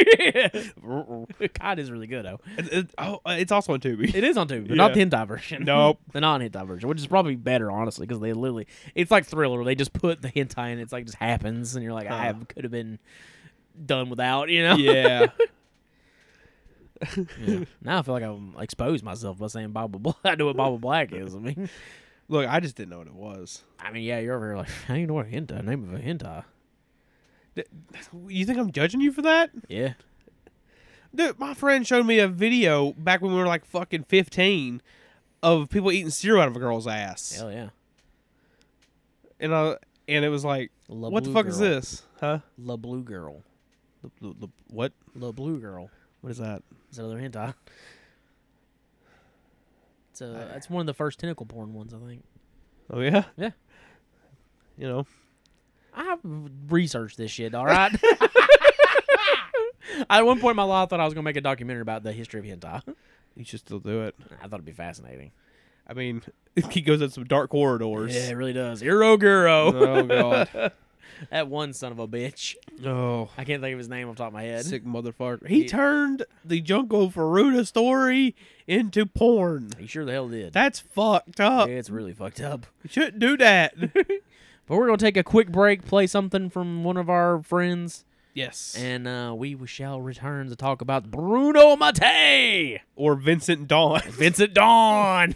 [SPEAKER 4] It's [LAUGHS] the-
[SPEAKER 3] Cot is really good though.
[SPEAKER 4] it- it- oh, it's also on Tubi.
[SPEAKER 3] It is on Tubi, but not the
[SPEAKER 4] Yeah.
[SPEAKER 3] hentai version. [LAUGHS]
[SPEAKER 4] Nope.
[SPEAKER 3] the non-hentai version, which is probably better, honestly, because they literally it's like thriller. They just put the hentai and it's like just happens, and you're like, I
[SPEAKER 4] Huh.
[SPEAKER 3] could have been done without, you know.
[SPEAKER 4] [LAUGHS] Uh-huh. yeah.
[SPEAKER 3] Yeah. [LAUGHS] Now I feel like I'm exposed myself by saying Baba Black. [LAUGHS] I know what Baba Black is. I
[SPEAKER 4] [LAUGHS]
[SPEAKER 3] mean,
[SPEAKER 4] Look, I just didn't know what it was.
[SPEAKER 3] I mean, yeah, you're over here like [LAUGHS] I ain't know what a hentai name of a hentai.
[SPEAKER 4] You think I'm judging you for that?
[SPEAKER 3] Yeah,
[SPEAKER 4] Dude, my friend showed me a video back when we were like fucking 15 of people eating cereal out of a girl's ass.
[SPEAKER 3] hell yeah.
[SPEAKER 4] And I, and it was like,
[SPEAKER 3] La
[SPEAKER 4] what the
[SPEAKER 3] Blue
[SPEAKER 4] fuck is
[SPEAKER 3] Girl.
[SPEAKER 4] this? Huh?
[SPEAKER 3] La Blue Girl,
[SPEAKER 4] The- the- the- what?
[SPEAKER 3] La Blue Girl.
[SPEAKER 4] What is that?
[SPEAKER 3] It's another hentai. It's
[SPEAKER 4] Uh,
[SPEAKER 3] a, it's one of the first tentacle porn ones, I think.
[SPEAKER 4] Oh, yeah?
[SPEAKER 3] Yeah.
[SPEAKER 4] You know,
[SPEAKER 3] I researched this shit, all [LAUGHS] right? At one point in my life, I thought I was going to make a documentary about the history of hentai.
[SPEAKER 4] you should still do it.
[SPEAKER 3] I thought it'd be fascinating.
[SPEAKER 4] I mean, [LAUGHS] he goes in some dark corridors.
[SPEAKER 3] Yeah, it really does. Uh, Iroguro.
[SPEAKER 4] [LAUGHS] Oh, God.
[SPEAKER 3] [LAUGHS] that one son of a bitch.
[SPEAKER 4] oh.
[SPEAKER 3] I can't think of his name off the top of my head.
[SPEAKER 4] Sick motherfucker. He
[SPEAKER 3] Yeah.
[SPEAKER 4] turned the Junko Furuta story into porn.
[SPEAKER 3] He sure the hell did.
[SPEAKER 4] That's fucked
[SPEAKER 3] Yeah,
[SPEAKER 4] up.
[SPEAKER 3] it's really fucked up.
[SPEAKER 4] You shouldn't
[SPEAKER 3] [LAUGHS]
[SPEAKER 4] do that.
[SPEAKER 3] But we're going to take a quick break, play something from one of our friends,
[SPEAKER 4] yes.
[SPEAKER 3] and uh, we shall return to talk about Bruno Mattei,
[SPEAKER 4] or Vincent Dawn.
[SPEAKER 3] Vincent Dawn.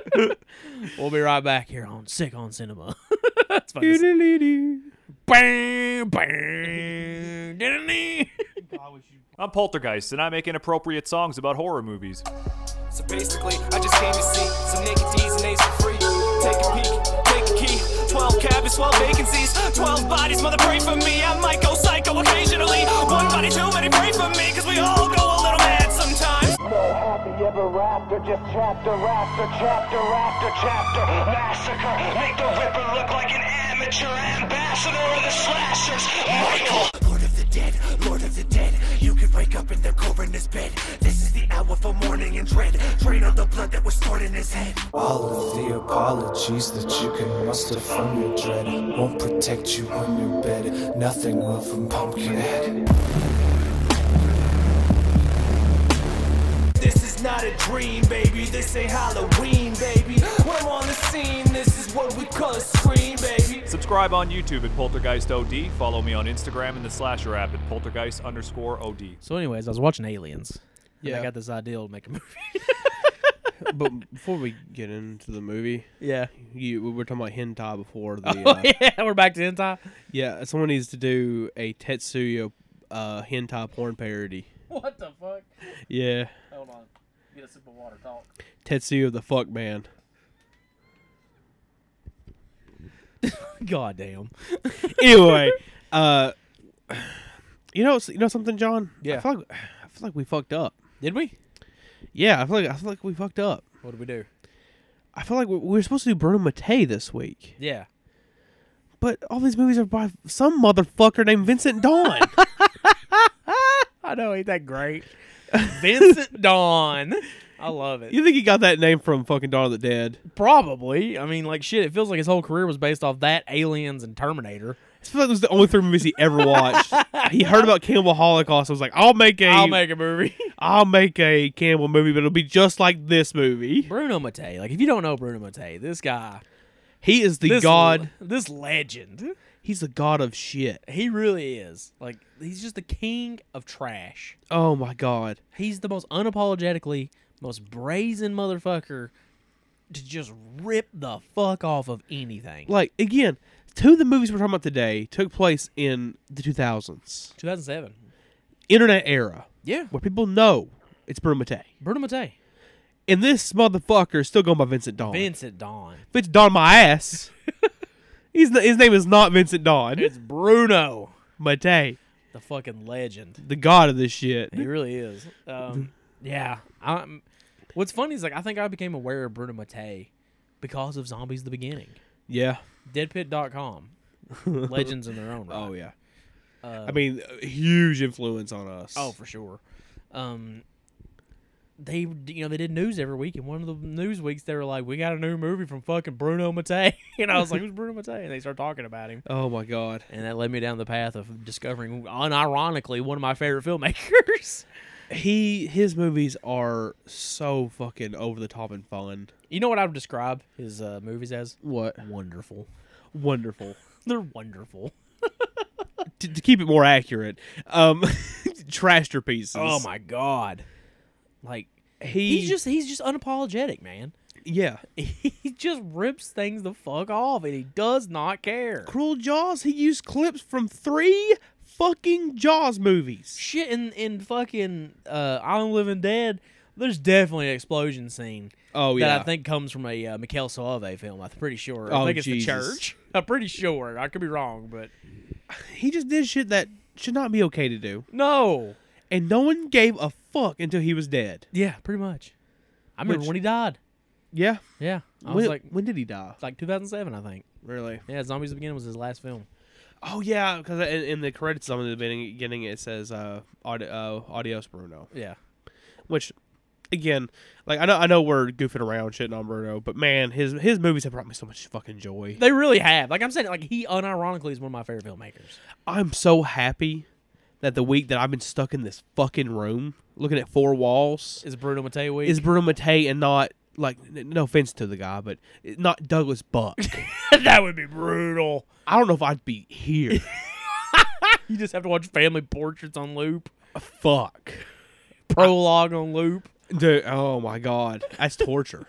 [SPEAKER 3] [LAUGHS] we'll be right back here on Sick on Cinema. It's fucking Bang, bang, [LAUGHS] diddly.
[SPEAKER 5] I'm Poltergeist, and I make inappropriate songs about horror movies.
[SPEAKER 6] So basically, I just came to see some naked D's and A's for free. Take a peek, take a key. 12 cabins, 12 vacancies, 12 bodies, mother pray for me. I might go psycho occasionally. One body too many pray for me, cause we all go a little mad sometimes.
[SPEAKER 7] No happy ever after, just chapter after chapter after chapter. Massacre, make the Ripper look like an amateur ambassador of the slashers. Michael! Lord of the dead, Lord of the dead. You could wake up in the coroner's bed. This is the hour for mourning and dread. Drain all the blood that was stored in his head.
[SPEAKER 8] All of the apologies that you can muster from your dread won't protect you on your bed. Nothing will from Pumpkinhead.
[SPEAKER 6] This is not a dream, baby. This ain't Halloween, baby. When I'm on the scene, this is what we call a scream, baby.
[SPEAKER 5] Subscribe on YouTube at Poltergeist OD. Follow me on Instagram and the Slasher app at Poltergeist underscore OD.
[SPEAKER 3] So, anyways, I was watching Aliens. Yeah. I
[SPEAKER 4] Yeah.
[SPEAKER 3] got this idea to make a movie. [LAUGHS]
[SPEAKER 4] but before we get into the movie,
[SPEAKER 3] Yeah. [LAUGHS]
[SPEAKER 4] you, we were talking about hentai before. The, uh, yeah.
[SPEAKER 3] yeah, we're back to hentai.
[SPEAKER 4] someone needs to do a Tetsuya uh, hentai porn parody.
[SPEAKER 3] What the fuck?
[SPEAKER 4] Yeah,
[SPEAKER 3] Hold on. Get a sip of water. Talk.
[SPEAKER 4] Tetsuya the fuck man.
[SPEAKER 3] God damn.
[SPEAKER 4] Anyway, [LAUGHS] uh, you know, you know something, John.
[SPEAKER 3] Yeah.
[SPEAKER 4] I feel like, I feel like we fucked up.
[SPEAKER 3] Did we?
[SPEAKER 4] Yeah, I feel like I feel like we fucked up.
[SPEAKER 3] What did we do?
[SPEAKER 4] I feel like we, we were supposed to do Bruno Mattei this week,
[SPEAKER 3] Yeah.
[SPEAKER 4] but all these movies are by some motherfucker named Vincent Dawn.
[SPEAKER 3] I know. Ain't that great? [LAUGHS] Vincent Dawn. I love it.
[SPEAKER 4] you think he got that name from fucking Dawn of the Dead?
[SPEAKER 3] Probably. I mean, like, shit, it feels like his whole career was based off that, Aliens, and Terminator.
[SPEAKER 4] I feel like it was the only three movies he ever watched. he heard about Cannibal Holocaust. I was like, I'll make a,
[SPEAKER 3] I'll make a movie.
[SPEAKER 4] I'll make a Cannibal movie, but it'll be just like this
[SPEAKER 3] [LAUGHS]
[SPEAKER 4] movie.
[SPEAKER 3] Bruno Mattei. Like, if you don't know Bruno Mattei, this guy.
[SPEAKER 4] He is the
[SPEAKER 3] this
[SPEAKER 4] god.
[SPEAKER 3] le- this legend.
[SPEAKER 4] he's the god of shit.
[SPEAKER 3] He really is. Like he's just the king of trash.
[SPEAKER 4] Oh my god.
[SPEAKER 3] He's the most unapologetically most brazen motherfucker to just rip the fuck off of anything.
[SPEAKER 4] Like again, two of the movies we're talking about today took place in the 2000s,
[SPEAKER 3] 2007.
[SPEAKER 4] internet era,
[SPEAKER 3] Yeah,
[SPEAKER 4] where people know it's Bruno Mattei.
[SPEAKER 3] Bruno Mattei,
[SPEAKER 4] And this motherfucker is still going by Vincent Dawn.
[SPEAKER 3] Vincent Dawn.
[SPEAKER 4] Vincent Dawn, my
[SPEAKER 3] [LAUGHS]
[SPEAKER 4] ass. He's n- his name is not Vincent Dawn.
[SPEAKER 3] It's Bruno,
[SPEAKER 4] Mattei,
[SPEAKER 3] the fucking legend.
[SPEAKER 4] the god of this shit.
[SPEAKER 3] He really is. Um, yeah. I'm, what's funny is like I think I became aware of Bruno Mattei because of Zombies: The Beginning,
[SPEAKER 4] Yeah.
[SPEAKER 3] Deadpit.com, legends in their own right.
[SPEAKER 4] Oh yeah. I mean, a huge influence on us.
[SPEAKER 3] Uh, Oh, for sure. Um, they you know they did news every week, and one of the news weeks they were like, "We got a new movie from fucking Bruno Mattei," [LAUGHS] and I was like, "Who's Bruno Mattei?" And they started talking about him,
[SPEAKER 4] Oh my god.
[SPEAKER 3] and that led me down the path of discovering, unironically, one of my favorite filmmakers. [LAUGHS]
[SPEAKER 4] He his movies are so fucking over the top and fun.
[SPEAKER 3] you know what I would describe his uh, movies as?
[SPEAKER 4] What
[SPEAKER 3] Wonderful.
[SPEAKER 4] wonderful.
[SPEAKER 3] [LAUGHS] They're wonderful.
[SPEAKER 4] to, to keep it more accurate, um, [LAUGHS] trashed your pieces.
[SPEAKER 3] Oh my god. Like
[SPEAKER 4] He
[SPEAKER 3] he's just he's just unapologetic, man.
[SPEAKER 4] yeah.
[SPEAKER 3] [LAUGHS] He just rips things the fuck off, and he does not care.
[SPEAKER 4] Cruel Jaws. He used clips from three fucking Jaws movies.
[SPEAKER 3] shit in in fucking uh, Island of Living Dead. There's definitely an explosion scene
[SPEAKER 4] Oh
[SPEAKER 3] that I think comes from a uh, Mikhail Soave film. I'm pretty sure. I
[SPEAKER 4] Oh,
[SPEAKER 3] think it's
[SPEAKER 4] Jesus.
[SPEAKER 3] the church. I'm pretty sure. I could be wrong, but
[SPEAKER 4] he just did shit that should not be okay to do,
[SPEAKER 3] no.
[SPEAKER 4] and no one gave a fuck until he was dead.
[SPEAKER 3] Yeah, pretty much. I remember
[SPEAKER 4] Which-
[SPEAKER 3] when he died.
[SPEAKER 4] Yeah.
[SPEAKER 3] Yeah, I
[SPEAKER 4] when,
[SPEAKER 3] was like
[SPEAKER 4] when did he die?
[SPEAKER 3] like 2007, I think.
[SPEAKER 4] Really?
[SPEAKER 3] Yeah, Zombies Begin was his last film.
[SPEAKER 4] Oh yeah, because in, in the credits on the beginning, beginning it says uh, audi- uh "Adios Bruno,"
[SPEAKER 3] Yeah,
[SPEAKER 4] which again, like I know I know we're goofing around shitting on Bruno, but man, his his movies have brought me so much fucking joy.
[SPEAKER 3] they really have. Like I'm saying, like he unironically is one of my favorite filmmakers.
[SPEAKER 4] I'm so happy that the week that I've been stuck in this fucking room looking at four walls
[SPEAKER 3] Is Bruno Mattei weak?
[SPEAKER 4] is Bruno Mattei and not like n- no offense to the guy, but not Douglas Buck.
[SPEAKER 3] [LAUGHS] that would be brutal.
[SPEAKER 4] I don't know if I'd be here.
[SPEAKER 3] You just have to watch Family Portraits on loop,
[SPEAKER 4] Fuck.
[SPEAKER 3] prologue on loop.
[SPEAKER 4] Dude, oh my god, that's torture.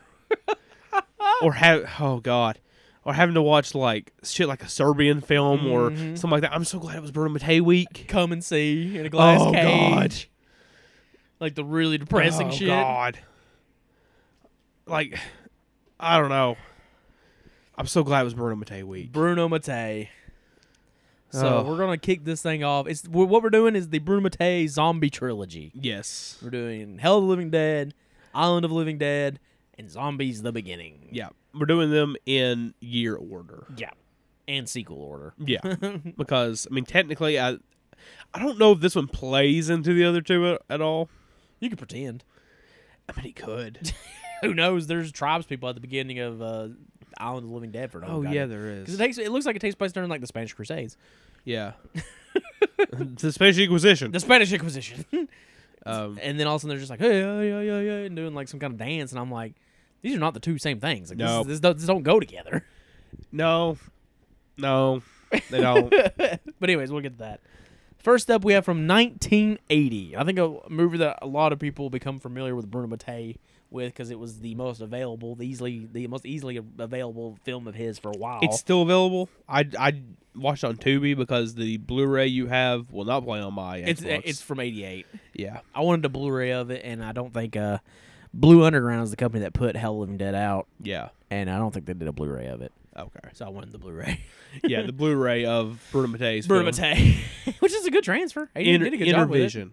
[SPEAKER 4] or have oh god, or having to watch like shit like a Serbian film or something like that. I'm so glad it was Bruno Mattei week.
[SPEAKER 3] come and see in a glass
[SPEAKER 4] oh
[SPEAKER 3] cage.
[SPEAKER 4] god,
[SPEAKER 3] Like the really depressing
[SPEAKER 4] oh
[SPEAKER 3] shit.
[SPEAKER 4] god. Like, I don't know. I'm so glad it was Bruno Mattei week.
[SPEAKER 3] Bruno Mattei. So
[SPEAKER 4] Oh.
[SPEAKER 3] we're gonna kick this thing off. It's wh- what we're doing is the Bruno Mattei zombie trilogy.
[SPEAKER 4] yes.
[SPEAKER 3] We're doing Hell of the Living Dead, Island of the Living Dead, and Zombies: The Beginning.
[SPEAKER 4] Yeah, we're doing them in year order.
[SPEAKER 3] yeah, and sequel order.
[SPEAKER 4] Yeah, because I mean, technically, I I don't know if this one plays into the other two at, at all.
[SPEAKER 3] You could pretend.
[SPEAKER 4] I mean, it could. [LAUGHS]
[SPEAKER 3] [LAUGHS] Who knows? There's tribes people at the beginning of uh, Island of the Living Dead for
[SPEAKER 4] Oh yeah, there
[SPEAKER 3] Because
[SPEAKER 4] is.
[SPEAKER 3] it takes. It looks like it takes place during like the Spanish Crusades,
[SPEAKER 4] [LAUGHS] yeah, the Spanish Inquisition.
[SPEAKER 3] the Spanish Inquisition. [LAUGHS]
[SPEAKER 4] Um,
[SPEAKER 3] and then all of a sudden they're just like, hey, yeah, yeah, yeah, yeah, and doing like some kind of dance, and I'm like, these are not the two same things. Like,
[SPEAKER 4] No.
[SPEAKER 3] this, this, don't- this don't go together. [LAUGHS]
[SPEAKER 4] no, no, they [LAUGHS] don't.
[SPEAKER 3] But anyways, we'll get to that. First up, we have from 1980. I think a movie that a lot of people become familiar with Bruno Mattei with because it was the most available, the easily, the most easily available film of his for a while.
[SPEAKER 4] it's still available. I I watched on Tubi because the Blu-ray you have will not play on my.
[SPEAKER 3] it's
[SPEAKER 4] Xbox.
[SPEAKER 3] it's from 88.
[SPEAKER 4] yeah.
[SPEAKER 3] I wanted a Blu-ray of it, and I don't think uh, Blue Underground is the company that put Hell of the Living Dead out,
[SPEAKER 4] Yeah.
[SPEAKER 3] and I don't think they did a Blu-ray of it.
[SPEAKER 4] Okay.
[SPEAKER 3] So I wanted the
[SPEAKER 4] [LAUGHS]
[SPEAKER 3] Blu-ray.
[SPEAKER 4] Yeah, the Blu-ray of Bruno Mattei's
[SPEAKER 3] Bruno
[SPEAKER 4] film.
[SPEAKER 3] Mattei, [LAUGHS] which is a good transfer. He
[SPEAKER 4] Inter-
[SPEAKER 3] did a good job with it.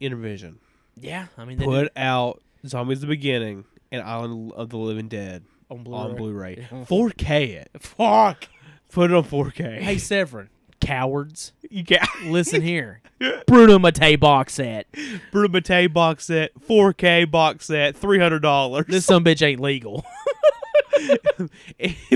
[SPEAKER 4] Intervision. Intervision
[SPEAKER 3] Yeah, I mean, they did
[SPEAKER 4] put out Zombies: The Beginning and Island of the Living Dead
[SPEAKER 3] on Blu-ray.
[SPEAKER 4] on Blu-ray, 4K it.
[SPEAKER 3] Fuck.
[SPEAKER 4] Put it on 4K.
[SPEAKER 3] Hey, Severin, cowards, [LAUGHS]
[SPEAKER 4] you can't.
[SPEAKER 3] listen
[SPEAKER 4] [LAUGHS]
[SPEAKER 3] here. Bruno Mattei box set.
[SPEAKER 4] Bruno Mattei box set, 4K box set, three hundred dollars.
[SPEAKER 3] This some bitch ain't legal.
[SPEAKER 4] [LAUGHS]
[SPEAKER 3] [LAUGHS]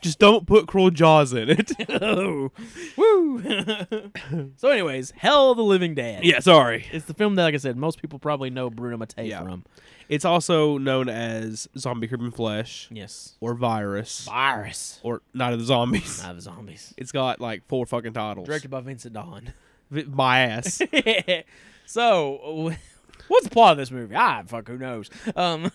[SPEAKER 4] just don't put cruel jaws in [LAUGHS] it.
[SPEAKER 3] oh, woo. [LAUGHS] so, anyways, Hell of the Living Dead.
[SPEAKER 4] sorry.
[SPEAKER 3] It's the film that, like I said, most people probably know Bruno Mattei
[SPEAKER 4] Yeah.
[SPEAKER 3] from.
[SPEAKER 4] It's also known as zombie creeping flesh
[SPEAKER 3] Yes.
[SPEAKER 4] or virus
[SPEAKER 3] Virus.
[SPEAKER 4] or night of the zombies.
[SPEAKER 3] Not of zombies.
[SPEAKER 4] [LAUGHS] It's got like four fucking titles.
[SPEAKER 3] Directed by Vincent Dawn.
[SPEAKER 4] Vi- My [LAUGHS] ass.
[SPEAKER 3] [LAUGHS] Ah, so, what's the plot of this movie? I fuck who knows. Um,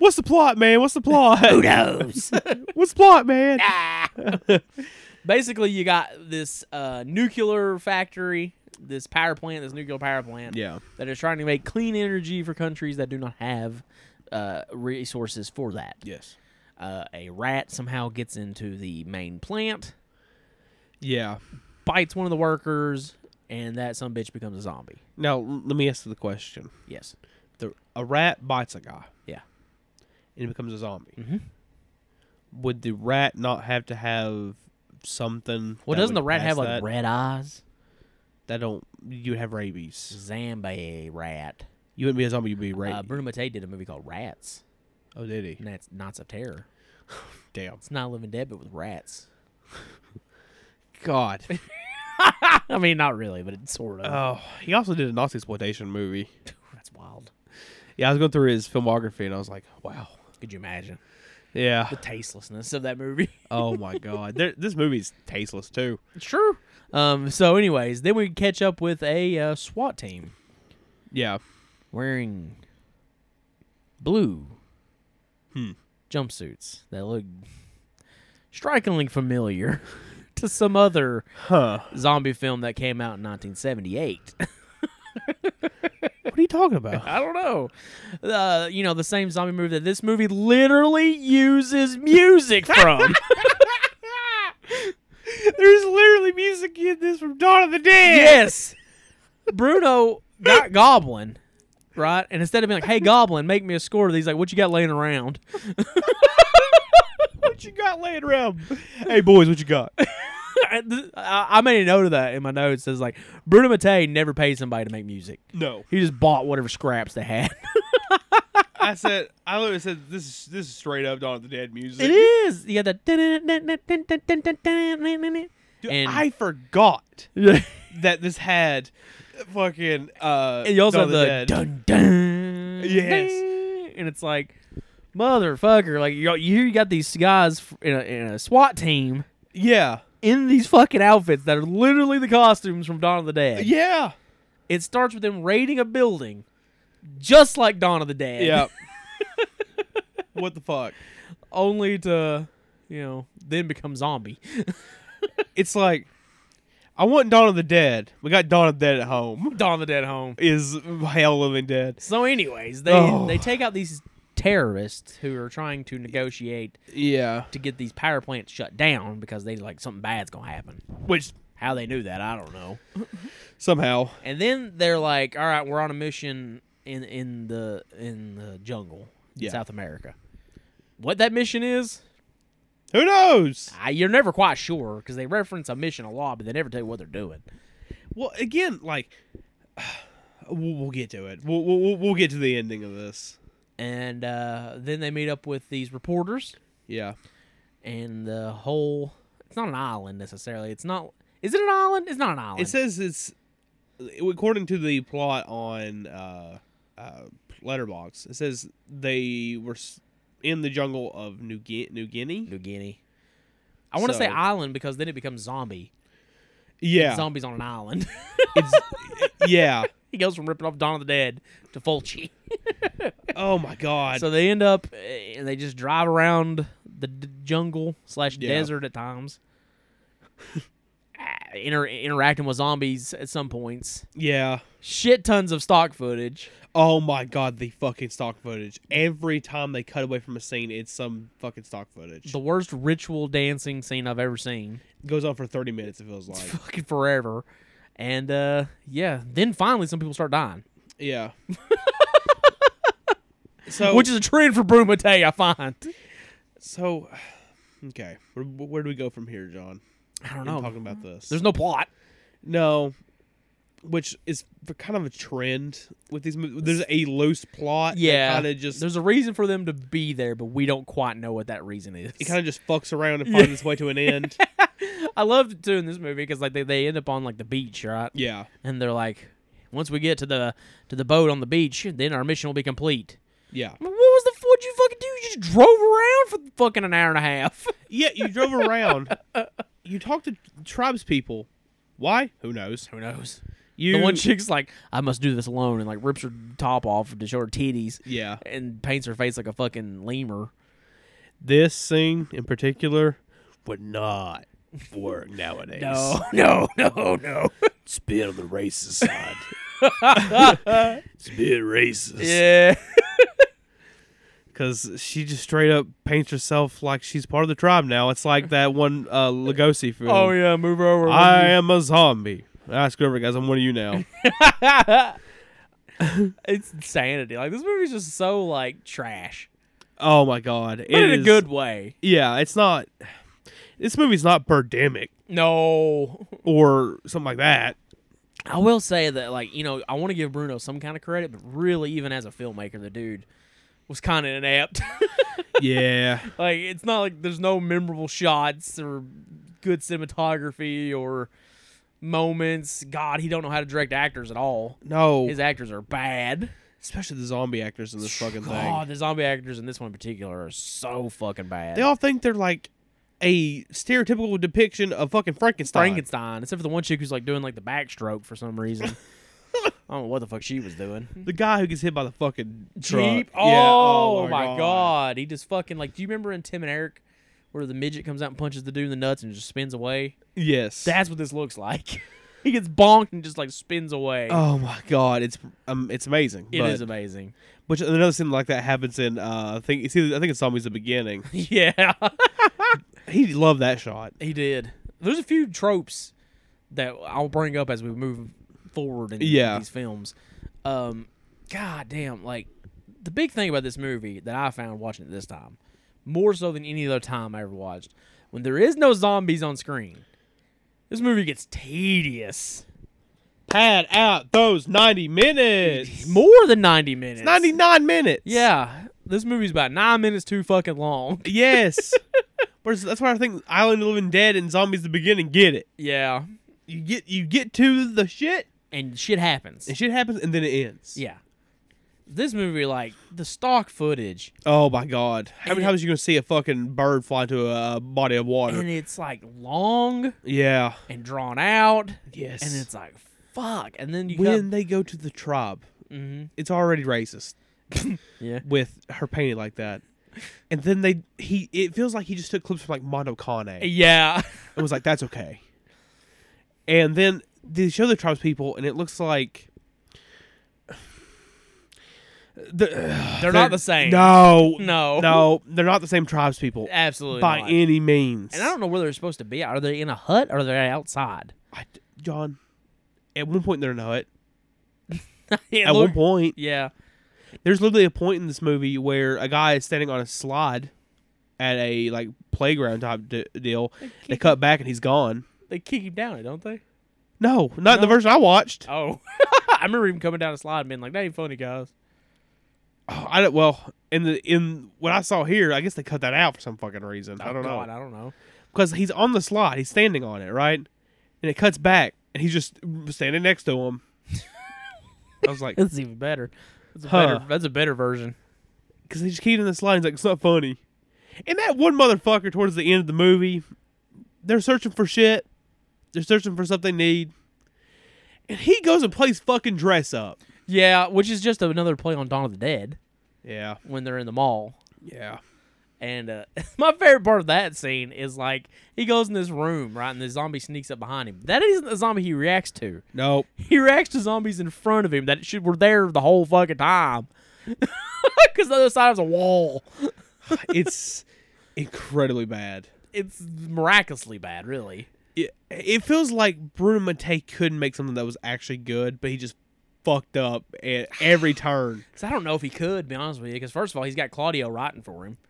[SPEAKER 4] What's the plot, man? What's the plot? Who knows? [LAUGHS] Ah. What's the plot, man?
[SPEAKER 3] [LAUGHS] Basically, you got this uh, nuclear factory, this power plant, this nuclear power plant.
[SPEAKER 4] Yeah.
[SPEAKER 3] That is trying to make clean energy for countries that do not have uh, resources for that.
[SPEAKER 4] Yes.
[SPEAKER 3] Uh, a rat somehow gets into the main plant,
[SPEAKER 4] Yeah.
[SPEAKER 3] bites one of the workers, and that some bitch becomes a zombie.
[SPEAKER 4] Now l- let me ask you the question:
[SPEAKER 3] Yes.
[SPEAKER 4] the, A rat bites a guy,
[SPEAKER 3] Yeah. Mm-hmm.
[SPEAKER 4] and he becomes a zombie. Would the rat not have to have something?
[SPEAKER 3] Well,
[SPEAKER 4] that
[SPEAKER 3] doesn't
[SPEAKER 4] would
[SPEAKER 3] the rat
[SPEAKER 4] pass
[SPEAKER 3] have like
[SPEAKER 4] that?
[SPEAKER 3] red eyes?
[SPEAKER 4] That don't you would have rabies?
[SPEAKER 3] Zombie rat.
[SPEAKER 4] You wouldn't be a zombie. You'd be
[SPEAKER 3] Uh,
[SPEAKER 4] rabies.
[SPEAKER 3] Bruno Mattei did a movie called Rats.
[SPEAKER 4] oh, did he?
[SPEAKER 3] And that's Knots of Terror.
[SPEAKER 4] Damn.
[SPEAKER 3] It's not Living Dead, but with rats. [LAUGHS]
[SPEAKER 4] God.
[SPEAKER 3] I mean, not really, but it's sort of.
[SPEAKER 4] oh, he also did a Nazi exploitation movie.
[SPEAKER 3] that's wild.
[SPEAKER 4] Yeah, I was going through his filmography and I was like, wow.
[SPEAKER 3] Could you imagine
[SPEAKER 4] Yeah.
[SPEAKER 3] the tastelessness of that [LAUGHS] movie?
[SPEAKER 4] oh my god. There, this movie's tasteless too.
[SPEAKER 3] Sure. Um. So, anyways, then we catch up with a uh, SWAT team
[SPEAKER 4] Yeah.
[SPEAKER 3] wearing blue Hmm. jumpsuits that look strikingly familiar [LAUGHS] to some other
[SPEAKER 4] Huh.
[SPEAKER 3] zombie film that came out in 1978.
[SPEAKER 4] What are you talking [LAUGHS] about?
[SPEAKER 3] I don't know. Uh, you know, the same zombie movie that this movie literally uses music from.
[SPEAKER 4] [LAUGHS] There's literally music in this from Dawn of the Dead.
[SPEAKER 3] yes. Bruno got Goblin, right? And instead of being like, hey, Goblin, make me a score, he's like, what you got laying around?
[SPEAKER 4] [LAUGHS] What you got laying around? hey boys, what you got?
[SPEAKER 3] [LAUGHS] I, I made a note of that in my notes. Says like, Bruno Mattei never paid somebody to make music.
[SPEAKER 4] no.
[SPEAKER 3] He just bought whatever scraps they had.
[SPEAKER 4] I said I literally said this is this is straight up Dawn of the Dead
[SPEAKER 3] it
[SPEAKER 4] music.
[SPEAKER 3] is. You got that.
[SPEAKER 4] Dude,
[SPEAKER 3] And-
[SPEAKER 4] I forgot
[SPEAKER 3] [LAUGHS] Yeah.
[SPEAKER 4] that this had fucking uh
[SPEAKER 3] And you also
[SPEAKER 4] Dawn
[SPEAKER 3] have
[SPEAKER 4] of
[SPEAKER 3] the
[SPEAKER 4] Dead.
[SPEAKER 3] dun dun.
[SPEAKER 4] Yes.
[SPEAKER 3] ding, And it's like, motherfucker, like you you you got these guys f- in a, in a SWAT team
[SPEAKER 4] Yeah.
[SPEAKER 3] in these fucking outfits that are literally the costumes from Dawn of the Dead.
[SPEAKER 4] Yeah.
[SPEAKER 3] It starts with them raiding a building, just like Dawn of the Dead. [LAUGHS]
[SPEAKER 4] Yeah. what the fuck?
[SPEAKER 3] Only to, you know, then become zombie. [LAUGHS]
[SPEAKER 4] It's like I want Dawn of the Dead. We got Dawn of the Dead at home.
[SPEAKER 3] Dawn of the Dead home.
[SPEAKER 4] Is Hell of Living Dead.
[SPEAKER 3] So, anyways, they
[SPEAKER 4] Oh.
[SPEAKER 3] they take out these terrorists who are trying to negotiate
[SPEAKER 4] Yeah.
[SPEAKER 3] to get these power plants shut down because they like something bad's gonna happen.
[SPEAKER 4] Which
[SPEAKER 3] How they knew that, I don't know.
[SPEAKER 4] somehow.
[SPEAKER 3] And then they're like, "All right, we're on a mission in in the in the jungle, in
[SPEAKER 4] Yeah.
[SPEAKER 3] South America." What that mission is,
[SPEAKER 4] Who knows?
[SPEAKER 3] I, you're never quite sure because they reference a mission a lot, but they never tell you what they're doing.
[SPEAKER 4] Well, again, like [SIGHS] we'll, we'll get to it. We'll, we'll we'll- we'll get to the ending of this.
[SPEAKER 3] And uh, then they meet up with these reporters,
[SPEAKER 4] Yeah.
[SPEAKER 3] and the whole it's not an island necessarily. It's not. Is it an island? It's not an island.
[SPEAKER 4] It says it's according to the plot on uh, uh, Letterbox. It says they were s- in the jungle of New, Gu- New Guinea.
[SPEAKER 3] New Guinea. I want to say
[SPEAKER 4] So-
[SPEAKER 3] island because then it becomes zombie.
[SPEAKER 4] Yeah. [LAUGHS]
[SPEAKER 3] Zombies on an island. [LAUGHS]
[SPEAKER 4] yeah.
[SPEAKER 3] he goes from ripping off Dawn of the Dead to Fulci.
[SPEAKER 4] Oh my god.
[SPEAKER 3] So they end up uh, and they just drive around the d- jungle slash
[SPEAKER 4] Yeah.
[SPEAKER 3] desert at times, [LAUGHS] Ah, inter- interacting with zombies at some points.
[SPEAKER 4] yeah.
[SPEAKER 3] Shit tons of stock footage.
[SPEAKER 4] Oh my god, the fucking stock footage. Every time they cut away from a scene, it's some fucking stock footage.
[SPEAKER 3] The worst ritual dancing scene I've ever seen,
[SPEAKER 4] It goes on for 30 minutes, it
[SPEAKER 3] [LAUGHS]
[SPEAKER 4] feels like.
[SPEAKER 3] fucking forever. And uh, yeah, then finally some people start dying, [LAUGHS]
[SPEAKER 4] yeah. so
[SPEAKER 3] which is a trend for Bruno Mattei, I find.
[SPEAKER 4] so [SIGHS] okay. Where, where do we go from here, John?
[SPEAKER 3] I don't
[SPEAKER 4] I'm
[SPEAKER 3] know.
[SPEAKER 4] talking about this.
[SPEAKER 3] There's no plot.
[SPEAKER 4] no which is for kind of a trend with these movies. There's a loose plot.
[SPEAKER 3] Yeah,
[SPEAKER 4] Kind of just
[SPEAKER 3] there's a reason for them to be there, but we don't quite know what that reason is.
[SPEAKER 4] it kind of just fucks around and finds its way to an end.
[SPEAKER 3] I loved doing this movie because like they, they end up on like the beach, right?
[SPEAKER 4] yeah.
[SPEAKER 3] And they're like, once we get to the to the boat on the beach, then our mission will be complete.
[SPEAKER 4] Yeah.
[SPEAKER 3] I mean, What was the what you fucking do? You just drove around for fucking an hour and a half.
[SPEAKER 4] Yeah, you drove around. you talked to tribes people. Why? Who knows?
[SPEAKER 3] [LAUGHS] Who knows?
[SPEAKER 4] You
[SPEAKER 3] the one chick's like, I must do this alone, and like rips her top off to show her titties.
[SPEAKER 4] Yeah.
[SPEAKER 3] and paints her face like a fucking lemur.
[SPEAKER 4] this scene in particular would not work
[SPEAKER 3] [LAUGHS]
[SPEAKER 4] nowadays.
[SPEAKER 3] no, no, no.
[SPEAKER 4] It's been on the racist [LAUGHS] side. it's been racist.
[SPEAKER 3] [LAUGHS] Yeah,
[SPEAKER 4] Cause she just straight up paints herself like she's part of the tribe now. It's like that one uh, Lugosi film.
[SPEAKER 3] Oh yeah, move over.
[SPEAKER 4] I am a zombie. That's good, guys. I'm one of you now.
[SPEAKER 3] it's insanity. Like this movie's just so like trash,
[SPEAKER 4] oh my god,
[SPEAKER 3] but in
[SPEAKER 4] is-
[SPEAKER 3] a good way.
[SPEAKER 4] Yeah, it's not. This movie's not Birdemic
[SPEAKER 3] No,
[SPEAKER 4] or something like that.
[SPEAKER 3] I will say that like you know I want to give Bruno some kind of credit, but really even as a filmmaker, the dude was kind of inept. [LAUGHS]
[SPEAKER 4] Yeah, [LAUGHS]
[SPEAKER 3] like it's not like there's no memorable shots or good cinematography or moments. God, he don't know how to direct actors at all.
[SPEAKER 4] no,
[SPEAKER 3] His actors are bad.
[SPEAKER 4] especially the zombie actors in this fucking
[SPEAKER 3] God,
[SPEAKER 4] thing.
[SPEAKER 3] the zombie actors in this one in particular are so fucking bad.
[SPEAKER 4] They all think they're like a stereotypical depiction of fucking Frankenstein.
[SPEAKER 3] Frankenstein, except for the one chick who's like doing like the backstroke for some reason.
[SPEAKER 4] [LAUGHS]
[SPEAKER 3] I don't know what the fuck she was doing.
[SPEAKER 4] The guy who gets hit by the fucking
[SPEAKER 3] Jeep.
[SPEAKER 4] Truck.
[SPEAKER 3] Oh,
[SPEAKER 4] Yeah,
[SPEAKER 3] my god. He just fucking like. Do you remember in Tim and Eric where the midget comes out and punches the dude in the nuts and just spins away?
[SPEAKER 4] Yes.
[SPEAKER 3] That's what this looks like. [LAUGHS] he gets bonked and just like spins away.
[SPEAKER 4] Oh my god, it's um, it's amazing.
[SPEAKER 3] It is
[SPEAKER 4] but,
[SPEAKER 3] amazing. [LAUGHS]
[SPEAKER 4] Which another scene like that happens in uh, I think it's either, I think it's zombies the beginning.
[SPEAKER 3] yeah,
[SPEAKER 4] he loved that shot.
[SPEAKER 3] he did. There's a few tropes that I'll bring up as we move forward in
[SPEAKER 4] Yeah.
[SPEAKER 3] these films. Um, god damn, like the big thing about this movie that I found watching it this time, more so than any other time I ever watched, when there is no zombies on screen, this movie gets tedious.
[SPEAKER 4] Pad out those ninety minutes.
[SPEAKER 3] [LAUGHS] More than ninety minutes.
[SPEAKER 4] Ninety nine minutes.
[SPEAKER 3] Yeah, this movie's about nine minutes too fucking long. [LAUGHS]
[SPEAKER 4] Yes. but it's- that's why I think Island of the Living Dead and Zombies the Beginning get it.
[SPEAKER 3] Yeah,
[SPEAKER 4] You get you get to the shit
[SPEAKER 3] and shit happens.
[SPEAKER 4] and shit happens and then it ends.
[SPEAKER 3] Yeah. This movie, like the stock footage,
[SPEAKER 4] Oh my god. How many
[SPEAKER 3] And-
[SPEAKER 4] times are you gonna see a fucking bird fly into a body of water?
[SPEAKER 3] and it's like long
[SPEAKER 4] yeah.
[SPEAKER 3] and drawn out.
[SPEAKER 4] Yes.
[SPEAKER 3] And it's like fuck. And then you
[SPEAKER 4] when
[SPEAKER 3] got,
[SPEAKER 4] they go to the tribe,
[SPEAKER 3] Mhm.
[SPEAKER 4] it's already racist.
[SPEAKER 3] [LAUGHS] Yeah.
[SPEAKER 4] With her painted like that. And then they he it feels like he just took clips from like Monocane and
[SPEAKER 3] yeah, [LAUGHS]
[SPEAKER 4] was like, That's okay. And then they show the tribes people and it looks like the,
[SPEAKER 3] they're not the same.
[SPEAKER 4] No.
[SPEAKER 3] No.
[SPEAKER 4] No, they're not the same tribes people
[SPEAKER 3] absolutely
[SPEAKER 4] by
[SPEAKER 3] not.
[SPEAKER 4] any means.
[SPEAKER 3] and I don't know where they're supposed to be. Are they in a hut or are they outside? [LAUGHS]
[SPEAKER 4] I, John, at one point they're in a hut.
[SPEAKER 3] It
[SPEAKER 4] At
[SPEAKER 3] look-
[SPEAKER 4] one point,
[SPEAKER 3] yeah,
[SPEAKER 4] There's literally a point in this movie where a guy is standing on a slide at a like playground type d- deal. They cut back and he's gone.
[SPEAKER 3] they kick him down, it don't they?
[SPEAKER 4] No, not in the
[SPEAKER 3] No.
[SPEAKER 4] version I watched.
[SPEAKER 3] Oh, [LAUGHS] I remember him coming down a slide and being like, "That ain't funny, guys."
[SPEAKER 4] Oh, I don't, well, in the in what I saw here, I guess they cut that out for some fucking reason. I don't
[SPEAKER 3] God,
[SPEAKER 4] know
[SPEAKER 3] I don't know.
[SPEAKER 4] because he's on the slide, he's standing on it, right? And it cuts back and he's just standing next to him. I was like,
[SPEAKER 3] That's even better. That's a
[SPEAKER 4] Huh.
[SPEAKER 3] better. That's a better version.
[SPEAKER 4] because they just keep it in this line. He's like, it's not funny. And that one motherfucker towards the end of the movie, they're searching for shit. They're searching for something they need. And he goes and plays fucking dress up.
[SPEAKER 3] Yeah, which is just another play on Dawn of the Dead
[SPEAKER 4] Yeah.
[SPEAKER 3] when they're in the mall.
[SPEAKER 4] Yeah.
[SPEAKER 3] And uh, [LAUGHS] my favorite part of that scene is like he goes in this room, right, and the zombie sneaks up behind him. That isn't the zombie he reacts to. [LAUGHS]
[SPEAKER 4] Nope.
[SPEAKER 3] He reacts to zombies in front of him that should were there the whole fucking time. [LAUGHS] Because the other side is a wall.
[SPEAKER 4] [LAUGHS] it's incredibly bad.
[SPEAKER 3] It's miraculously bad, really.
[SPEAKER 4] It, it feels like Bruno Mattei couldn't make something that was actually good, but he just fucked up at every turn.
[SPEAKER 3] Because I don't know if he could, to be honest with you. Because first of all, he's got Claudio writing for him.
[SPEAKER 4] [SIGHS]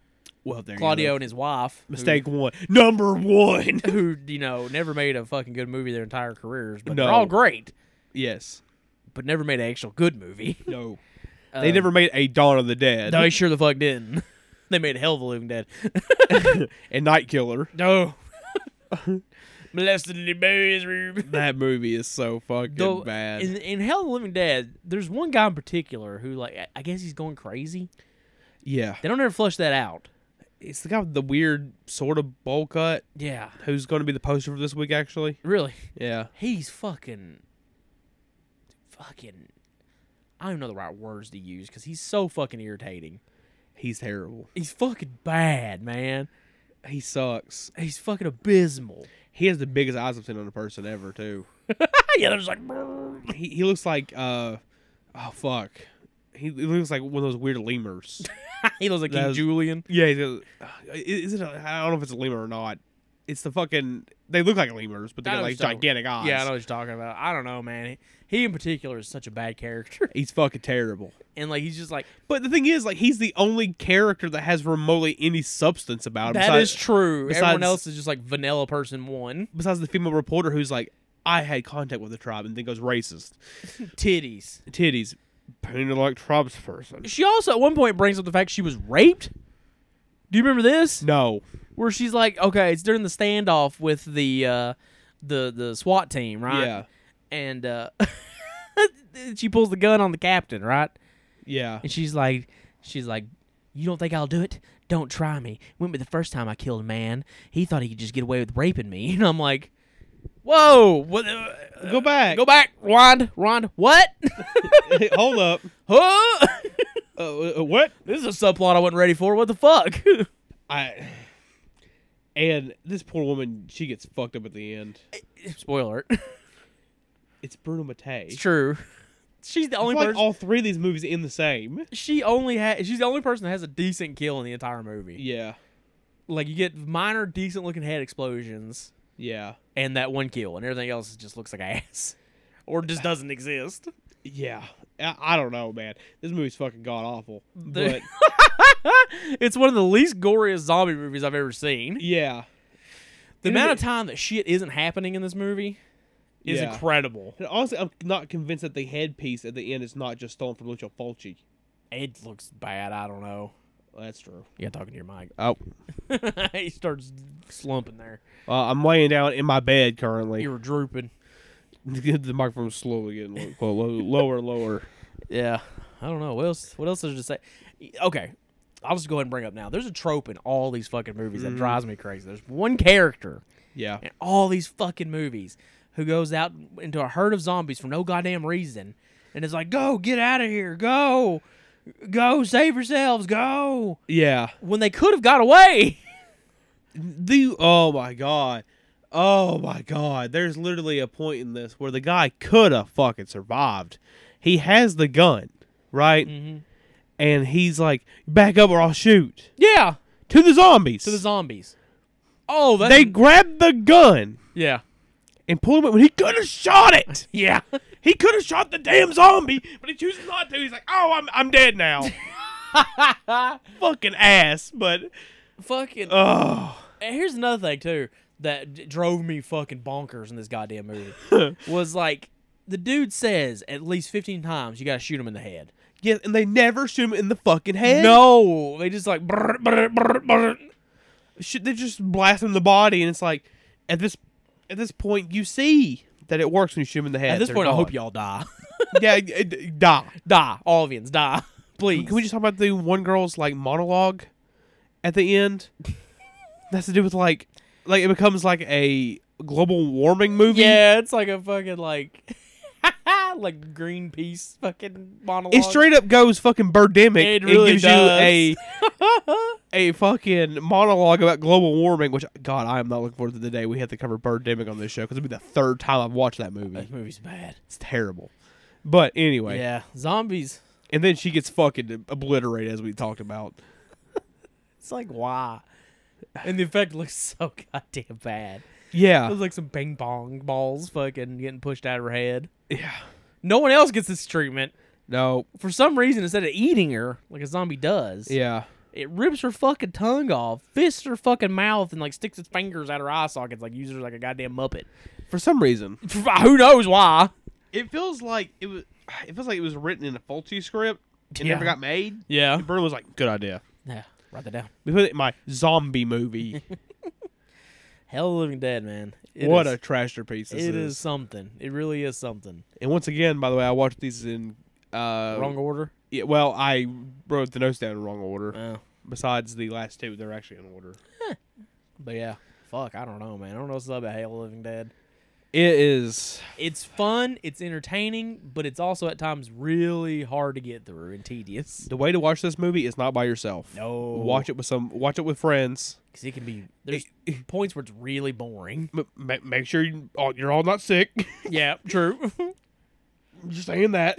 [SPEAKER 4] Well, there
[SPEAKER 3] Claudio
[SPEAKER 4] you
[SPEAKER 3] and his wife. who-
[SPEAKER 4] go. Mistake one. Number one.
[SPEAKER 3] [LAUGHS] Who, you know, never made a fucking good movie their entire careers. But
[SPEAKER 4] No.
[SPEAKER 3] they're all great,
[SPEAKER 4] [LAUGHS] yes.
[SPEAKER 3] but never made an actual good movie.
[SPEAKER 4] No. They
[SPEAKER 3] Um,
[SPEAKER 4] never made a Dawn of the Dead.
[SPEAKER 3] No, he sure the fuck didn't. [LAUGHS] they made Hell of a Living [LAUGHS] Dead.
[SPEAKER 4] and Night Killer.
[SPEAKER 3] No. [LAUGHS] Molested in the bathroom.
[SPEAKER 4] That movie is so fucking
[SPEAKER 3] [LAUGHS] Though,
[SPEAKER 4] bad.
[SPEAKER 3] In, in Hell of the Living Dead, there's one guy in particular who, like, I- I guess he's going crazy.
[SPEAKER 4] yeah,
[SPEAKER 3] They don't ever flush that out.
[SPEAKER 4] it's the guy with the weird sort of bowl cut
[SPEAKER 3] Yeah.
[SPEAKER 4] who's going to be the poster for this week. Actually,
[SPEAKER 3] Really.
[SPEAKER 4] yeah,
[SPEAKER 3] He's fucking fucking. I don't even know the right words to use because he's so fucking irritating.
[SPEAKER 4] He's terrible.
[SPEAKER 3] He's fucking bad, man.
[SPEAKER 4] He sucks.
[SPEAKER 3] He's fucking abysmal.
[SPEAKER 4] He has the biggest eyes I've seen on a person ever, too.
[SPEAKER 3] yeah, they're just like. "Brrr."
[SPEAKER 4] He, he looks like uh, oh fuck. He, he looks like one of those weird lemurs. [LAUGHS]
[SPEAKER 3] he looks like King
[SPEAKER 4] That's-
[SPEAKER 3] Julian.
[SPEAKER 4] yeah, he's a, uh, is it? A, I don't know if it's a lemur or not. It's the fucking. They look like lemurs, but they
[SPEAKER 3] I know
[SPEAKER 4] got like
[SPEAKER 3] what you're talking-
[SPEAKER 4] gigantic eyes.
[SPEAKER 3] Yeah, I know what you're talking about. I don't know, man. He in particular is such a bad character, [LAUGHS]
[SPEAKER 4] He's fucking terrible.
[SPEAKER 3] and like he's just like
[SPEAKER 4] But the thing is, like, he's the only character that has remotely any substance about him.
[SPEAKER 3] that is
[SPEAKER 4] besides,
[SPEAKER 3] true. Everyone
[SPEAKER 4] besides-
[SPEAKER 3] else is just like vanilla person
[SPEAKER 4] [LAUGHS]
[SPEAKER 3] one
[SPEAKER 4] besides the female reporter who's like, I had contact with the tribe and then goes racist.
[SPEAKER 3] titties.
[SPEAKER 4] Titties, painted like tribe's person.
[SPEAKER 3] She also at one point brings up the fact she was raped. Do you remember this?
[SPEAKER 4] No,
[SPEAKER 3] Where she's like, okay, it's during the standoff with the uh, the the SWAT team, right?
[SPEAKER 4] Yeah.
[SPEAKER 3] And uh, [LAUGHS] she pulls the gun on the captain, right?
[SPEAKER 4] yeah,
[SPEAKER 3] And she's like, she's like, you don't think I'll do it? Don't try me. Went me the first time I killed a man. He thought he could just get away with raping me, [LAUGHS] and I'm like, whoa, what? uh,
[SPEAKER 4] go back.
[SPEAKER 3] go back, Ron, Ron, what?
[SPEAKER 4] [LAUGHS]
[SPEAKER 3] [LAUGHS]
[SPEAKER 4] Hold up.
[SPEAKER 3] huh?
[SPEAKER 4] Uh, uh, what?
[SPEAKER 3] this is a subplot I wasn't ready for. What the fuck? [LAUGHS]
[SPEAKER 4] I. And this poor woman, she gets fucked up at the end.
[SPEAKER 3] Spoiler. alert.
[SPEAKER 4] It's Bruno Mattei.
[SPEAKER 3] It's true. She's the
[SPEAKER 4] I
[SPEAKER 3] only
[SPEAKER 4] feel like
[SPEAKER 3] person.
[SPEAKER 4] all three of these movies end the same.
[SPEAKER 3] she only ha- She's the only person that has a decent kill in the entire movie.
[SPEAKER 4] Yeah,
[SPEAKER 3] Like you get minor, decent looking head explosions,
[SPEAKER 4] yeah,
[SPEAKER 3] and that one kill, and everything else just looks like ass, [LAUGHS] or just doesn't exist.
[SPEAKER 4] yeah. I, I don't know, man. This movie's fucking god awful. But
[SPEAKER 3] The- it's one of the least goriest zombie movies I've ever seen.
[SPEAKER 4] yeah,
[SPEAKER 3] The amount of time that shit isn't happening in this movie is
[SPEAKER 4] Yeah.
[SPEAKER 3] incredible.
[SPEAKER 4] And honestly, I'm not convinced that the headpiece at the end is not just stolen from Lucio Fulci.
[SPEAKER 3] It looks bad. I don't know.
[SPEAKER 4] Well, that's true.
[SPEAKER 3] Yeah, talking to your mic. [LAUGHS]
[SPEAKER 4] Oh,
[SPEAKER 3] he starts slumping there.
[SPEAKER 4] uh, I'm laying down in my bed currently.
[SPEAKER 3] You were drooping.
[SPEAKER 4] [LAUGHS] the microphone's slowly getting low,
[SPEAKER 3] [LAUGHS]
[SPEAKER 4] well, low, lower, lower.
[SPEAKER 3] Yeah, I don't know what else. What else is there to say? Okay, I'll just go ahead and bring up now. There's a trope in all these fucking movies that drives me crazy. There's one character
[SPEAKER 4] Yeah,
[SPEAKER 3] in all these fucking movies who goes out into a herd of zombies for no goddamn reason and is like, "Go, get out of here, go, go, save yourselves, go."
[SPEAKER 4] yeah.
[SPEAKER 3] When they could have got away. [LAUGHS]
[SPEAKER 4] The oh my god, oh my god. There's literally a point in this where the guy could have fucking survived. He has the gun, right?
[SPEAKER 3] Mm-hmm.
[SPEAKER 4] And he's like, "Back up, or I'll shoot."
[SPEAKER 3] Yeah,
[SPEAKER 4] To the zombies.
[SPEAKER 3] to the zombies. Oh, that's
[SPEAKER 4] They grabbed the gun
[SPEAKER 3] yeah,
[SPEAKER 4] and pulled him when he could have shot it.
[SPEAKER 3] [LAUGHS] yeah.
[SPEAKER 4] He could have shot the damn zombie, but he chooses not to. He's like, "Oh, I'm I'm
[SPEAKER 3] [LAUGHS]
[SPEAKER 4] dead now." Fucking ass, but
[SPEAKER 3] fucking.
[SPEAKER 4] oh,
[SPEAKER 3] And here's another thing too that d- drove me fucking bonkers in this goddamn
[SPEAKER 4] [LAUGHS]
[SPEAKER 3] movie was like the dude says at least 15 times you gotta shoot him in the head.
[SPEAKER 4] yeah. And they never shoot him in the fucking head.
[SPEAKER 3] No, they just like brr, brr, brr, brr.
[SPEAKER 4] Shoot- they just blast him in the body, and it's like, at this at this point, you see that it works when you shoot him in the head.
[SPEAKER 3] at this
[SPEAKER 4] They're
[SPEAKER 3] point I hope
[SPEAKER 4] gone.
[SPEAKER 3] y'all die,
[SPEAKER 4] [LAUGHS]
[SPEAKER 3] [LAUGHS]
[SPEAKER 4] yeah, y- d- die.
[SPEAKER 3] die, Alvians, die, please.
[SPEAKER 4] Can we just talk about the one girl's like monologue at
[SPEAKER 3] [LAUGHS]
[SPEAKER 4] the end? That's to do with like, like it becomes like a global warming
[SPEAKER 3] [LAUGHS]
[SPEAKER 4] movie.
[SPEAKER 3] yeah, it's like a fucking like [LAUGHS] like Greenpeace fucking monologue.
[SPEAKER 4] It straight up goes fucking birdemic.
[SPEAKER 3] It really
[SPEAKER 4] gives
[SPEAKER 3] does.
[SPEAKER 4] you
[SPEAKER 3] [LAUGHS]
[SPEAKER 4] a a fucking monologue about global warming, which God, I am not looking forward to the day we have to cover birdemic on this show because it'll be the third time I've watched that movie.
[SPEAKER 3] This movie's bad.
[SPEAKER 4] It's terrible. But anyway,
[SPEAKER 3] Uh-huh. Yeah, zombies.
[SPEAKER 4] and then she gets fucking obliterated as we talked about.
[SPEAKER 3] It's like why, and the effect looks [LAUGHS] so goddamn bad. It
[SPEAKER 4] Yeah,
[SPEAKER 3] was like some ping pong balls fucking getting pushed out of her head.
[SPEAKER 4] yeah.
[SPEAKER 3] No one else gets this treatment.
[SPEAKER 4] No,
[SPEAKER 3] For some reason, instead of eating her like a zombie does,
[SPEAKER 4] yeah.
[SPEAKER 3] it rips her fucking tongue off, fists her fucking mouth, and like sticks its fingers out her eye sockets, like uses her like a goddamn muppet. [LAUGHS]
[SPEAKER 4] For some reason,
[SPEAKER 3] Who knows why?
[SPEAKER 4] it feels like it was. [SIGHS] It feels like it was written in a faulty script and
[SPEAKER 3] Yeah.
[SPEAKER 4] never got made.
[SPEAKER 3] Yeah.
[SPEAKER 4] Bruno was like, "Good idea."
[SPEAKER 3] Yeah. Write that down.
[SPEAKER 4] We put it in my zombie movie.
[SPEAKER 3] Hell of the Living Dead, man. [LAUGHS] It
[SPEAKER 4] what
[SPEAKER 3] is-
[SPEAKER 4] a trasher piece this
[SPEAKER 3] It
[SPEAKER 4] is.
[SPEAKER 3] is something. It really is something.
[SPEAKER 4] And once again, by the way, I watched these in uh
[SPEAKER 3] Wrong order.
[SPEAKER 4] yeah, well, I wrote the notes down in wrong order.
[SPEAKER 3] Oh.
[SPEAKER 4] Besides the last two, they're actually in order.
[SPEAKER 3] But yeah. Fuck, I don't know, man. I don't know what's up about Hell of the Living Dead.
[SPEAKER 4] It is.
[SPEAKER 3] It's fun, it's entertaining, but it's also at times really hard to get through and tedious.
[SPEAKER 4] The way to watch this movie is not by yourself.
[SPEAKER 3] No.
[SPEAKER 4] Watch it with some. Watch it with friends.
[SPEAKER 3] Because it can be there's
[SPEAKER 4] [LAUGHS]
[SPEAKER 3] points where it's really boring.
[SPEAKER 4] M- ma- make sure you, all, you're all not sick.
[SPEAKER 3] [LAUGHS]
[SPEAKER 4] [LAUGHS]
[SPEAKER 3] Yeah, true.
[SPEAKER 4] Just
[SPEAKER 3] [LAUGHS]
[SPEAKER 4] saying that.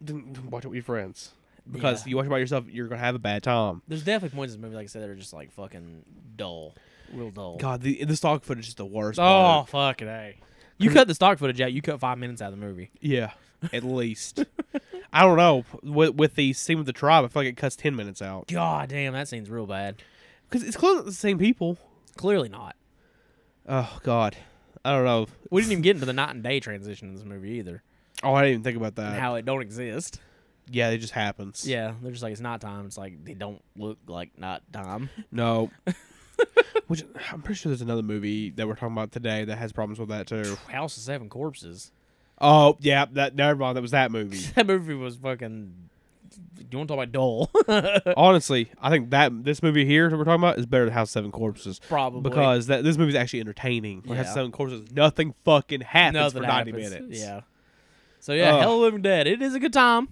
[SPEAKER 4] Then watch it with your friends because
[SPEAKER 3] Yeah.
[SPEAKER 4] you watch it by yourself, you're gonna have a bad time.
[SPEAKER 3] [LAUGHS] there's definitely points in this movie, like I said, that are just like fucking dull, real dull.
[SPEAKER 4] God, the the stock footage is the worst.
[SPEAKER 3] Oh
[SPEAKER 4] part.
[SPEAKER 3] fucking a! You cut the stock footage out. You cut five minutes out of the movie.
[SPEAKER 4] yeah, at
[SPEAKER 3] [LAUGHS]
[SPEAKER 4] least. I don't know with with the scene with the tribe. I feel like it cuts ten minutes out
[SPEAKER 3] God damn, that seems real bad.
[SPEAKER 4] because it's close to the same people.
[SPEAKER 3] Clearly not.
[SPEAKER 4] Oh God, I don't know.
[SPEAKER 3] We didn't even get into the night and day transition in this movie either,
[SPEAKER 4] Oh, I didn't even think about that.
[SPEAKER 3] and how it don't exist.
[SPEAKER 4] yeah, it just happens.
[SPEAKER 3] Yeah, they're just like it's not time. It's like they don't look like not time.
[SPEAKER 4] No. Which I'm pretty sure there's another movie that we're talking about today that has problems with that too.
[SPEAKER 3] [LAUGHS] House of Seven Corpses.
[SPEAKER 4] Oh yeah, that never mind. That was that movie.
[SPEAKER 3] That movie was fucking. You want to talk about [LAUGHS] dull?
[SPEAKER 4] Honestly, I think that this movie here that we're talking about is better than House of Seven Corpses.
[SPEAKER 3] Probably.
[SPEAKER 4] because that this movie's actually entertaining. Like House
[SPEAKER 3] Yeah.
[SPEAKER 4] of Seven Corpses, nothing fucking happens
[SPEAKER 3] nothing
[SPEAKER 4] for ninety
[SPEAKER 3] happens.
[SPEAKER 4] minutes.
[SPEAKER 3] Yeah. So yeah,
[SPEAKER 4] Ugh.
[SPEAKER 3] Hell of the Living Dead. It is a good time.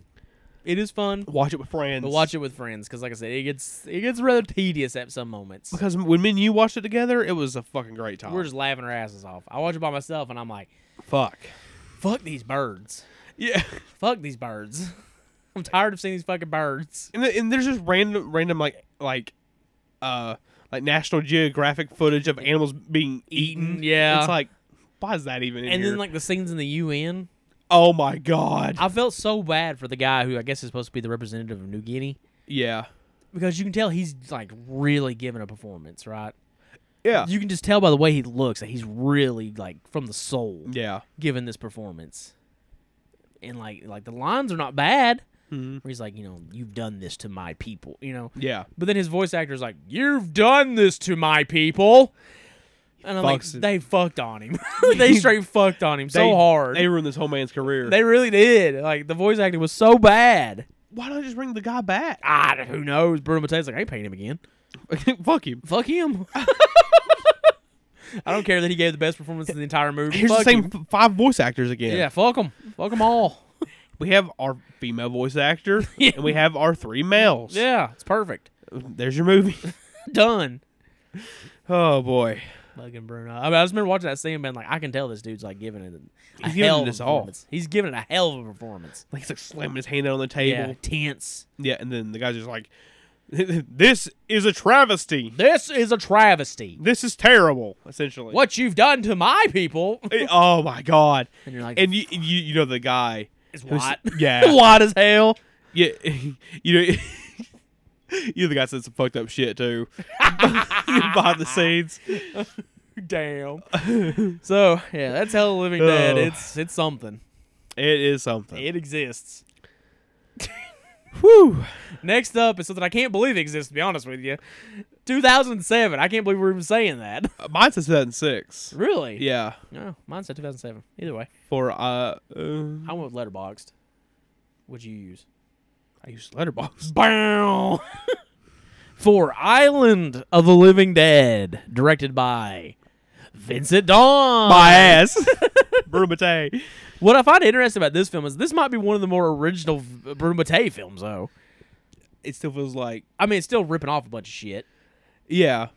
[SPEAKER 3] It is fun,
[SPEAKER 4] watch it with friends.
[SPEAKER 3] but watch it with friends because, like I said, it gets it gets rather tedious at some moments.
[SPEAKER 4] because when me and you watched it together, it was a fucking great time.
[SPEAKER 3] We're just laughing our asses off. I watch it by myself and I'm like,
[SPEAKER 4] fuck.
[SPEAKER 3] fuck these birds.
[SPEAKER 4] Yeah,
[SPEAKER 3] Fuck these birds. [LAUGHS] I'm tired of seeing these fucking birds.
[SPEAKER 4] [LAUGHS] and, the, and there's just random, random like like, uh, like National Geographic footage of animals being eaten.
[SPEAKER 3] Eaten, yeah.
[SPEAKER 4] it's like why is that even? In
[SPEAKER 3] And
[SPEAKER 4] here?
[SPEAKER 3] then like the scenes in the UN.
[SPEAKER 4] oh my god.
[SPEAKER 3] I felt so bad for the guy who I guess is supposed to be the representative of New Guinea.
[SPEAKER 4] yeah,
[SPEAKER 3] Because you can tell he's like really giving a performance, right?
[SPEAKER 4] yeah,
[SPEAKER 3] You can just tell by the way he looks that he's really like from the soul
[SPEAKER 4] yeah.
[SPEAKER 3] giving this performance. And like like the lines are not bad.
[SPEAKER 4] Mm-hmm.
[SPEAKER 3] Where he's like, you know, you've done this to my people, you know.
[SPEAKER 4] Yeah.
[SPEAKER 3] But then his voice actor's like, "You've done this to my people," and I'm like,
[SPEAKER 4] Fucks it.
[SPEAKER 3] "They fucked on
[SPEAKER 4] [LAUGHS]
[SPEAKER 3] him. [LAUGHS] they straight fucked on him so
[SPEAKER 4] They-
[SPEAKER 3] hard.
[SPEAKER 4] They
[SPEAKER 3] They,
[SPEAKER 4] ruined this whole man's career.
[SPEAKER 3] really did. Like the voice acting was so bad.
[SPEAKER 4] why don't I just bring the guy back?
[SPEAKER 3] Ah, who knows? Bruno Mattei's like, I ain't paying him again.
[SPEAKER 4] Fuck him.
[SPEAKER 3] [LAUGHS] Fuck [LAUGHS] him. I don't care that he gave the best performance in the entire movie.
[SPEAKER 4] Here's
[SPEAKER 3] Fuck
[SPEAKER 4] the same
[SPEAKER 3] him.
[SPEAKER 4] f- five voice actors again.
[SPEAKER 3] Yeah, fuck him. Fuck them all.
[SPEAKER 4] We have our female voice actor
[SPEAKER 3] [LAUGHS] Yeah.
[SPEAKER 4] and we have our three males.
[SPEAKER 3] yeah, it's perfect.
[SPEAKER 4] There's your
[SPEAKER 3] [LAUGHS]
[SPEAKER 4] movie.
[SPEAKER 3] Done.
[SPEAKER 4] Oh boy.
[SPEAKER 3] Fucking Bruno. I, mean, I just remember watching that scene and being like, I can tell this dude's like giving it a
[SPEAKER 4] He's giving
[SPEAKER 3] hell of
[SPEAKER 4] it
[SPEAKER 3] a
[SPEAKER 4] his all.
[SPEAKER 3] performance. He's giving it a hell of a performance.
[SPEAKER 4] Like he's like slamming his hand down on the
[SPEAKER 3] Yeah,
[SPEAKER 4] table.
[SPEAKER 3] tense.
[SPEAKER 4] Yeah, and then the guy's just like [LAUGHS] this is a travesty.
[SPEAKER 3] This is a travesty.
[SPEAKER 4] This is terrible, essentially.
[SPEAKER 3] What you've done to my [LAUGHS] people
[SPEAKER 4] Eh, Oh my god.
[SPEAKER 3] And you're like,
[SPEAKER 4] And you you, you know the guy.
[SPEAKER 3] is [LAUGHS]
[SPEAKER 4] who's-
[SPEAKER 3] what?
[SPEAKER 4] Yeah.
[SPEAKER 3] what as hell?
[SPEAKER 4] Yeah, [LAUGHS] you know, [LAUGHS] you know the guy said some fucked up
[SPEAKER 3] [LAUGHS]
[SPEAKER 4] shit too, [LAUGHS] behind the scenes.
[SPEAKER 3] Damn.
[SPEAKER 4] [LAUGHS]
[SPEAKER 3] so yeah, that's Hell of the Living Dead.
[SPEAKER 4] Oh.
[SPEAKER 3] It's it's something.
[SPEAKER 4] It is something.
[SPEAKER 3] It exists.
[SPEAKER 4] [LAUGHS] Whew.
[SPEAKER 3] Next up is something I can't believe exists. To be honest with you, 2007. I can't believe we're even saying that.
[SPEAKER 4] [LAUGHS] Uh, Mine says 2006.
[SPEAKER 3] really?
[SPEAKER 4] Yeah,
[SPEAKER 3] No, mine said 2007. Either way,
[SPEAKER 4] for uh, uh
[SPEAKER 3] I went with Letterboxed. What'd you use?
[SPEAKER 4] I use [LAUGHS] Letterboxd.
[SPEAKER 3] Bow. [LAUGHS] For Island of the Living Dead, directed by Vincent Dawn.
[SPEAKER 4] My ass, Brumate.
[SPEAKER 3] What I find interesting about this film is this might be one of the more original v- Bruno Mattei films, though.
[SPEAKER 4] [LAUGHS] It still feels like
[SPEAKER 3] I mean, it's still ripping off a bunch of shit.
[SPEAKER 4] yeah,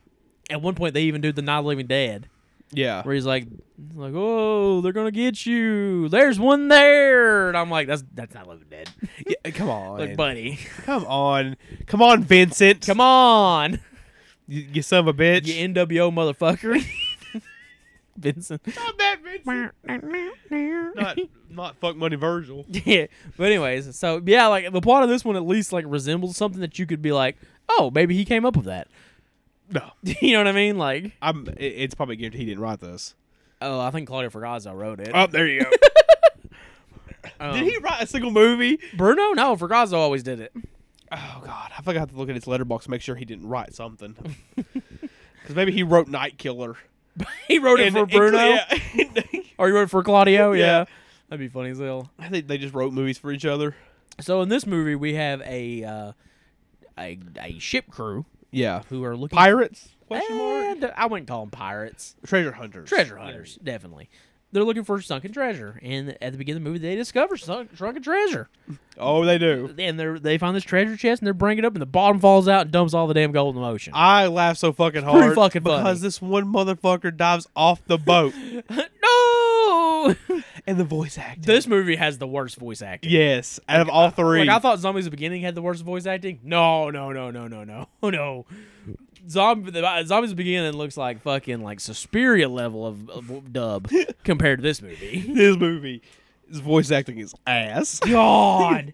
[SPEAKER 3] At one point, they even do the Night of the Living Dead,
[SPEAKER 4] yeah.
[SPEAKER 3] where he's like, like, oh, they're gonna get you. There's one there, and I'm like, that's that's not Living Dead.
[SPEAKER 4] [LAUGHS] Yeah, come on,
[SPEAKER 3] like, buddy,
[SPEAKER 4] come on, come on, Vincent.
[SPEAKER 3] come on,
[SPEAKER 4] you, you son of a bitch.
[SPEAKER 3] you NWO
[SPEAKER 4] [LAUGHS]
[SPEAKER 3] motherfucker, Vincent. [LAUGHS]
[SPEAKER 4] Not that Vincent. not not fuck money Virgil.
[SPEAKER 3] Yeah. But anyways, so yeah, like the plot of this one at least like resembles something that you could be like, oh, maybe he came up with that.
[SPEAKER 4] [LAUGHS]
[SPEAKER 3] [LAUGHS]
[SPEAKER 4] No,
[SPEAKER 3] you know what I mean? Like,
[SPEAKER 4] I'm. It, it's probably guaranteed he didn't write this.
[SPEAKER 3] oh, I think Claudio Fragazzo wrote it.
[SPEAKER 4] Oh, there you [LAUGHS] go. Um, Did he write a single movie?
[SPEAKER 3] Bruno? No, Fragazzo always did it. [LAUGHS]
[SPEAKER 4] Oh God, I forgot to look at his letterbox to make sure he didn't write something. [LAUGHS] Because maybe he wrote Night Killer.
[SPEAKER 3] He wrote it
[SPEAKER 4] And-
[SPEAKER 3] for
[SPEAKER 4] and-
[SPEAKER 3] Bruno,
[SPEAKER 4] yeah. [LAUGHS]
[SPEAKER 3] or he wrote it for Claudio. [LAUGHS] Yeah.
[SPEAKER 4] Yeah.
[SPEAKER 3] that'd be funny as hell.
[SPEAKER 4] I think they just wrote movies for each other.
[SPEAKER 3] So in this movie, we have a uh, a a ship crew
[SPEAKER 4] Yeah.
[SPEAKER 3] who are looking
[SPEAKER 4] Pirates? Question mark.
[SPEAKER 3] And I wouldn't call them pirates,
[SPEAKER 4] Treasure hunters.
[SPEAKER 3] treasure hunters, definitely. they're looking for sunken treasure, and at the beginning of the movie, they discover sunk, sunken treasure,
[SPEAKER 4] Oh, they do.
[SPEAKER 3] and they they find this treasure chest, and they're bringing it up, and the bottom falls out and dumps all the damn gold in the ocean.
[SPEAKER 4] I laugh so fucking hard
[SPEAKER 3] pretty fucking funny.
[SPEAKER 4] because this one motherfucker dives off the boat
[SPEAKER 3] no,
[SPEAKER 4] [LAUGHS]
[SPEAKER 3] [LAUGHS]
[SPEAKER 4] and the voice acting.
[SPEAKER 3] this movie has the worst voice acting.
[SPEAKER 4] yes, out of all three,
[SPEAKER 3] Like I thought, zombies at the beginning had the worst voice acting. No, no, no, no, no, no, [LAUGHS] Oh, no. Zombie, the, uh, zombies at the beginning looks like fucking like Suspiria level of, of
[SPEAKER 4] [LAUGHS]
[SPEAKER 3] dub compared to this movie.
[SPEAKER 4] this movie, his voice acting is [LAUGHS] ass.
[SPEAKER 3] God,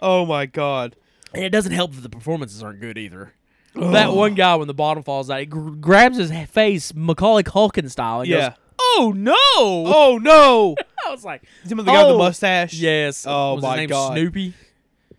[SPEAKER 4] oh my god.
[SPEAKER 3] and it doesn't help that the performances aren't good either. That one guy when the bottom falls out, he gr- grabs his face Macaulay Culkin style. And
[SPEAKER 4] Yeah.
[SPEAKER 3] goes, "Oh no!"
[SPEAKER 4] Oh no!
[SPEAKER 3] [LAUGHS] I was like,
[SPEAKER 4] [LAUGHS] Is him the guy with the
[SPEAKER 3] Oh,
[SPEAKER 4] mustache?
[SPEAKER 3] "Yes."
[SPEAKER 4] Oh
[SPEAKER 3] was
[SPEAKER 4] my
[SPEAKER 3] his name
[SPEAKER 4] God.
[SPEAKER 3] Snoopy.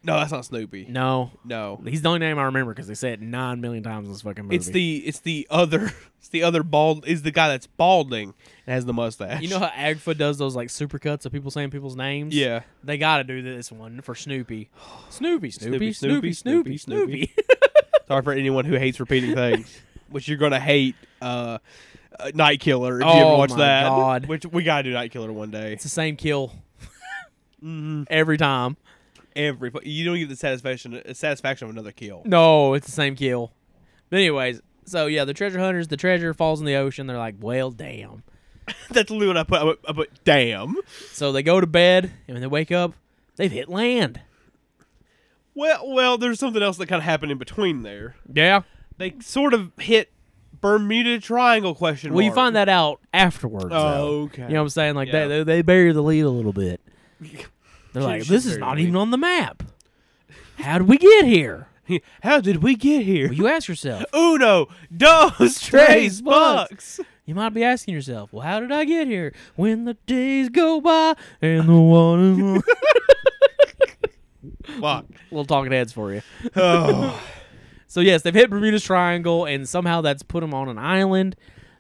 [SPEAKER 4] No, that's not Snoopy.
[SPEAKER 3] No,
[SPEAKER 4] No.
[SPEAKER 3] he's the only name I remember because they say it nine million times in this fucking movie.
[SPEAKER 4] It's the it's the other [LAUGHS] it's the other bald is the guy that's balding and has the mustache.
[SPEAKER 3] You know how Agfa does those like supercuts of people saying people's names?
[SPEAKER 4] [LAUGHS] Yeah.
[SPEAKER 3] They got to do this one for
[SPEAKER 4] [SIGHS]
[SPEAKER 3] Snoopy. Snoopy, Snoopy,
[SPEAKER 4] Snoopy,
[SPEAKER 3] Snoopy, Snoopy,
[SPEAKER 4] Snoopy, Snoopy,
[SPEAKER 3] Snoopy.
[SPEAKER 4] Sorry for anyone who hates
[SPEAKER 3] [LAUGHS]
[SPEAKER 4] repeating things, which you're gonna hate. Uh, uh, Night Killer. If you
[SPEAKER 3] Oh
[SPEAKER 4] ever watch
[SPEAKER 3] my
[SPEAKER 4] that,
[SPEAKER 3] God.
[SPEAKER 4] which we gotta do Night Killer one
[SPEAKER 3] [LAUGHS]
[SPEAKER 4] day.
[SPEAKER 3] It's the same kill
[SPEAKER 4] Mm-hmm.
[SPEAKER 3] every time.
[SPEAKER 4] Every fu- you don't get the satisfaction uh, satisfaction of
[SPEAKER 3] [LAUGHS]
[SPEAKER 4] another kill.
[SPEAKER 3] No, it's the same kill. But anyways, so yeah, the treasure hunters, the treasure falls in the ocean. They're like, well, damn.
[SPEAKER 4] That's literally what I put. I put, I put damn.
[SPEAKER 3] So they go to bed, and when they wake up, they've hit land.
[SPEAKER 4] Well, well, there's something else that kind of happened in between there.
[SPEAKER 3] Yeah.
[SPEAKER 4] They sort of hit Bermuda Triangle question.
[SPEAKER 3] Well, you
[SPEAKER 4] mark.
[SPEAKER 3] find that out afterwards.
[SPEAKER 4] Oh,
[SPEAKER 3] though.
[SPEAKER 4] okay.
[SPEAKER 3] You know what I'm saying? Like
[SPEAKER 4] Yeah.
[SPEAKER 3] they, they they bury the lead a little bit.
[SPEAKER 4] [LAUGHS]
[SPEAKER 3] They're like,
[SPEAKER 4] Just
[SPEAKER 3] this is
[SPEAKER 4] bury
[SPEAKER 3] not
[SPEAKER 4] the lead."
[SPEAKER 3] even on the map. How did we get here?
[SPEAKER 4] [LAUGHS] How did we get here?
[SPEAKER 3] Well, you ask yourself.
[SPEAKER 4] Uno, [LAUGHS] dos, tres,
[SPEAKER 3] Tres bucks.
[SPEAKER 4] bucks.
[SPEAKER 3] You might be asking yourself, well, how did I get here? When the days go by and the
[SPEAKER 4] [LAUGHS]
[SPEAKER 3] water.
[SPEAKER 4] Fuck.
[SPEAKER 3] little talking heads for you.
[SPEAKER 4] [SIGHS] Oh.
[SPEAKER 3] So yes, they've hit Bermuda's Triangle, and somehow that's put them on an island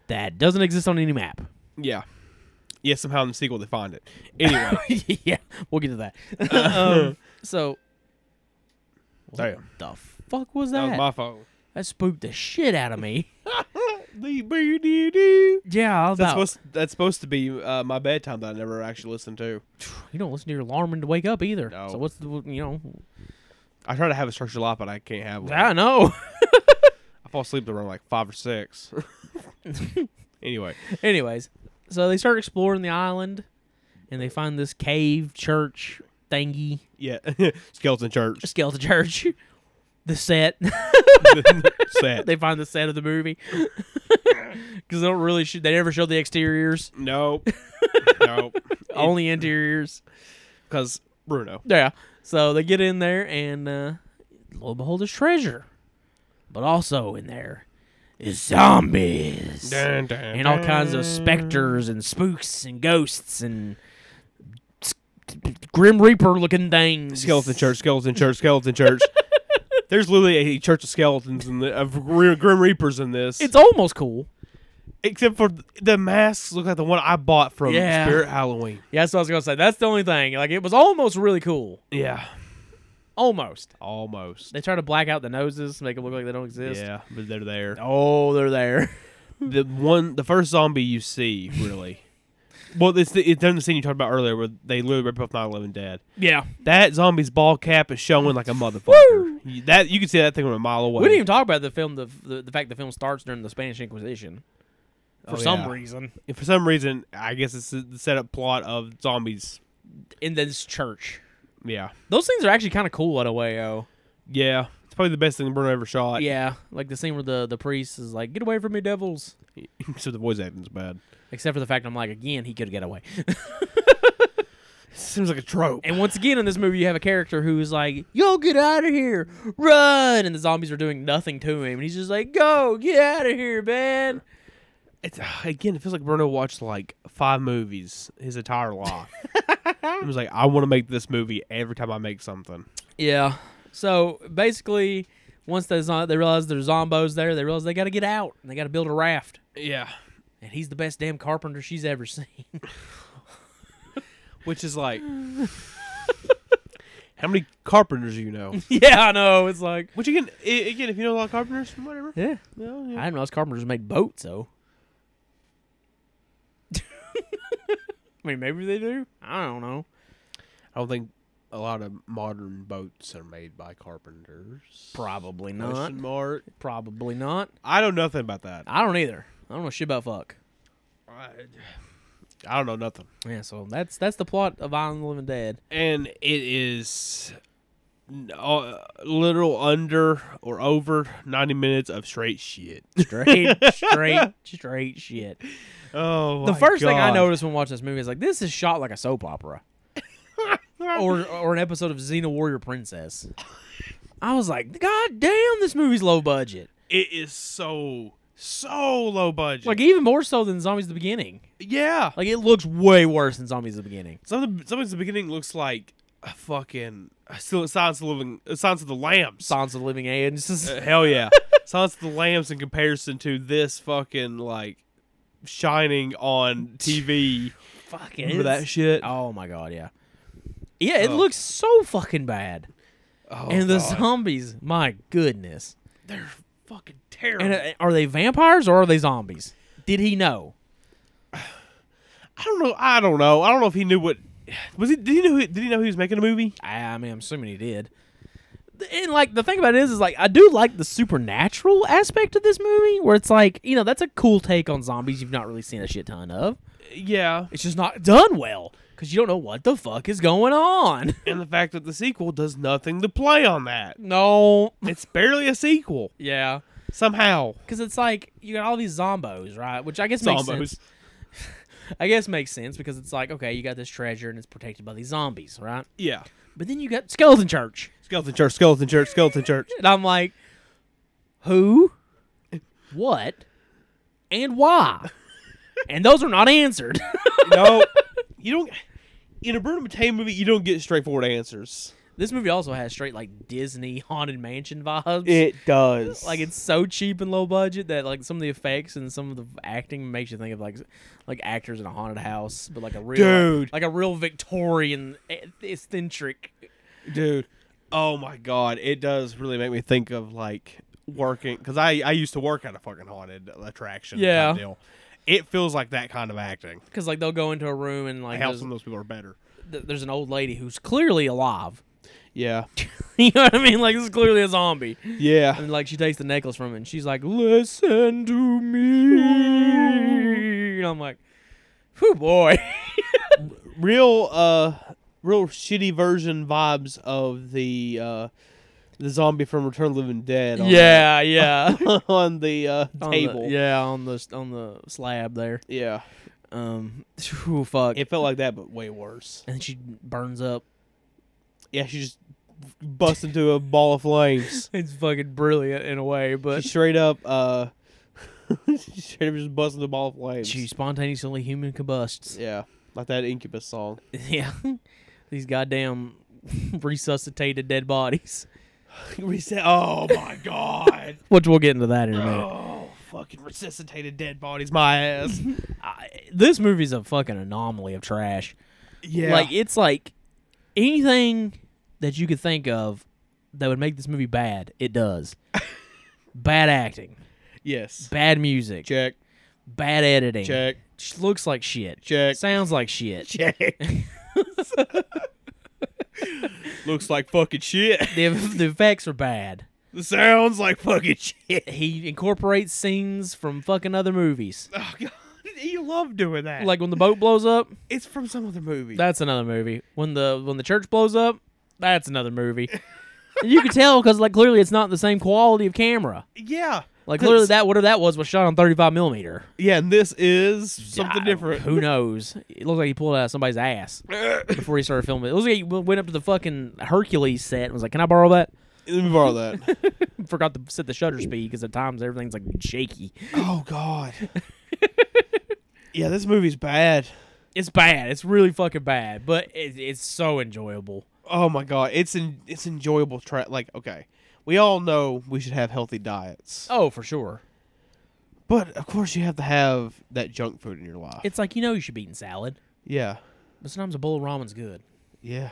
[SPEAKER 3] that doesn't exist on any map.
[SPEAKER 4] yeah. Yeah, somehow in the sequel they find it. Anyway.
[SPEAKER 3] [LAUGHS]
[SPEAKER 4] Uh,
[SPEAKER 3] yeah, we'll get to that. [LAUGHS]
[SPEAKER 4] [LAUGHS]
[SPEAKER 3] um, so,
[SPEAKER 4] Sorry.
[SPEAKER 3] the fuck was
[SPEAKER 4] That
[SPEAKER 3] that?
[SPEAKER 4] was my phone.
[SPEAKER 3] That spooked the shit out of me. [LAUGHS]
[SPEAKER 4] That's
[SPEAKER 3] Yeah, I was about,
[SPEAKER 4] supposed, that's supposed to be uh, my bedtime that I never actually listened to.
[SPEAKER 3] you don't listen to your alarm when to wake up either.
[SPEAKER 4] No.
[SPEAKER 3] So what's the you know?
[SPEAKER 4] I try to have a structured life, but I can't have one.
[SPEAKER 3] I know. [LAUGHS]
[SPEAKER 4] I fall asleep around like five or [LAUGHS] six. anyway,
[SPEAKER 3] Anyways, so they start exploring the island, and they find this cave church thingy,
[SPEAKER 4] yeah, [LAUGHS] skeleton [LAUGHS] church
[SPEAKER 3] skeleton church, [LAUGHS] the set. [LAUGHS]
[SPEAKER 4] set.
[SPEAKER 3] they find the set of the movie [LAUGHS] because they don't really sh- they never show the exteriors,
[SPEAKER 4] [LAUGHS] nope, nope,
[SPEAKER 3] only interiors.
[SPEAKER 4] because Bruno.
[SPEAKER 3] Yeah. So they get in there, and uh, lo and behold, there's treasure. But also in there is zombies
[SPEAKER 4] Dun, dun,
[SPEAKER 3] and all kinds of specters and spooks and ghosts and s- grim reaper looking things.
[SPEAKER 4] skeleton church, skeleton church,
[SPEAKER 3] [LAUGHS]
[SPEAKER 4] skeleton church. There's literally a church of skeletons and of gr- grim reapers in this.
[SPEAKER 3] It's almost cool.
[SPEAKER 4] except for th- the masks look like the one I bought from
[SPEAKER 3] Yeah.
[SPEAKER 4] Spirit Halloween.
[SPEAKER 3] Yeah, that's what I was gonna say. That's the only thing. Like it was almost really cool.
[SPEAKER 4] Yeah,
[SPEAKER 3] Almost.
[SPEAKER 4] almost.
[SPEAKER 3] They try to black out the noses, make it look like they don't exist.
[SPEAKER 4] Yeah, but they're there.
[SPEAKER 3] Oh, they're there. [LAUGHS]
[SPEAKER 4] the one the first zombie you see really well it's the, it's in the scene you talked about earlier where they literally rip off 9-11 dead
[SPEAKER 3] yeah.
[SPEAKER 4] that zombie's ball cap is showing like a motherfucker You- that you can see that thing from a mile away
[SPEAKER 3] We didn't even talk about the film. The, the the fact the film starts during the Spanish Inquisition for
[SPEAKER 4] Oh,
[SPEAKER 3] some
[SPEAKER 4] yeah.
[SPEAKER 3] reason
[SPEAKER 4] And for some reason i guess it's the setup plot of zombies
[SPEAKER 3] in this church.
[SPEAKER 4] yeah
[SPEAKER 3] Those things are actually kind of cool in a way. Oh,
[SPEAKER 4] yeah it's probably the best thing bruno ever shot [LAUGHS]
[SPEAKER 3] yeah, like the scene where the the priest is like, "Get away from me, devils."
[SPEAKER 4] so the voice acting's bad
[SPEAKER 3] Except for the fact I'm like, again, he could get away. [LAUGHS]
[SPEAKER 4] seems like a trope
[SPEAKER 3] and once again, in this movie, you have a character who's like, "Yo, get out of here, run!" And the zombies are doing nothing to him, and he's just like, "Go, get out of here, man."
[SPEAKER 4] it's, again it feels like bruno watched like five movies his entire [LAUGHS] life He was like i want to make this movie every time i make something
[SPEAKER 3] Yeah. So basically, once they zo- they realize there's zombos there, they realize they got to get out and they got to build a raft.
[SPEAKER 4] yeah
[SPEAKER 3] and he's the best damn carpenter she's ever [LAUGHS] seen.
[SPEAKER 4] Which is like, [LAUGHS] how many carpenters do you know? [LAUGHS]
[SPEAKER 3] yeah, I know. It's like
[SPEAKER 4] Which again, i- again, if you know a lot of carpenters, whatever.
[SPEAKER 3] yeah.
[SPEAKER 4] Well,
[SPEAKER 3] I
[SPEAKER 4] yeah.
[SPEAKER 3] didn't realize carpenters made boats though. [LAUGHS] I mean, maybe they do. I don't know.
[SPEAKER 4] I don't think a lot of modern boats are made by carpenters.
[SPEAKER 3] Probably not.
[SPEAKER 4] Question mark.
[SPEAKER 3] Probably not.
[SPEAKER 4] I know nothing about that.
[SPEAKER 3] I don't either. I don't know shit about fuck.
[SPEAKER 4] I don't know nothing.
[SPEAKER 3] Yeah, so that's that's the plot of Island of the Living Dead. [LAUGHS]
[SPEAKER 4] And it is n- uh, literal under or over 90 minutes of straight shit.
[SPEAKER 3] Straight, straight, straight shit.
[SPEAKER 4] [LAUGHS] Oh,
[SPEAKER 3] the first thing I noticed when watching this movie is like this is shot like a soap
[SPEAKER 4] [LAUGHS]
[SPEAKER 3] opera, or or an episode of Xena Warrior Princess. I was like, God damn, this movie's low budget.
[SPEAKER 4] It is so, so low budget.
[SPEAKER 3] Like even more so than Zombies at the Beginning.
[SPEAKER 4] yeah.
[SPEAKER 3] Like it looks way worse than Zombies at the Beginning.
[SPEAKER 4] Some of the, some of the beginning looks like a fucking still Silence of the Living, uh, Silence of the Lambs.
[SPEAKER 3] Silence of the Living Agents.
[SPEAKER 4] Uh, [LAUGHS] hell yeah, Silence of the Lambs in comparison to this fucking like shining [LAUGHS] on TV.
[SPEAKER 3] Fuck it.
[SPEAKER 4] Remember that
[SPEAKER 3] is-
[SPEAKER 4] shit?
[SPEAKER 3] Oh my god, yeah. Yeah, it
[SPEAKER 4] Oh.
[SPEAKER 3] looks so fucking bad.
[SPEAKER 4] Oh,
[SPEAKER 3] and the
[SPEAKER 4] God.
[SPEAKER 3] zombies, my goodness.
[SPEAKER 4] they're fucking terrible.
[SPEAKER 3] And uh, are they vampires or are they zombies? Did he know?
[SPEAKER 4] I don't know. I don't know. I don't know if he knew what was he. Did he know? Did he know he was making a movie?
[SPEAKER 3] I, I mean, I'm assuming he did. And like the thing about it is, is like I do like the supernatural aspect of this movie, where it's like you know that's a cool take on zombies you've not really seen a shit ton of.
[SPEAKER 4] Yeah.
[SPEAKER 3] It's just not done well because you don't know what the fuck is going on.
[SPEAKER 4] And the fact that the sequel does nothing to play on that.
[SPEAKER 3] [LAUGHS] No.
[SPEAKER 4] It's barely a sequel
[SPEAKER 3] Yeah.
[SPEAKER 4] somehow.
[SPEAKER 3] Because it's like you got all these zombos, right? Which I guess makes
[SPEAKER 4] Zombos.
[SPEAKER 3] sense. I guess makes sense because it's like okay, you got this treasure and it's protected by these zombies, right?
[SPEAKER 4] Yeah.
[SPEAKER 3] But then you got skeleton church,
[SPEAKER 4] Skeleton Church. Skeleton Church. Skeleton Church.
[SPEAKER 3] and I'm like, who, what, and why? and those are not answered.
[SPEAKER 4] [LAUGHS]
[SPEAKER 3] [LAUGHS]
[SPEAKER 4] no, you don't. In a Bruno Mattei movie, you don't get straightforward answers.
[SPEAKER 3] this movie also has straight like Disney haunted mansion vibes.
[SPEAKER 4] does.
[SPEAKER 3] like it's so cheap and low budget that like some of the effects and some of the acting makes you think of like like actors in a haunted house, but like a real
[SPEAKER 4] Dude.
[SPEAKER 3] like a real Victorian e- eccentric.
[SPEAKER 4] dude. Oh my god, it does really make me think of like working because I I used to work at a fucking haunted attraction. type
[SPEAKER 3] Yeah.
[SPEAKER 4] deal. It feels like that kind of acting.
[SPEAKER 3] Because like they'll go into a room and like
[SPEAKER 4] How
[SPEAKER 3] there's,
[SPEAKER 4] some of those people are better.
[SPEAKER 3] th- there's an old lady who's clearly alive. [LAUGHS]
[SPEAKER 4] Yeah.
[SPEAKER 3] you know what I mean? Like this is clearly a zombie.
[SPEAKER 4] [LAUGHS] Yeah.
[SPEAKER 3] And like she takes the necklace from it and she's like, "Listen to me." And I'm like, "Whew, [LAUGHS] boy."
[SPEAKER 4] Real uh real shitty version vibes of the uh the zombie from Return of the Living Dead on
[SPEAKER 3] yeah, yeah.
[SPEAKER 4] the, [LAUGHS] on the uh
[SPEAKER 3] [LAUGHS] On the-
[SPEAKER 4] table.
[SPEAKER 3] yeah, on the on the slab there.
[SPEAKER 4] yeah.
[SPEAKER 3] Um, phew, fuck.
[SPEAKER 4] It felt like that but way worse.
[SPEAKER 3] and she burns up.
[SPEAKER 4] Yeah, she just busts into a ball of flames.
[SPEAKER 3] It's fucking brilliant in a way,
[SPEAKER 4] She
[SPEAKER 3] but
[SPEAKER 4] straight up, uh, [LAUGHS] she straight up just busts into a ball of flames.
[SPEAKER 3] she spontaneously human combusts.
[SPEAKER 4] yeah, like that Incubus [LAUGHS] song.
[SPEAKER 3] [LAUGHS] Yeah, these goddamn [LAUGHS] resuscitated dead bodies,
[SPEAKER 4] Reset. Oh my god.
[SPEAKER 3] which we'll get into that in a minute.
[SPEAKER 4] oh, fucking resuscitated dead bodies, my ass.
[SPEAKER 3] I, [GASPS] this movie's a fucking anomaly of trash.
[SPEAKER 4] [LAUGHS] Yeah.
[SPEAKER 3] Like it's like anything that you could think of that would make this movie bad, it
[SPEAKER 4] [LAUGHS]
[SPEAKER 3] does. bad acting,
[SPEAKER 4] yes.
[SPEAKER 3] bad music,
[SPEAKER 4] Check.
[SPEAKER 3] bad editing,
[SPEAKER 4] Check.
[SPEAKER 3] Sh- looks like shit,
[SPEAKER 4] Check.
[SPEAKER 3] sounds like shit.
[SPEAKER 4] [LAUGHS] Check. Looks like fucking shit. [LAUGHS]
[SPEAKER 3] the, the effects are bad.
[SPEAKER 4] Sounds like fucking shit.
[SPEAKER 3] He incorporates scenes from fucking other movies.
[SPEAKER 4] [LAUGHS] Oh god, you love doing that.
[SPEAKER 3] Like when the boat blows up,
[SPEAKER 4] it's from some other movie.
[SPEAKER 3] that's another movie. When the when the church blows up, that's another movie. [LAUGHS] And you can tell because like clearly it's not the same quality of camera.
[SPEAKER 4] yeah.
[SPEAKER 3] Like
[SPEAKER 4] That's-
[SPEAKER 3] clearly that whatever that was was shot on thirty five millimeter.
[SPEAKER 4] Yeah, and this is something
[SPEAKER 3] I-
[SPEAKER 4] different.
[SPEAKER 3] Who knows? It looks like he pulled it out of somebody's
[SPEAKER 4] [LAUGHS]
[SPEAKER 3] ass before he started filming. It looks like he w- went up to the fucking Hercules set and was like, "Can I borrow that?"
[SPEAKER 4] Let me borrow that. [LAUGHS]
[SPEAKER 3] Forgot to set the shutter speed because at times everything's like shaky.
[SPEAKER 4] Oh God. yeah, this movie's bad.
[SPEAKER 3] It's bad. It's really fucking bad, but it, it's so enjoyable.
[SPEAKER 4] Oh my God, it's in, it's enjoyable. Tra- like, okay, we all know we should have healthy diets,
[SPEAKER 3] Oh, for sure.
[SPEAKER 4] but of course you have to have that junk food in your life.
[SPEAKER 3] It's like you know you should be eating salad,
[SPEAKER 4] yeah,
[SPEAKER 3] but sometimes a bowl of ramen's good.
[SPEAKER 4] yeah,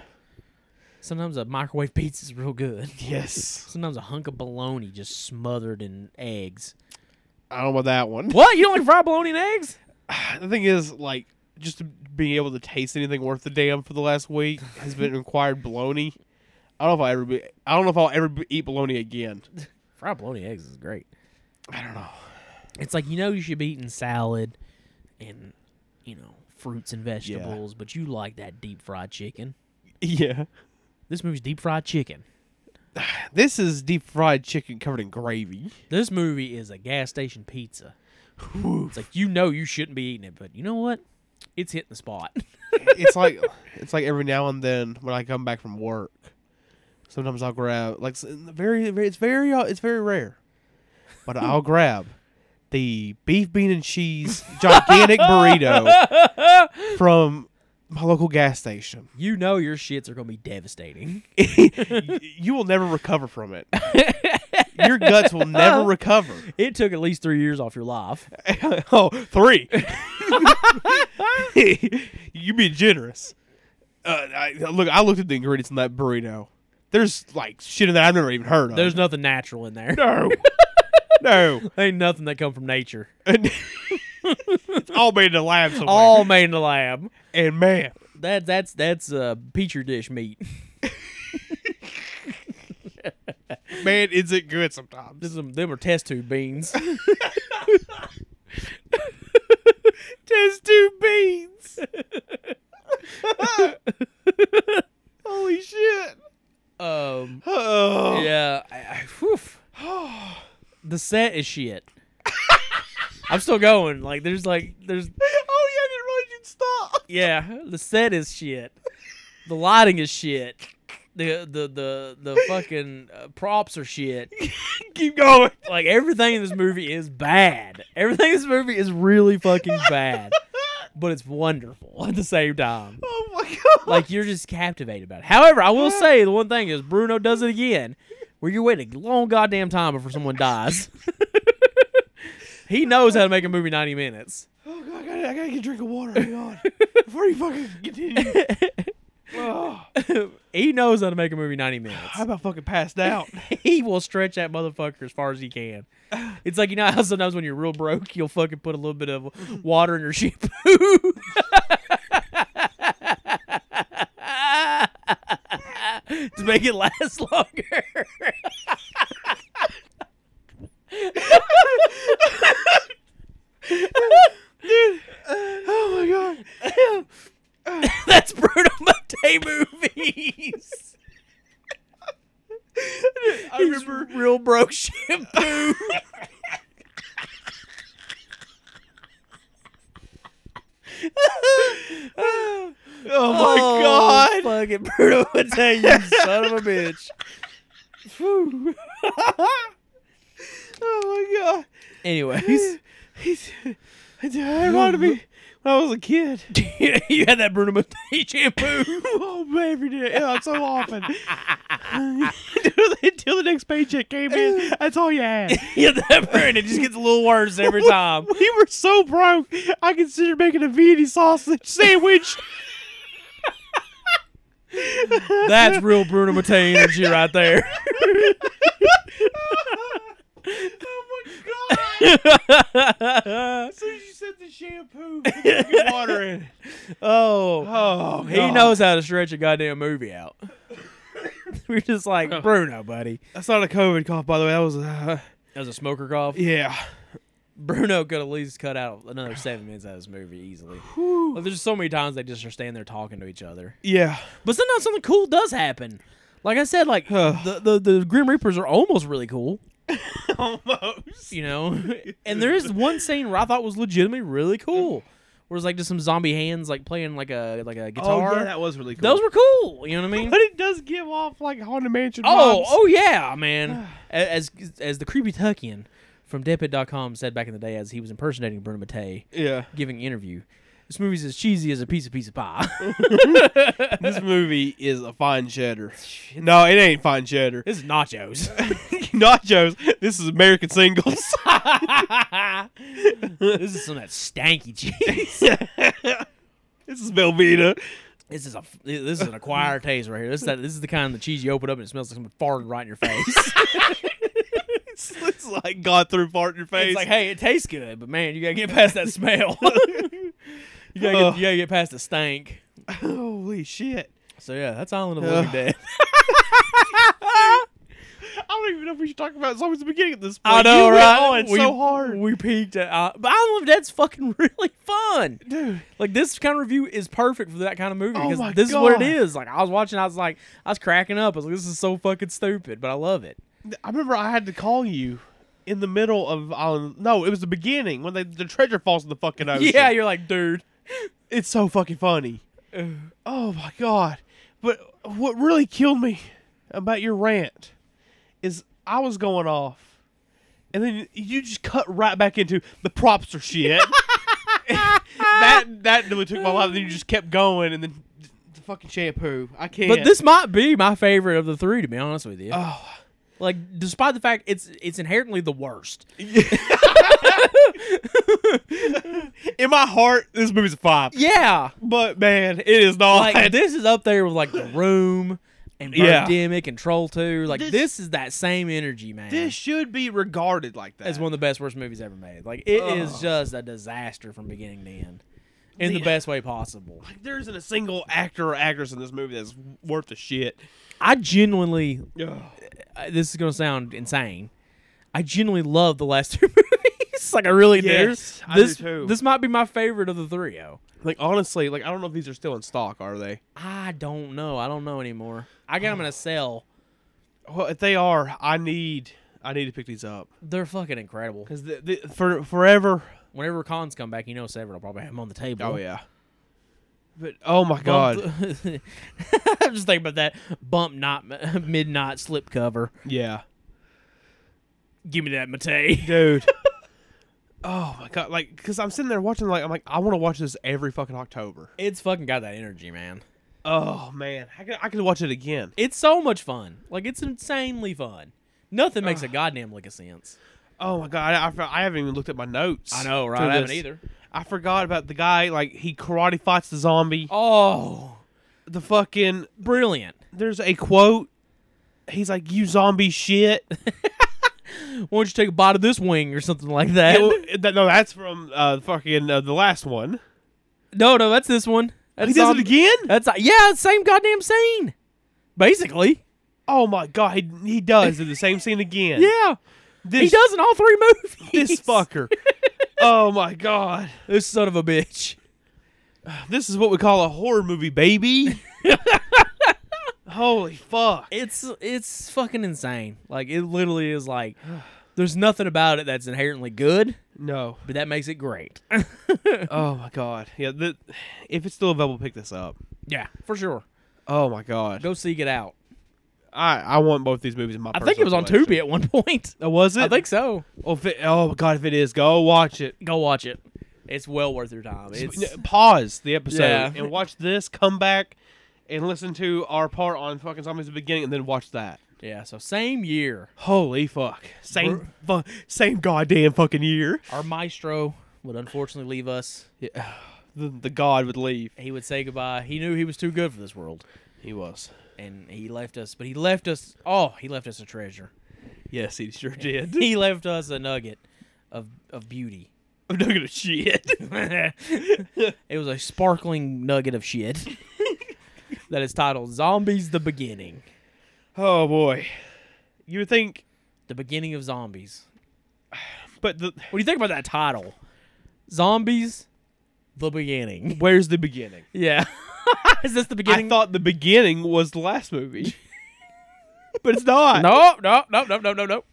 [SPEAKER 3] Sometimes a microwave [LAUGHS] pizza's real good.
[SPEAKER 4] yes.
[SPEAKER 3] Sometimes a hunk of bologna just smothered in eggs.
[SPEAKER 4] I don't know about that one.
[SPEAKER 3] What? You don't like fried bologna and eggs?
[SPEAKER 4] The thing is, like, just being able to taste anything worth the damn for the last week has been required bologna. I don't know if I ever be. I don't know if I'll ever be, eat bologna again.
[SPEAKER 3] Fried bologna eggs is great. I don't know. It's like you know you should be eating salad and you know fruits and vegetables, but you like that deep fried chicken.
[SPEAKER 4] Yeah,
[SPEAKER 3] This movie's deep fried chicken.
[SPEAKER 4] this is deep fried chicken covered in gravy.
[SPEAKER 3] This movie is a gas station pizza. It's like you know you shouldn't be eating it, but you know what? It's hitting the spot. [LAUGHS]
[SPEAKER 4] it's like it's like every now and then when I come back from work, sometimes I'll grab like s- very very- it's very uh, it's very rare, but I'll grab the beef bean and cheese gigantic burrito from my local gas station.
[SPEAKER 3] you know your shits are gonna be devastating.
[SPEAKER 4] Y- you will never recover from it. Your guts will never recover.
[SPEAKER 3] It took at least three years off your life.
[SPEAKER 4] [LAUGHS] oh, three. you be generous. Uh, I, look, I looked at the ingredients in that burrito. There's like shit in there I've never even heard of. [LAUGHS]
[SPEAKER 3] There's nothing natural in there.
[SPEAKER 4] no, no.
[SPEAKER 3] [LAUGHS] Ain't nothing that come from nature.
[SPEAKER 4] It's all made in the lab somewhere.
[SPEAKER 3] All made in the lab.
[SPEAKER 4] and man,
[SPEAKER 3] That that's that's uh, petri dish meat.
[SPEAKER 4] man, is it good
[SPEAKER 3] This
[SPEAKER 4] sometimes?
[SPEAKER 3] is, them are test tube
[SPEAKER 4] [LAUGHS]
[SPEAKER 3] beans.
[SPEAKER 4] Just two
[SPEAKER 3] [LAUGHS]
[SPEAKER 4] beans. Holy shit!
[SPEAKER 3] um,
[SPEAKER 4] [SIGHS] Oh,
[SPEAKER 3] yeah. I, I,
[SPEAKER 4] [SIGHS]
[SPEAKER 3] whew. the set is shit. [LAUGHS] I'm still going. Like there's like there's
[SPEAKER 4] [LAUGHS] oh yeah, I didn't realize you'd stop. [LAUGHS]
[SPEAKER 3] yeah. The set is shit. The lighting is shit. The the the the fucking uh, props are
[SPEAKER 4] [LAUGHS]
[SPEAKER 3] shit.
[SPEAKER 4] Keep going.
[SPEAKER 3] [LAUGHS] Like everything in this movie is bad. Everything in this movie is really fucking bad. But it's wonderful at the same time.
[SPEAKER 4] Oh my god.
[SPEAKER 3] like you're just captivated about it. However, I will say the one thing is Bruno does it again, where you wait a long goddamn time before someone dies. [LAUGHS] he knows how to make a movie ninety minutes. [LAUGHS]
[SPEAKER 4] Oh god, I gotta, I gotta get a drink of water. Hang [LAUGHS] on, before you fucking [LAUGHS] continue. Oh,
[SPEAKER 3] he knows how to make a movie ninety minutes.
[SPEAKER 4] I about fucking passed out.
[SPEAKER 3] [LAUGHS] He will stretch that motherfucker as far as he can. It's like you know how sometimes when you're real broke, you'll fucking put a little bit of water in your shampoo. [LAUGHS] to make it last longer.
[SPEAKER 4] Oh my god.
[SPEAKER 3] [LAUGHS] That's Bruno Monte movies. I remember real broke shampoo. oh
[SPEAKER 4] Oh my god.
[SPEAKER 3] Fucking Bruno Monte, you son of a bitch. Whew.
[SPEAKER 4] [LAUGHS] Oh my god.
[SPEAKER 3] [LAUGHS] Anyways,
[SPEAKER 4] He's. [LAUGHS] I wanted to be [GASPS] when I was a kid.
[SPEAKER 3] [LAUGHS] you had that Bruno Monte [LAUGHS] shampoo.
[SPEAKER 4] [LAUGHS] oh man, every day. Yeah, so [LAUGHS] often. until,
[SPEAKER 3] [LAUGHS]
[SPEAKER 4] until the next paycheck came [LAUGHS] in, that's all you had.
[SPEAKER 3] you had that Bruno. It just gets a little worse [LAUGHS] every time.
[SPEAKER 4] We were so broke, I considered making a Viennese sausage [LAUGHS] sandwich.
[SPEAKER 3] That's real Bruno Mattei energy right there. [LAUGHS]
[SPEAKER 4] Oh, [LAUGHS] As soon as you said the shampoo, get water in.
[SPEAKER 3] oh,
[SPEAKER 4] [LAUGHS] Oh,
[SPEAKER 3] he knows how to stretch a goddamn movie out. [LAUGHS] We're just like Bruno, buddy.
[SPEAKER 4] That's not a COVID cough, by the way. That was, uh,
[SPEAKER 3] That was a smoker cough.
[SPEAKER 4] yeah.
[SPEAKER 3] Bruno could at least cut out another seven minutes out of this movie easily. Like, there's so many times they just are standing there talking to each other.
[SPEAKER 4] [LAUGHS] Yeah.
[SPEAKER 3] But sometimes something cool does happen. Like I said,
[SPEAKER 4] [SIGHS]
[SPEAKER 3] like the, the the Grim Reapers are almost really cool.
[SPEAKER 4] Almost.
[SPEAKER 3] you
[SPEAKER 4] [LAUGHS]
[SPEAKER 3] know. and there is one scene where I thought was legitimately really cool, where it's like just some zombie hands like playing like a like a guitar.
[SPEAKER 4] Oh, was really cool.
[SPEAKER 3] Those were cool. You know what I mean?
[SPEAKER 4] but it does give off like Haunted Mansion.
[SPEAKER 3] oh,
[SPEAKER 4] vibes.
[SPEAKER 3] oh yeah,
[SPEAKER 4] [SIGHS]
[SPEAKER 3] man. A- as as the creepy Tuckian from Deadpit.com said back in the day, as he was impersonating Bruno Mattei
[SPEAKER 4] yeah.
[SPEAKER 3] giving an interview. This movie's as cheesy as a piece of piece of pie. [LAUGHS]
[SPEAKER 4] this movie is a fine cheddar. No, it ain't fine cheddar.
[SPEAKER 3] this is nachos. [LAUGHS]
[SPEAKER 4] [LAUGHS] Nachos. This is American singles. [LAUGHS]
[SPEAKER 3] this is some of that stanky cheese.
[SPEAKER 4] [LAUGHS] this is Velveeta.
[SPEAKER 3] This is a this is an [LAUGHS] acquired taste right here. This is that, this is the kind of cheese you open up and it smells like someone farting right in your [LAUGHS] face.
[SPEAKER 4] It's, it's like God threw fart in your face.
[SPEAKER 3] [LAUGHS] It's like, hey, it tastes good, but man, you gotta get past that smell. you You gotta, get, you gotta get past the stank.
[SPEAKER 4] Holy shit!
[SPEAKER 3] So yeah, that's Island of the Living
[SPEAKER 4] Ugh.
[SPEAKER 3] Dead.
[SPEAKER 4] I don't even know if we should talk about. it. It's always the beginning at this point.
[SPEAKER 3] [LAUGHS] I know,
[SPEAKER 4] You
[SPEAKER 3] right?
[SPEAKER 4] went on so hard,
[SPEAKER 3] We peaked at uh, but Island of the Dead's fucking [LAUGHS] really fun.
[SPEAKER 4] dude.
[SPEAKER 3] Like this kind of review is perfect for that kind of movie
[SPEAKER 4] Oh
[SPEAKER 3] because
[SPEAKER 4] my
[SPEAKER 3] this is what
[SPEAKER 4] God.
[SPEAKER 3] it is. Like I was watching, I was like, I was cracking up. I was like, this is so fucking stupid, but I love it.
[SPEAKER 4] I remember I had to call you in the middle of Island. No, it was the beginning when they, the treasure falls in the fucking ocean.
[SPEAKER 3] yeah, you're like, dude.
[SPEAKER 4] it's so fucking funny. oh my god! But what really killed me about your rant is I was going off, and then you just cut right back into the props or [LAUGHS] shit. that that really took my life. Then you just kept going, and then the fucking shampoo. I can't.
[SPEAKER 3] But this might be my favorite of the three, to be honest with you.
[SPEAKER 4] Oh.
[SPEAKER 3] Like, despite the fact it's it's inherently the worst.
[SPEAKER 4] in my heart, this movie's a five.
[SPEAKER 3] Yeah.
[SPEAKER 4] But man, it is not.
[SPEAKER 3] Like this is up there with like the room and
[SPEAKER 4] Yeah.
[SPEAKER 3] pandemic and troll 2 like this,
[SPEAKER 4] This-
[SPEAKER 3] is that same energy man
[SPEAKER 4] this should be regarded like that.
[SPEAKER 3] as one of the best worst movies ever made like it is just a disaster from beginning to end in the
[SPEAKER 4] The-
[SPEAKER 3] best way possible
[SPEAKER 4] Like, there isn't a single actor or actress in this movie that's worth a shit.
[SPEAKER 3] i genuinely
[SPEAKER 4] Yeah.
[SPEAKER 3] uh, this is gonna sound insane i genuinely love the last [LAUGHS] two movies like i really
[SPEAKER 4] Yes,
[SPEAKER 3] do
[SPEAKER 4] I do
[SPEAKER 3] this
[SPEAKER 4] too.
[SPEAKER 3] this might be my favorite of the three oh
[SPEAKER 4] Like honestly, like I don't know if these are still in stock. Are they?
[SPEAKER 3] i don't know i don't know anymore i got them in a cell
[SPEAKER 4] Well, if they are, I need I need to pick these up
[SPEAKER 3] they're fucking incredible
[SPEAKER 4] because for forever.
[SPEAKER 3] whenever cons come back you know several will probably have them on the table [LAUGHS]
[SPEAKER 4] Oh yeah. But oh my god,
[SPEAKER 3] Bump- I'm [LAUGHS] just thinking about that bump [LAUGHS] not midnight slip cover.
[SPEAKER 4] [LAUGHS] yeah,
[SPEAKER 3] Give me that Matei. [LAUGHS]
[SPEAKER 4] dude. oh my god, like because I'm sitting there watching, like I'm like I want to watch this every fucking October.
[SPEAKER 3] It's fucking got that energy, man.
[SPEAKER 4] Oh man, I could I could watch it again.
[SPEAKER 3] It's so much fun. Like it's insanely fun. Nothing makes a goddamn lick of sense.
[SPEAKER 4] Oh my god, I, I for- I haven't even looked at my notes. to
[SPEAKER 3] I haven't
[SPEAKER 4] this.
[SPEAKER 3] either.
[SPEAKER 4] I forgot about the guy. Like he karate fights the zombie.
[SPEAKER 3] Oh,
[SPEAKER 4] The fucking
[SPEAKER 3] brilliant!
[SPEAKER 4] there's a quote. He's like, "You zombie shit."
[SPEAKER 3] Why don't you take a bite of this wing or something like that?
[SPEAKER 4] Yeah, well, that- no, that's from uh, fucking uh, the last one.
[SPEAKER 3] no, no, that's this one. That's
[SPEAKER 4] he does
[SPEAKER 3] on-
[SPEAKER 4] it again.
[SPEAKER 3] That's yeah, same goddamn scene. Basically,
[SPEAKER 4] Oh my god, he, he does do the same scene again.
[SPEAKER 3] yeah,
[SPEAKER 4] this,
[SPEAKER 3] he does in all three movies. [LAUGHS]
[SPEAKER 4] This fucker. oh my god,
[SPEAKER 3] this son of a bitch.
[SPEAKER 4] this is what we call a horror
[SPEAKER 3] [LAUGHS]
[SPEAKER 4] movie, baby. Holy fuck!
[SPEAKER 3] it's it's fucking insane. Like it literally is like there's nothing about it that's inherently good,
[SPEAKER 4] No.
[SPEAKER 3] but that makes it great. [LAUGHS]
[SPEAKER 4] Oh my god. Yeah. The, if it's still available, pick this up.
[SPEAKER 3] yeah, for sure.
[SPEAKER 4] Oh my god.
[SPEAKER 3] Go seek it out.
[SPEAKER 4] I I want both these movies in my.
[SPEAKER 3] I think it was on Tubi at one point.
[SPEAKER 4] Oh, was it?
[SPEAKER 3] I think so.
[SPEAKER 4] Oh, if it, oh god, if it is, go watch it.
[SPEAKER 3] Go watch it. It's well worth your time. It's
[SPEAKER 4] N- pause the episode
[SPEAKER 3] Yeah.
[SPEAKER 4] and watch this, come back and listen to our part on fucking zombies at the beginning and then watch that.
[SPEAKER 3] yeah. So same year,
[SPEAKER 4] Holy fuck. Same fu- same goddamn fucking year.
[SPEAKER 3] our maestro would unfortunately leave us.
[SPEAKER 4] The, the god would leave.
[SPEAKER 3] He would say goodbye. He knew he was too good for this world,
[SPEAKER 4] He was.
[SPEAKER 3] and he left us. But he left us. Oh, he left us a treasure.
[SPEAKER 4] Yes, he sure did.
[SPEAKER 3] He left us a nugget of of beauty.
[SPEAKER 4] I'm not gonna shit.
[SPEAKER 3] [LAUGHS] It was a sparkling nugget of shit that is titled Zombies the Beginning.
[SPEAKER 4] oh boy. You would think
[SPEAKER 3] The Beginning of Zombies.
[SPEAKER 4] but the
[SPEAKER 3] What do you think about that title? Zombies the Beginning.
[SPEAKER 4] where's the beginning?
[SPEAKER 3] Yeah. [LAUGHS] is this the
[SPEAKER 4] I
[SPEAKER 3] beginning?
[SPEAKER 4] thought the beginning was the
[SPEAKER 3] [LAUGHS]
[SPEAKER 4] last movie. but it's not.
[SPEAKER 3] no, no, no, no, no, no, no.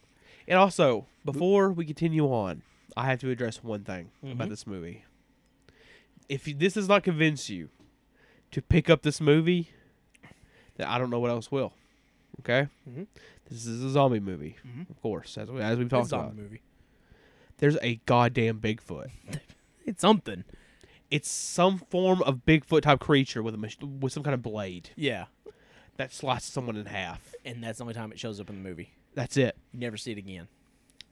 [SPEAKER 4] And also, before we continue on, I have to address one thing
[SPEAKER 3] Mm-hmm.
[SPEAKER 4] about this movie. If you, this does not convince you to pick up this movie, then I don't know what else will. Okay, this is a zombie movie, of course, as we as we've talked
[SPEAKER 3] Mm-hmm. It's a
[SPEAKER 4] about.
[SPEAKER 3] zombie movie.
[SPEAKER 4] There's a goddamn Bigfoot.
[SPEAKER 3] It's something.
[SPEAKER 4] It's some form of Bigfoot type creature with a mach- with some kind of blade
[SPEAKER 3] Yeah.
[SPEAKER 4] that slices someone in half.
[SPEAKER 3] And that's the only time it shows up in the movie.
[SPEAKER 4] That's it.
[SPEAKER 3] You never see it again.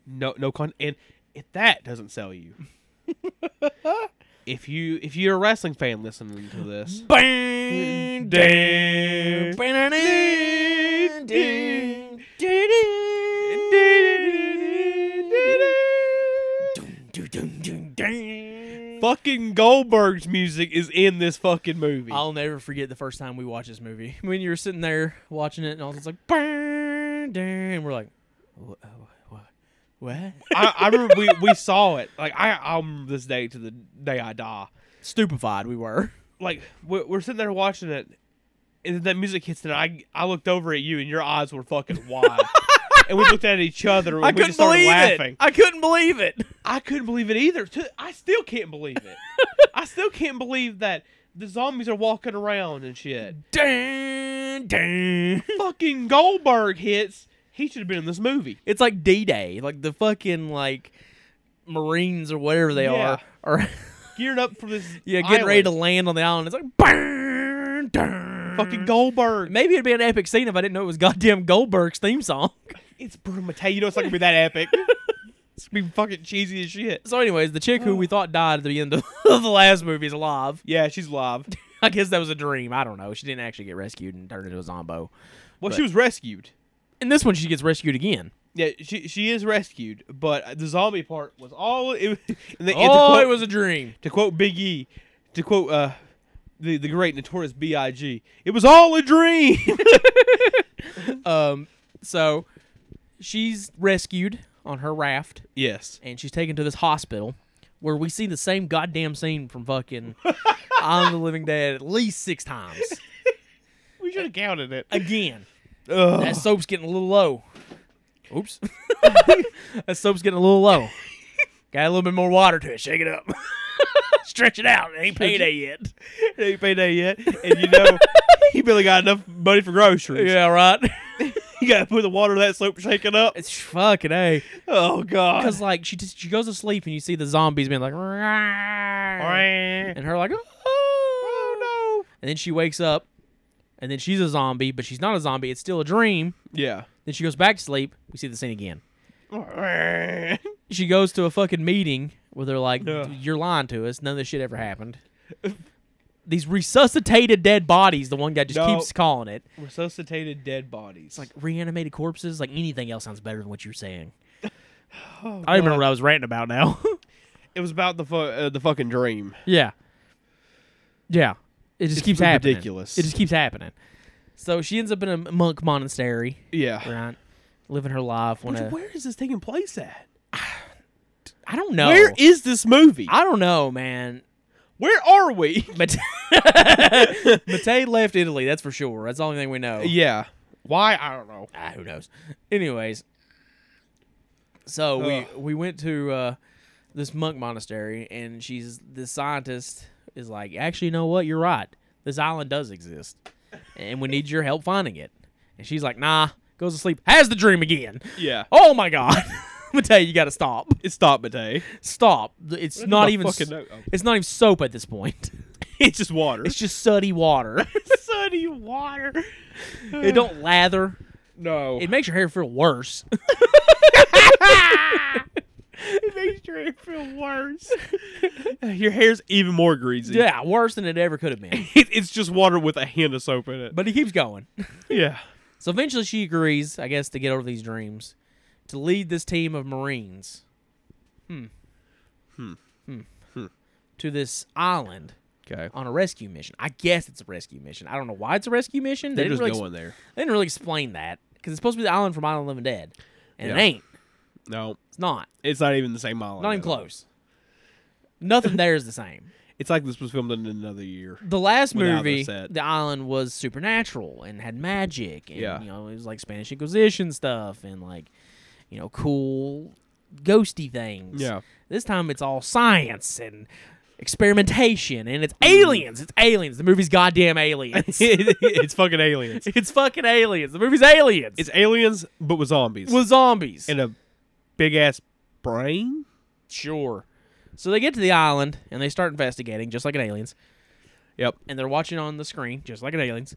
[SPEAKER 4] no no con and if that doesn't
[SPEAKER 3] [LAUGHS]
[SPEAKER 4] sell you if you if you're a wrestling fan listening to this
[SPEAKER 3] [LAUGHS] Bang! Ding! Ding! Ding! Ding! Ding!
[SPEAKER 4] fucking Goldberg's music is in this fucking movie.
[SPEAKER 3] I'll never forget the first time we watched this movie. [LAUGHS] When you were sitting there watching it, and all it's like, "Burn, dun," and we're like, what? what? [LAUGHS]
[SPEAKER 4] I, I remember we, we saw it. Like I, I'm this day to the day I die.
[SPEAKER 3] Stupefied we were.
[SPEAKER 4] Like we're, we're sitting there watching it, and then that music hits, and I I looked over at you, and your eyes were
[SPEAKER 3] [LAUGHS]
[SPEAKER 4] fucking wide. And we looked at each other. And
[SPEAKER 3] I
[SPEAKER 4] we
[SPEAKER 3] couldn't
[SPEAKER 4] just started
[SPEAKER 3] believe
[SPEAKER 4] laughing.
[SPEAKER 3] it. I couldn't believe it. [LAUGHS]
[SPEAKER 4] I couldn't believe it either. too. I still can't believe it.
[SPEAKER 3] [LAUGHS]
[SPEAKER 4] I still can't believe that the zombies are walking around and shit.
[SPEAKER 3] Dun, dun. [LAUGHS]
[SPEAKER 4] Fucking Goldberg hits. He should have been in this movie.
[SPEAKER 3] It's like D Day, like the fucking like Marines or whatever they
[SPEAKER 4] Yeah.
[SPEAKER 3] are, [LAUGHS] are
[SPEAKER 4] Geared up for this.
[SPEAKER 3] yeah getting ready to
[SPEAKER 4] island.
[SPEAKER 3] land on the island. It's like burn, dun.
[SPEAKER 4] fucking Goldberg.
[SPEAKER 3] Maybe it'd be an epic scene if I didn't know it was goddamn Goldberg's theme song. [LAUGHS]
[SPEAKER 4] It's Bruno Mattei. You know it's not gonna be that epic. it's gonna be fucking cheesy as shit.
[SPEAKER 3] So, anyways, the chick who we thought died at the end of [LAUGHS] of the last movie is alive.
[SPEAKER 4] Yeah, she's live.
[SPEAKER 3] I guess that was a dream. I don't know. She didn't actually get rescued and turned into a zombo.
[SPEAKER 4] Well, she was rescued.
[SPEAKER 3] In this one, she gets rescued again.
[SPEAKER 4] Yeah, she she is rescued, but the zombie part was all. It, was- [LAUGHS] and they- and to
[SPEAKER 3] oh,
[SPEAKER 4] quote-
[SPEAKER 3] it was a dream.
[SPEAKER 4] to quote Big E, to quote uh, the the great notorious B.I.G. It was all a dream. [LAUGHS]
[SPEAKER 3] Um, so she's rescued on her raft.
[SPEAKER 4] yes.
[SPEAKER 3] and she's taken to this hospital where we see the same goddamn scene from [LAUGHS] fucking I'm the Living Dead at least six [LAUGHS] times.
[SPEAKER 4] We should have counted it.
[SPEAKER 3] Again,
[SPEAKER 4] Ugh.
[SPEAKER 3] that soap's getting a little low. Oops. that soap's getting a little low. [LAUGHS] Got a little bit more water to it. Shake it up. [LAUGHS] Stretch it out. It ain't payday yet.
[SPEAKER 4] Ain't paid that yet, and you
[SPEAKER 3] [LAUGHS]
[SPEAKER 4] know he barely got enough money for groceries.
[SPEAKER 3] Yeah, [LAUGHS] right.
[SPEAKER 4] You got to put the water in that soap shaking up.
[SPEAKER 3] it's fucking A.
[SPEAKER 4] [LAUGHS] Oh God.
[SPEAKER 3] Because, like, she, just, she goes to sleep and you see the zombies being [LAUGHS] like, and her, like, oh no. And then she wakes up and then she's a zombie, but she's not a zombie. It's still a dream. [LAUGHS]
[SPEAKER 4] Yeah.
[SPEAKER 3] Then she goes back to sleep. We see the scene again. She goes to a fucking meeting where they're like,
[SPEAKER 4] Ugh.
[SPEAKER 3] "You're lying to us. None of this shit ever happened." [LAUGHS] These resuscitated dead bodies. The one guy just
[SPEAKER 4] No.
[SPEAKER 3] keeps calling it.
[SPEAKER 4] Resuscitated dead bodies.
[SPEAKER 3] It's like reanimated corpses. Like anything else sounds better than what you're
[SPEAKER 4] [SIGHS]
[SPEAKER 3] saying.
[SPEAKER 4] Oh,
[SPEAKER 3] I remember what I was ranting about now. [LAUGHS]
[SPEAKER 4] it was about the fu- uh, the fucking dream.
[SPEAKER 3] yeah, yeah. It just keeps happening.
[SPEAKER 4] ridiculous.
[SPEAKER 3] It just keeps happening. So she ends up in a monk monastery,
[SPEAKER 4] Yeah.
[SPEAKER 3] right? Living her life.
[SPEAKER 4] Which,
[SPEAKER 3] Wanna,
[SPEAKER 4] where is this taking place at?
[SPEAKER 3] I don't know.
[SPEAKER 4] Where is this movie?
[SPEAKER 3] Oh. I don't know, man.
[SPEAKER 4] where are we? [LAUGHS]
[SPEAKER 3] Mate- Mattei left Italy, that's for sure. That's the only thing we know.
[SPEAKER 4] yeah. Why? I don't know.
[SPEAKER 3] Ah, who knows? Anyways, so
[SPEAKER 4] Ugh.
[SPEAKER 3] we we went to uh, this monk monastery, and she's this scientist is like, actually, you know what? You're right. This island does exist, and we need your help finding it. And she's like, nah. Goes to sleep, has the dream again. [LAUGHS]
[SPEAKER 4] Yeah.
[SPEAKER 3] Oh my god, Mattei, you got to stop,
[SPEAKER 4] It's Stop Bidet.
[SPEAKER 3] stop. It's
[SPEAKER 4] did
[SPEAKER 3] not
[SPEAKER 4] my
[SPEAKER 3] even.
[SPEAKER 4] fucking
[SPEAKER 3] s-
[SPEAKER 4] note- oh.
[SPEAKER 3] It's not even soap at this point. [LAUGHS]
[SPEAKER 4] It's just water.
[SPEAKER 3] It's just sooty water. [LAUGHS]
[SPEAKER 4] sunny water.
[SPEAKER 3] it don't lather.
[SPEAKER 4] No.
[SPEAKER 3] It makes your hair feel worse. [LAUGHS]
[SPEAKER 4] [LAUGHS] makes your hair feel worse. [LAUGHS] your hair's even more greasy.
[SPEAKER 3] yeah, worse than it ever could have [LAUGHS] been.
[SPEAKER 4] It, [LAUGHS] it's just water with a hint of soap in it.
[SPEAKER 3] But he keeps going.
[SPEAKER 4] yeah.
[SPEAKER 3] So eventually she agrees, I guess, to get over these dreams, to lead this team of Marines. Hmm. Hmm. Hmm. To this island
[SPEAKER 4] Okay.
[SPEAKER 3] on a rescue mission. I guess it's a rescue mission. I don't know why it's a rescue mission. They
[SPEAKER 4] They're
[SPEAKER 3] didn't
[SPEAKER 4] just
[SPEAKER 3] really,
[SPEAKER 4] going there.
[SPEAKER 3] They didn't really explain that because it's supposed to be the island from Island of the Living Dead, and it
[SPEAKER 4] Yeah. Oh,
[SPEAKER 3] ain't.
[SPEAKER 4] No.
[SPEAKER 3] It's not.
[SPEAKER 4] It's not even the same island.
[SPEAKER 3] Not even close. Nothing there is the same.
[SPEAKER 4] It's like this was filmed in another [LAUGHS] year.
[SPEAKER 3] the last
[SPEAKER 4] without
[SPEAKER 3] movie,
[SPEAKER 4] the set.
[SPEAKER 3] the island was supernatural and had magic, and
[SPEAKER 4] Yeah.
[SPEAKER 3] you know it was like Spanish Inquisition stuff and like you know cool ghosty things.
[SPEAKER 4] Yeah.
[SPEAKER 3] This time it's all science and experimentation, and it's aliens. It's aliens. The movie's goddamn
[SPEAKER 4] [LAUGHS]
[SPEAKER 3] aliens. [LAUGHS]
[SPEAKER 4] it's fucking [LAUGHS] aliens.
[SPEAKER 3] it's fucking aliens. The movie's aliens.
[SPEAKER 4] It's aliens, but with zombies.
[SPEAKER 3] with zombies.
[SPEAKER 4] [LAUGHS] and a big ass brain.
[SPEAKER 3] sure. So they get to the island and they start investigating, just like an aliens,
[SPEAKER 4] Yep.
[SPEAKER 3] and they're watching on the screen, just like an aliens.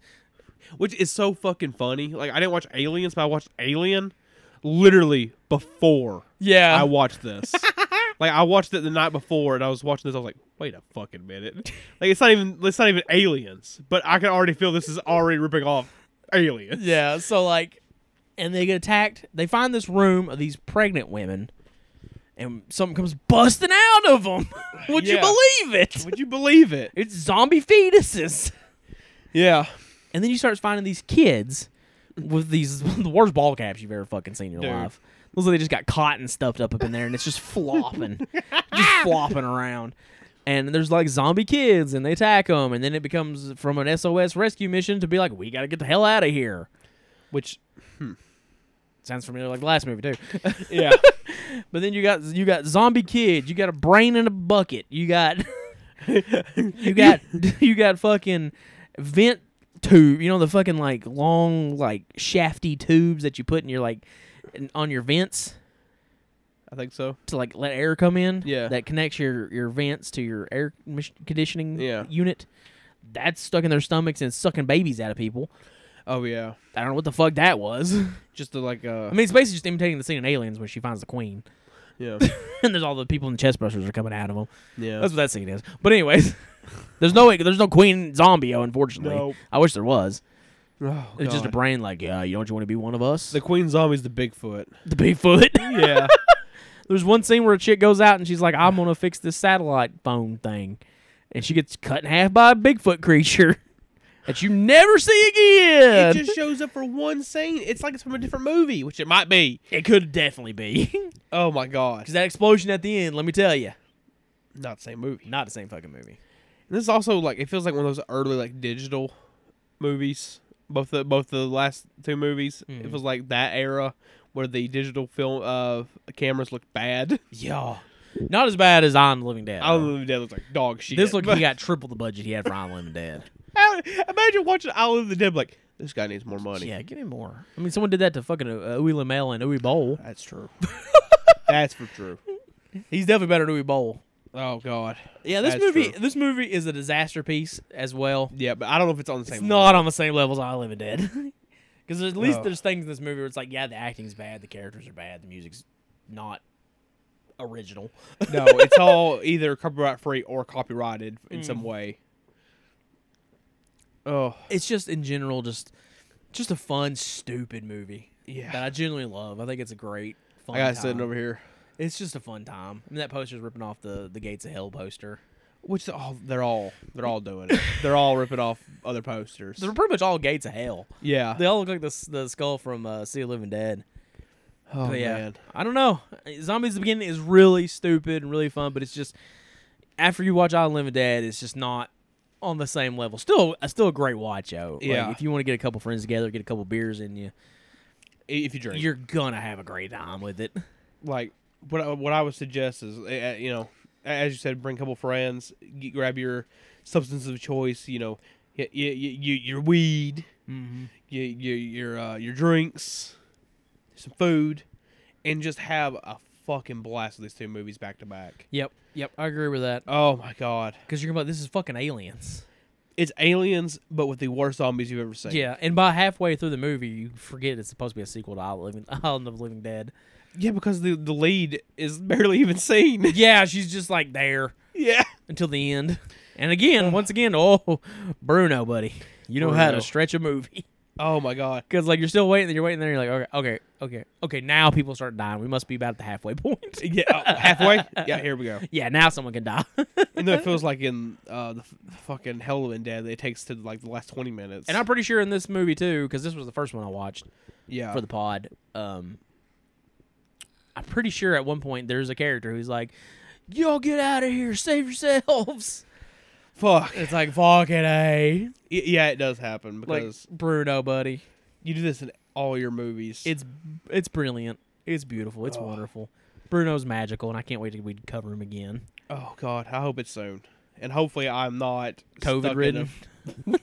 [SPEAKER 4] Which is so fucking funny. Like I didn't watch Aliens, but I watched Alien literally before
[SPEAKER 3] Yeah.
[SPEAKER 4] [LAUGHS] I watched this. like I watched it the night before, and I was watching this. I was like, wait a fucking minute. [LAUGHS] Like it's not even it's not even Aliens, but I can already feel this is already ripping off Aliens.
[SPEAKER 3] Yeah, so like and they get attacked. They find this room of these pregnant women and something comes busting out of them. [LAUGHS] Would
[SPEAKER 4] Yeah.
[SPEAKER 3] you believe it?
[SPEAKER 4] Would you believe it?
[SPEAKER 3] It's zombie fetuses.
[SPEAKER 4] Yeah.
[SPEAKER 3] And then you start finding these kids with these [LAUGHS] the worst ball caps you've ever fucking seen in your
[SPEAKER 4] Dude.
[SPEAKER 3] life. Looks like they just got cotton stuffed up up in there, and it's just flopping,
[SPEAKER 4] [LAUGHS]
[SPEAKER 3] just flopping around. And there's like zombie kids, and they attack them, and then it becomes from an SOS rescue mission to be like, we gotta get the hell out of here. Which sounds familiar, like the last movie too.
[SPEAKER 4] Hmm.
[SPEAKER 3] [LAUGHS]
[SPEAKER 4] Yeah.
[SPEAKER 3] But then you got you got zombie kids, you got a brain in a bucket, you got [LAUGHS] you got [LAUGHS] you got fucking vent tube, you know the fucking like long like shafty tubes that you put in your like in- on your vents
[SPEAKER 4] I think so.
[SPEAKER 3] to like let air come in.
[SPEAKER 4] Yeah.
[SPEAKER 3] that connects your your vents to your air mis- conditioning
[SPEAKER 4] Yeah.
[SPEAKER 3] unit. That's stuck in their stomachs and sucking babies out of people.
[SPEAKER 4] Oh yeah.
[SPEAKER 3] I don't know what the fuck that was. [LAUGHS] I
[SPEAKER 4] Just the, like [LAUGHS] uh
[SPEAKER 3] mean, it's basically just imitating the scene in Aliens when she finds the queen, [LAUGHS]
[SPEAKER 4] yeah.
[SPEAKER 3] and there's all the people in the chest brushers are coming out of them.
[SPEAKER 4] Yeah.
[SPEAKER 3] That's what that scene is. But anyways, [LAUGHS] there's no there's no Queen Zombio, unfortunately.
[SPEAKER 4] Nope.
[SPEAKER 3] I wish there was.
[SPEAKER 4] oh,
[SPEAKER 3] It's just a
[SPEAKER 4] God.
[SPEAKER 3] brain like, yeah, you don't you want to be one of us?
[SPEAKER 4] the queen zombie's the Bigfoot.
[SPEAKER 3] the Bigfoot. [LAUGHS]
[SPEAKER 4] [LAUGHS] Yeah.
[SPEAKER 3] there's one scene where a chick goes out and she's like, I'm gonna fix this satellite phone thing, and she gets cut in half by a Bigfoot creature [LAUGHS] that you never see again.
[SPEAKER 4] it just shows up for one scene. It's like it's from a different movie, which it might be.
[SPEAKER 3] It could definitely be [LAUGHS] because
[SPEAKER 4] Oh my god.
[SPEAKER 3] that explosion at the end. Let me tell you,
[SPEAKER 4] Not the same movie.
[SPEAKER 3] not the same fucking movie.
[SPEAKER 4] This is also like it feels like one of those early like digital movies. Both the both the last two movies, it was like that era where the digital film uh cameras looked bad. [LAUGHS]
[SPEAKER 3] Yeah, not as bad as I'm Living Dead.
[SPEAKER 4] I
[SPEAKER 3] though.
[SPEAKER 4] Island of the Dead looks like dog shit.
[SPEAKER 3] This look,
[SPEAKER 4] But
[SPEAKER 3] he [LAUGHS] got triple the budget he had for I'm Living Dead.
[SPEAKER 4] how- [LAUGHS] imagine watching Island of the Dead like this guy needs more money.
[SPEAKER 3] Yeah, give me more. I mean, someone did that to fucking uh, Uwe Lamel and Uwe [LAUGHS] Bowl.
[SPEAKER 4] That's true. [LAUGHS] That's for true.
[SPEAKER 3] He's definitely better than Uwe Bowl.
[SPEAKER 4] Oh god.
[SPEAKER 3] Yeah, this
[SPEAKER 4] That's
[SPEAKER 3] movie,
[SPEAKER 4] true.
[SPEAKER 3] this movie is a disaster piece as well.
[SPEAKER 4] Yeah, but I don't know if it's on the same
[SPEAKER 3] It's not on the same level as I Live and Dead. [LAUGHS] Because at least
[SPEAKER 4] Oh.
[SPEAKER 3] there's things in this movie where it's like, yeah, the acting's bad, the characters are bad, the music's not original. [LAUGHS]
[SPEAKER 4] level. No, it's all either copyright free or copyrighted in some way. Oh,
[SPEAKER 3] it's just in general, just just a fun, stupid movie.
[SPEAKER 4] Yeah.
[SPEAKER 3] that I genuinely love. I think it's a great. Fun
[SPEAKER 4] I got
[SPEAKER 3] time.
[SPEAKER 4] sitting over here.
[SPEAKER 3] It's just a fun time. I mean, that poster's ripping off the the Gates of Hell
[SPEAKER 4] [LAUGHS]
[SPEAKER 3] poster.
[SPEAKER 4] Which oh, they're all they're all doing it. they're all ripping off other posters.
[SPEAKER 3] They're pretty much all Gates of Hell.
[SPEAKER 4] yeah.
[SPEAKER 3] They all look like the s- the skull from uh, Sea of Living Dead.
[SPEAKER 4] oh
[SPEAKER 3] But yeah,
[SPEAKER 4] man.
[SPEAKER 3] I don't know. Zombies at the beginning is really stupid and really fun, but it's just after you watch Island of Living Dead, it's just not on the same level. Still, uh, still a great watch. Oh, Like,
[SPEAKER 4] Yeah.
[SPEAKER 3] if you want to get a couple friends together, get a couple beers in you,
[SPEAKER 4] If you drink,
[SPEAKER 3] you're gonna have a great time with it.
[SPEAKER 4] like what I, what I would suggest is uh, you know a- as you said bring a couple friends g grab your substance of choice you know y y y you, your weed
[SPEAKER 3] Mm-hmm.
[SPEAKER 4] you, you, your uh, your drinks some food and just have a fucking blast with these two movies back to back
[SPEAKER 3] [LAUGHS] Yep, yep, I agree with that.
[SPEAKER 4] oh my god
[SPEAKER 3] Because you're about this is fucking aliens.
[SPEAKER 4] it's aliens but with the worst zombies you've ever seen
[SPEAKER 3] Yeah, and by halfway through the movie, you forget it's supposed to be a sequel to Island of Living, [LAUGHS] Island of Living Dead.
[SPEAKER 4] yeah because the, the lead is barely even seen [LAUGHS]
[SPEAKER 3] Yeah, she's just like there.
[SPEAKER 4] yeah
[SPEAKER 3] until the end. And again, once again, oh, Bruno, buddy, you know how
[SPEAKER 4] Bruno.
[SPEAKER 3] to stretch a movie [LAUGHS]
[SPEAKER 4] oh my god
[SPEAKER 3] because like you're still waiting, you're waiting there, you're like, okay, okay, okay, okay. Now people start dying. We must be about at the halfway [LAUGHS] point.
[SPEAKER 4] yeah oh, halfway yeah here we [LAUGHS] go
[SPEAKER 3] yeah, now someone can die. [LAUGHS]
[SPEAKER 4] And then it feels like in uh, the f- fucking Hell of a Dead, it takes to like the last twenty minutes.
[SPEAKER 3] and I'm pretty sure in this movie too, because this was the first one I watched
[SPEAKER 4] yeah,
[SPEAKER 3] for the pod. Um, I'm pretty sure at one point there's a character who's like, "Y'all get out of here, save yourselves."
[SPEAKER 4] fuck.
[SPEAKER 3] [LAUGHS] It's like fucking a
[SPEAKER 4] Y- yeah, it does happen
[SPEAKER 3] like
[SPEAKER 4] because
[SPEAKER 3] Bruno, buddy.
[SPEAKER 4] you do this in all your movies.
[SPEAKER 3] It's it's brilliant. It's beautiful. It's wonderful. Bruno's magical, and I can't wait to we cover him again.
[SPEAKER 4] oh god, I hope it's soon, and hopefully I'm not
[SPEAKER 3] COVID
[SPEAKER 4] stuck in a-
[SPEAKER 3] ridden.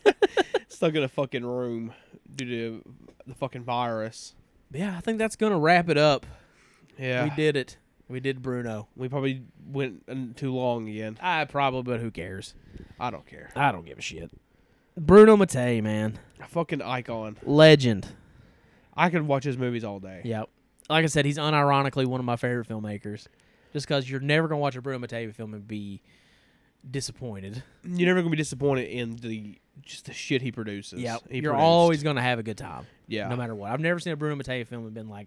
[SPEAKER 4] [LAUGHS] stuck in a fucking room due to the fucking virus.
[SPEAKER 3] Yeah, I think that's gonna wrap it up.
[SPEAKER 4] Yeah,
[SPEAKER 3] We did it. We did Bruno.
[SPEAKER 4] We probably went in too long again.
[SPEAKER 3] I probably, but who cares?
[SPEAKER 4] I don't care.
[SPEAKER 3] I don't give a shit. Bruno Mattei, man,
[SPEAKER 4] A fucking icon.
[SPEAKER 3] legend.
[SPEAKER 4] I could watch his movies all day.
[SPEAKER 3] Yep. Like I said, he's unironically one of my favorite filmmakers. Just because you're never gonna watch a Bruno Mattei film and be disappointed.
[SPEAKER 4] You're never gonna be disappointed in the just the shit he produces.
[SPEAKER 3] Yep.
[SPEAKER 4] He
[SPEAKER 3] You're
[SPEAKER 4] produced.
[SPEAKER 3] always gonna have a good time.
[SPEAKER 4] Yeah.
[SPEAKER 3] No matter what. I've never seen a Bruno Mattei film and been like,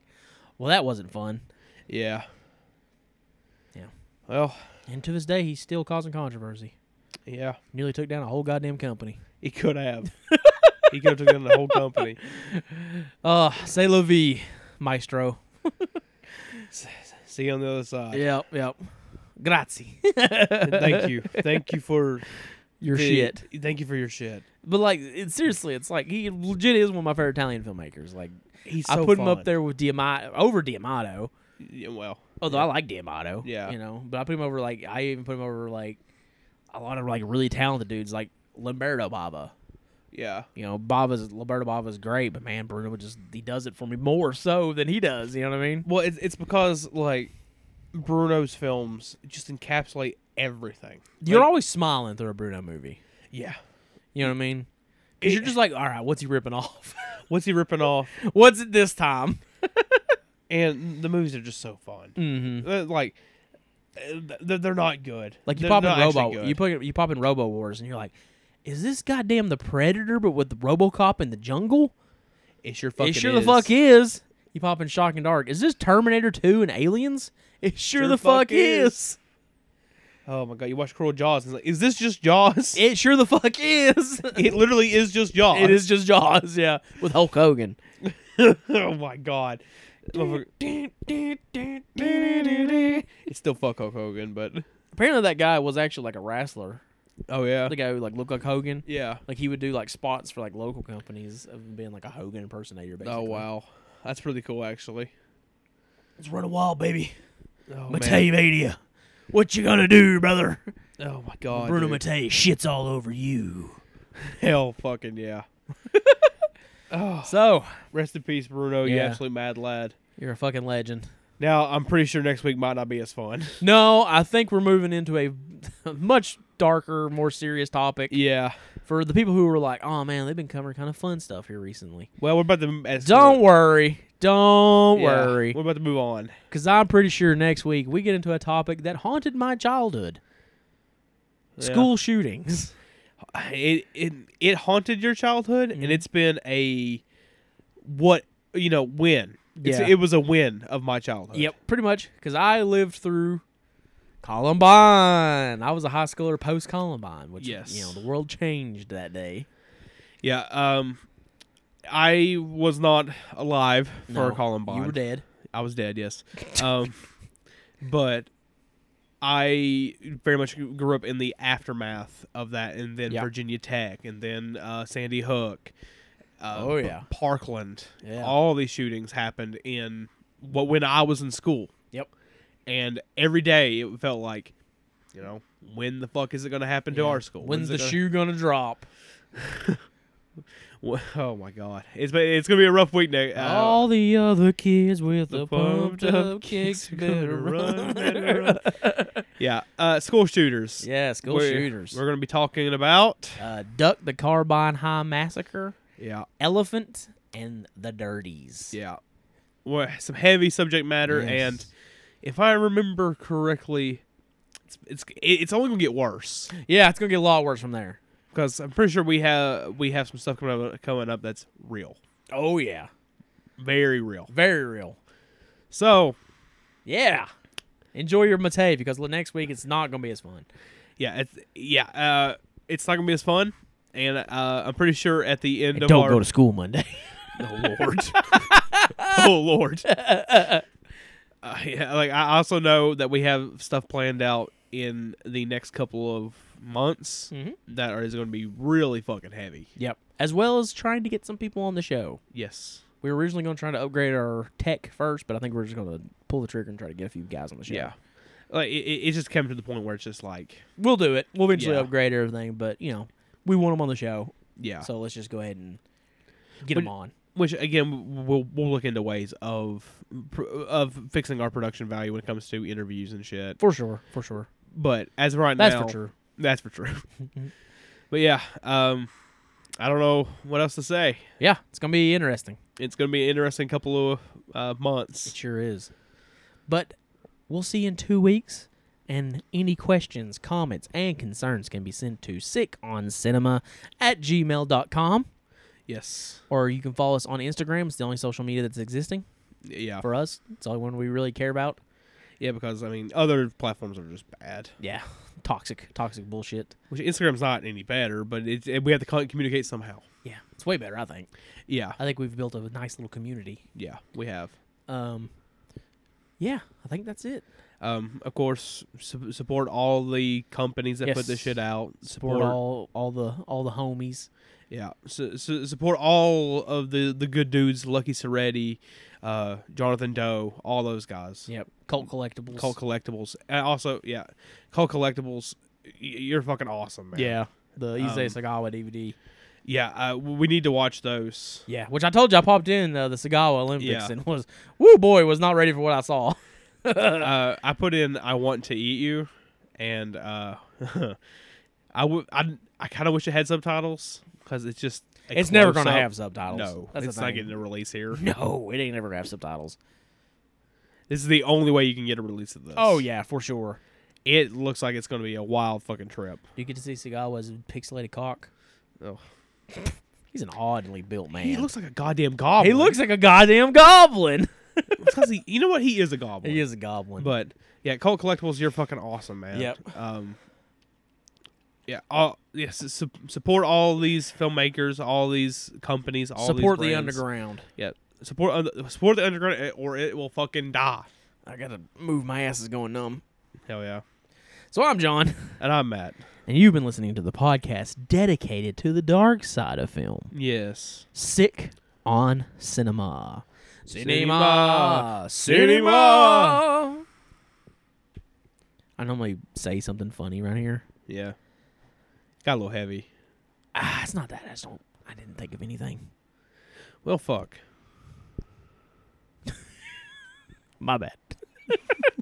[SPEAKER 3] "Well, that wasn't fun."
[SPEAKER 4] yeah. Well,
[SPEAKER 3] And to this day, he's still causing controversy.
[SPEAKER 4] yeah,
[SPEAKER 3] Nearly took down a whole goddamn company.
[SPEAKER 4] he
[SPEAKER 3] [LAUGHS]
[SPEAKER 4] could have. he could have taken the whole company.
[SPEAKER 3] Uh, say la vie, maestro.
[SPEAKER 4] See you on the other side.
[SPEAKER 3] Yep, yep. Grazie.
[SPEAKER 4] Thank you. Thank
[SPEAKER 3] [LAUGHS]
[SPEAKER 4] you for
[SPEAKER 3] Your
[SPEAKER 4] the-
[SPEAKER 3] shit.
[SPEAKER 4] Thank you for your shit.
[SPEAKER 3] But like, it, seriously, it's like he legit is one of my favorite Italian filmmakers. Like,
[SPEAKER 4] He's
[SPEAKER 3] I put him up there with Diamato over Diamato.
[SPEAKER 4] Yeah, well,
[SPEAKER 3] Although I like Diamato.
[SPEAKER 4] Yeah.
[SPEAKER 3] You know, but I put him over like I even put him over like a lot of like really talented dudes like Lamberto Baba.
[SPEAKER 4] yeah.
[SPEAKER 3] You know, Baba's Lamberto Baba's great, but man, Bruno just he does it for me more so than he does. You know what I mean?
[SPEAKER 4] Well, it's it's because like Bruno's films just encapsulate everything.
[SPEAKER 3] You're always smiling through a Bruno movie.
[SPEAKER 4] Yeah.
[SPEAKER 3] You know what I mean? Because you're just like, all right, what's he ripping off? [LAUGHS]
[SPEAKER 4] What's he ripping off?
[SPEAKER 3] what's it this time?
[SPEAKER 4] And the movies are just so fun. Mm-hmm. like uh, th- they're not good.
[SPEAKER 3] Like you
[SPEAKER 4] They're
[SPEAKER 3] pop
[SPEAKER 4] not
[SPEAKER 3] in
[SPEAKER 4] actually
[SPEAKER 3] Robo,
[SPEAKER 4] good.
[SPEAKER 3] you put you pop in Robo Wars, and you're like, is this goddamn the Predator, but with the RoboCop in the jungle?
[SPEAKER 4] It sure fucking
[SPEAKER 3] it sure
[SPEAKER 4] is.
[SPEAKER 3] the fuck is. You pop in Shock and Dark. Is this Terminator 2 and Aliens? It sure, the fuck, is.
[SPEAKER 4] Oh my god, you watch Cruel Jaws and it's like, is this just Jaws? [LAUGHS] It,
[SPEAKER 3] It sure the fuck
[SPEAKER 4] [LAUGHS]
[SPEAKER 3] is.
[SPEAKER 4] literally is just Jaws.
[SPEAKER 3] [LAUGHS] it is just Jaws, yeah, with Hulk Hogan.
[SPEAKER 4] [LAUGHS] oh [LAUGHS]
[SPEAKER 3] [LAUGHS]
[SPEAKER 4] my god. It's still fuck Hulk
[SPEAKER 3] [LAUGHS]
[SPEAKER 4] Hogan, but
[SPEAKER 3] Apparently, that guy was actually like a wrestler.
[SPEAKER 4] oh yeah,
[SPEAKER 3] The guy who like looked like Hogan.
[SPEAKER 4] yeah.
[SPEAKER 3] Like he would do like spots for like local companies of being like a Hogan impersonator. Basically.
[SPEAKER 4] Oh wow, that's pretty cool actually.
[SPEAKER 3] Let's run a wild, baby.
[SPEAKER 4] Oh,
[SPEAKER 3] Matei Media. What you gonna do, brother?
[SPEAKER 4] man. oh my god,
[SPEAKER 3] Bruno
[SPEAKER 4] dude.
[SPEAKER 3] Matei shits all over you.
[SPEAKER 4] hell [LAUGHS] fucking yeah.
[SPEAKER 3] So
[SPEAKER 4] Rest in peace, Bruno. You
[SPEAKER 3] Yeah.
[SPEAKER 4] absolute mad lad.
[SPEAKER 3] you're a fucking legend.
[SPEAKER 4] Now I'm pretty sure next week might not be as fun. [LAUGHS]
[SPEAKER 3] No, I think we're moving into a [LAUGHS] much darker, more serious topic
[SPEAKER 4] yeah.
[SPEAKER 3] for the people who were like, "Oh man, they've been covering kind of fun stuff here recently."
[SPEAKER 4] Well, we're about to as-
[SPEAKER 3] Don't worry, don't
[SPEAKER 4] yeah,
[SPEAKER 3] worry,
[SPEAKER 4] We're about to move on.
[SPEAKER 3] because I'm pretty sure next week we get into a topic that haunted my childhood: school shootings.
[SPEAKER 4] It it it haunted your childhood,
[SPEAKER 3] Mm-hmm.
[SPEAKER 4] and it's been a what you know win. It's,
[SPEAKER 3] Yeah.
[SPEAKER 4] It was a win of my childhood.
[SPEAKER 3] Yep, pretty much, because I lived through Columbine. I was a high schooler post Columbine, which
[SPEAKER 4] Yes.
[SPEAKER 3] you know the world changed that day.
[SPEAKER 4] Yeah. Um, I was not alive for
[SPEAKER 3] No,
[SPEAKER 4] Columbine.
[SPEAKER 3] you were dead.
[SPEAKER 4] I was dead, yes. Um, but I very much grew up in the aftermath of that, and then
[SPEAKER 3] Yeah.
[SPEAKER 4] Virginia Tech, and then uh, Sandy Hook. Uh,
[SPEAKER 3] Oh,
[SPEAKER 4] P-
[SPEAKER 3] yeah.
[SPEAKER 4] Parkland.
[SPEAKER 3] Yeah.
[SPEAKER 4] All these shootings happened in what when I was in school,
[SPEAKER 3] Yep.
[SPEAKER 4] and every day it felt like, you know, when the fuck is it going to happen to our school?
[SPEAKER 3] When's
[SPEAKER 4] When's it uh,
[SPEAKER 3] the shoe
[SPEAKER 4] gonna-
[SPEAKER 3] gonna drop?
[SPEAKER 4] Wh- [LAUGHS] Oh my god, it's been, it's going to be a rough week now. Uh,
[SPEAKER 3] All the other kids with
[SPEAKER 4] the
[SPEAKER 3] the pumped up kicks
[SPEAKER 4] kids are gonna
[SPEAKER 3] better run.
[SPEAKER 4] better
[SPEAKER 3] [LAUGHS]
[SPEAKER 4] run. yeah, uh, school shooters.
[SPEAKER 3] Yeah, school
[SPEAKER 4] we're,
[SPEAKER 3] shooters.
[SPEAKER 4] We're going to be talking about.
[SPEAKER 3] uh, Duck the Carbine High Massacre,
[SPEAKER 4] Yeah,
[SPEAKER 3] Elephant, and the Dirties.
[SPEAKER 4] yeah. Well, some heavy subject matter,
[SPEAKER 3] Yes.
[SPEAKER 4] and if I remember correctly, it's it's it- it's only going to get worse
[SPEAKER 3] Yeah, it's gonna get a lot worse from there.
[SPEAKER 4] because I'm pretty sure we have we have some stuff coming up, coming up that's real,
[SPEAKER 3] Oh yeah,
[SPEAKER 4] very real.
[SPEAKER 3] very real.
[SPEAKER 4] So
[SPEAKER 3] Yeah, enjoy your mate because next week it's not gonna be as fun.
[SPEAKER 4] yeah, it's yeah, uh, it's not going to be as fun. And uh, I'm pretty sure at the end of our
[SPEAKER 3] school Monday.
[SPEAKER 4] Oh Lord. [LAUGHS] oh Lord. [LAUGHS] Uh, yeah, like I also know that we have stuff planned out in the next couple of months that are, is going to be really fucking heavy.
[SPEAKER 3] [LAUGHS] yep. As well as trying to get some people on the show.
[SPEAKER 4] Yes.
[SPEAKER 3] We were originally gonna try to upgrade our tech first, but I think we're just gonna pull the trigger and try to get a few guys on the show.
[SPEAKER 4] Yeah. Like it, it it just came to the point where it's just like,
[SPEAKER 3] We'll do it. We'll eventually
[SPEAKER 4] Yeah.
[SPEAKER 3] upgrade everything, but you know, we want them on the show,
[SPEAKER 4] yeah.
[SPEAKER 3] so let's just go ahead and get
[SPEAKER 4] Ah. But-
[SPEAKER 3] them on.
[SPEAKER 4] Which again, we'll we'll look into ways of pr- of fixing our production value when it comes to interviews and shit.
[SPEAKER 3] For sure, for sure.
[SPEAKER 4] But as of right
[SPEAKER 3] That's
[SPEAKER 4] now,
[SPEAKER 3] for sure.
[SPEAKER 4] That's for true. but yeah, um, I don't know what else to say.
[SPEAKER 3] Yeah, it's gonna be interesting.
[SPEAKER 4] it's going to be an interesting couple of uh,
[SPEAKER 3] It
[SPEAKER 4] months.
[SPEAKER 3] sure is. But we'll see you in two weeks. And any questions, comments, and concerns can be sent to sickoncinema at gmail.com.
[SPEAKER 4] Yes.
[SPEAKER 3] Or you can follow us on Instagram. It's the only social media that's existing
[SPEAKER 4] Yeah.
[SPEAKER 3] for us. It's the only one we really care about.
[SPEAKER 4] Yeah, because I mean, other platforms are just bad.
[SPEAKER 3] Yeah, toxic, toxic bullshit.
[SPEAKER 4] Which Instagram's not any better, but it's, it, we have to co- communicate somehow.
[SPEAKER 3] Yeah, it's way better. I think.
[SPEAKER 4] Yeah,
[SPEAKER 3] I think we've built a nice little community.
[SPEAKER 4] yeah, we have.
[SPEAKER 3] Um, yeah, I think that's it.
[SPEAKER 4] Um, of course, su- support all the companies that put
[SPEAKER 3] Yes.
[SPEAKER 4] this shit out.
[SPEAKER 3] Support all, all the, all the homies.
[SPEAKER 4] Yeah, so, so support all of the the good dudes, Lucky Soretti, uh, Jonathan Doe, all those guys.
[SPEAKER 3] Yep, cult collectibles.
[SPEAKER 4] Cult Collectibles, and also yeah, Cult Collectibles, y- you're fucking awesome, man.
[SPEAKER 3] yeah, the Issei
[SPEAKER 4] Um,
[SPEAKER 3] Sagawa DVD.
[SPEAKER 4] yeah. Uh, we need to watch those.
[SPEAKER 3] Yeah, which I told you I popped in uh, the Sagawa Olympics
[SPEAKER 4] Yeah.
[SPEAKER 3] and was, woo boy, was not ready for what I saw. [LAUGHS]
[SPEAKER 4] uh, I put in "I want to eat you," and uh, [LAUGHS] I would I, I kind of wish it had subtitles because it's just a
[SPEAKER 3] It's never gonna
[SPEAKER 4] close-up.
[SPEAKER 3] have subtitles.
[SPEAKER 4] No,
[SPEAKER 3] That's the
[SPEAKER 4] it's not
[SPEAKER 3] thing.
[SPEAKER 4] getting a release
[SPEAKER 3] [LAUGHS]
[SPEAKER 4] here.
[SPEAKER 3] No, it ain't ever gonna have subtitles.
[SPEAKER 4] This is the only way you can get a release of this.
[SPEAKER 3] Oh yeah, for sure.
[SPEAKER 4] it looks like it's gonna be a wild fucking trip.
[SPEAKER 3] You get to see Sagawa's pixelated cock.
[SPEAKER 4] Oh.
[SPEAKER 3] He's an oddly built man.
[SPEAKER 4] He looks like a goddamn goblin.
[SPEAKER 3] He looks like a goddamn goblin.
[SPEAKER 4] because he, you know what? He is a goblin.
[SPEAKER 3] he is a goblin.
[SPEAKER 4] But yeah, Cult Collectibles, you're fucking awesome, man.
[SPEAKER 3] Yep.
[SPEAKER 4] Um. Yeah. All yes. su- support all these filmmakers, all these companies, all these
[SPEAKER 3] support the
[SPEAKER 4] brands.
[SPEAKER 3] underground.
[SPEAKER 4] Yeah, support un- support the underground, eh, or it will fucking die.
[SPEAKER 3] I gotta move. My ass is going numb.
[SPEAKER 4] Hell yeah.
[SPEAKER 3] So I'm John,
[SPEAKER 4] And I'm Matt.
[SPEAKER 3] [LAUGHS] and you've been listening to the podcast dedicated to the dark side of film.
[SPEAKER 4] Yes.
[SPEAKER 3] Sick on cinema.
[SPEAKER 4] Cinema.
[SPEAKER 3] Cinema. I normally say something funny right here.
[SPEAKER 4] Yeah. Got a little heavy.
[SPEAKER 3] Ah, it's not that. I just don't. I didn't think of anything.
[SPEAKER 4] Well, fuck.
[SPEAKER 3] My bad.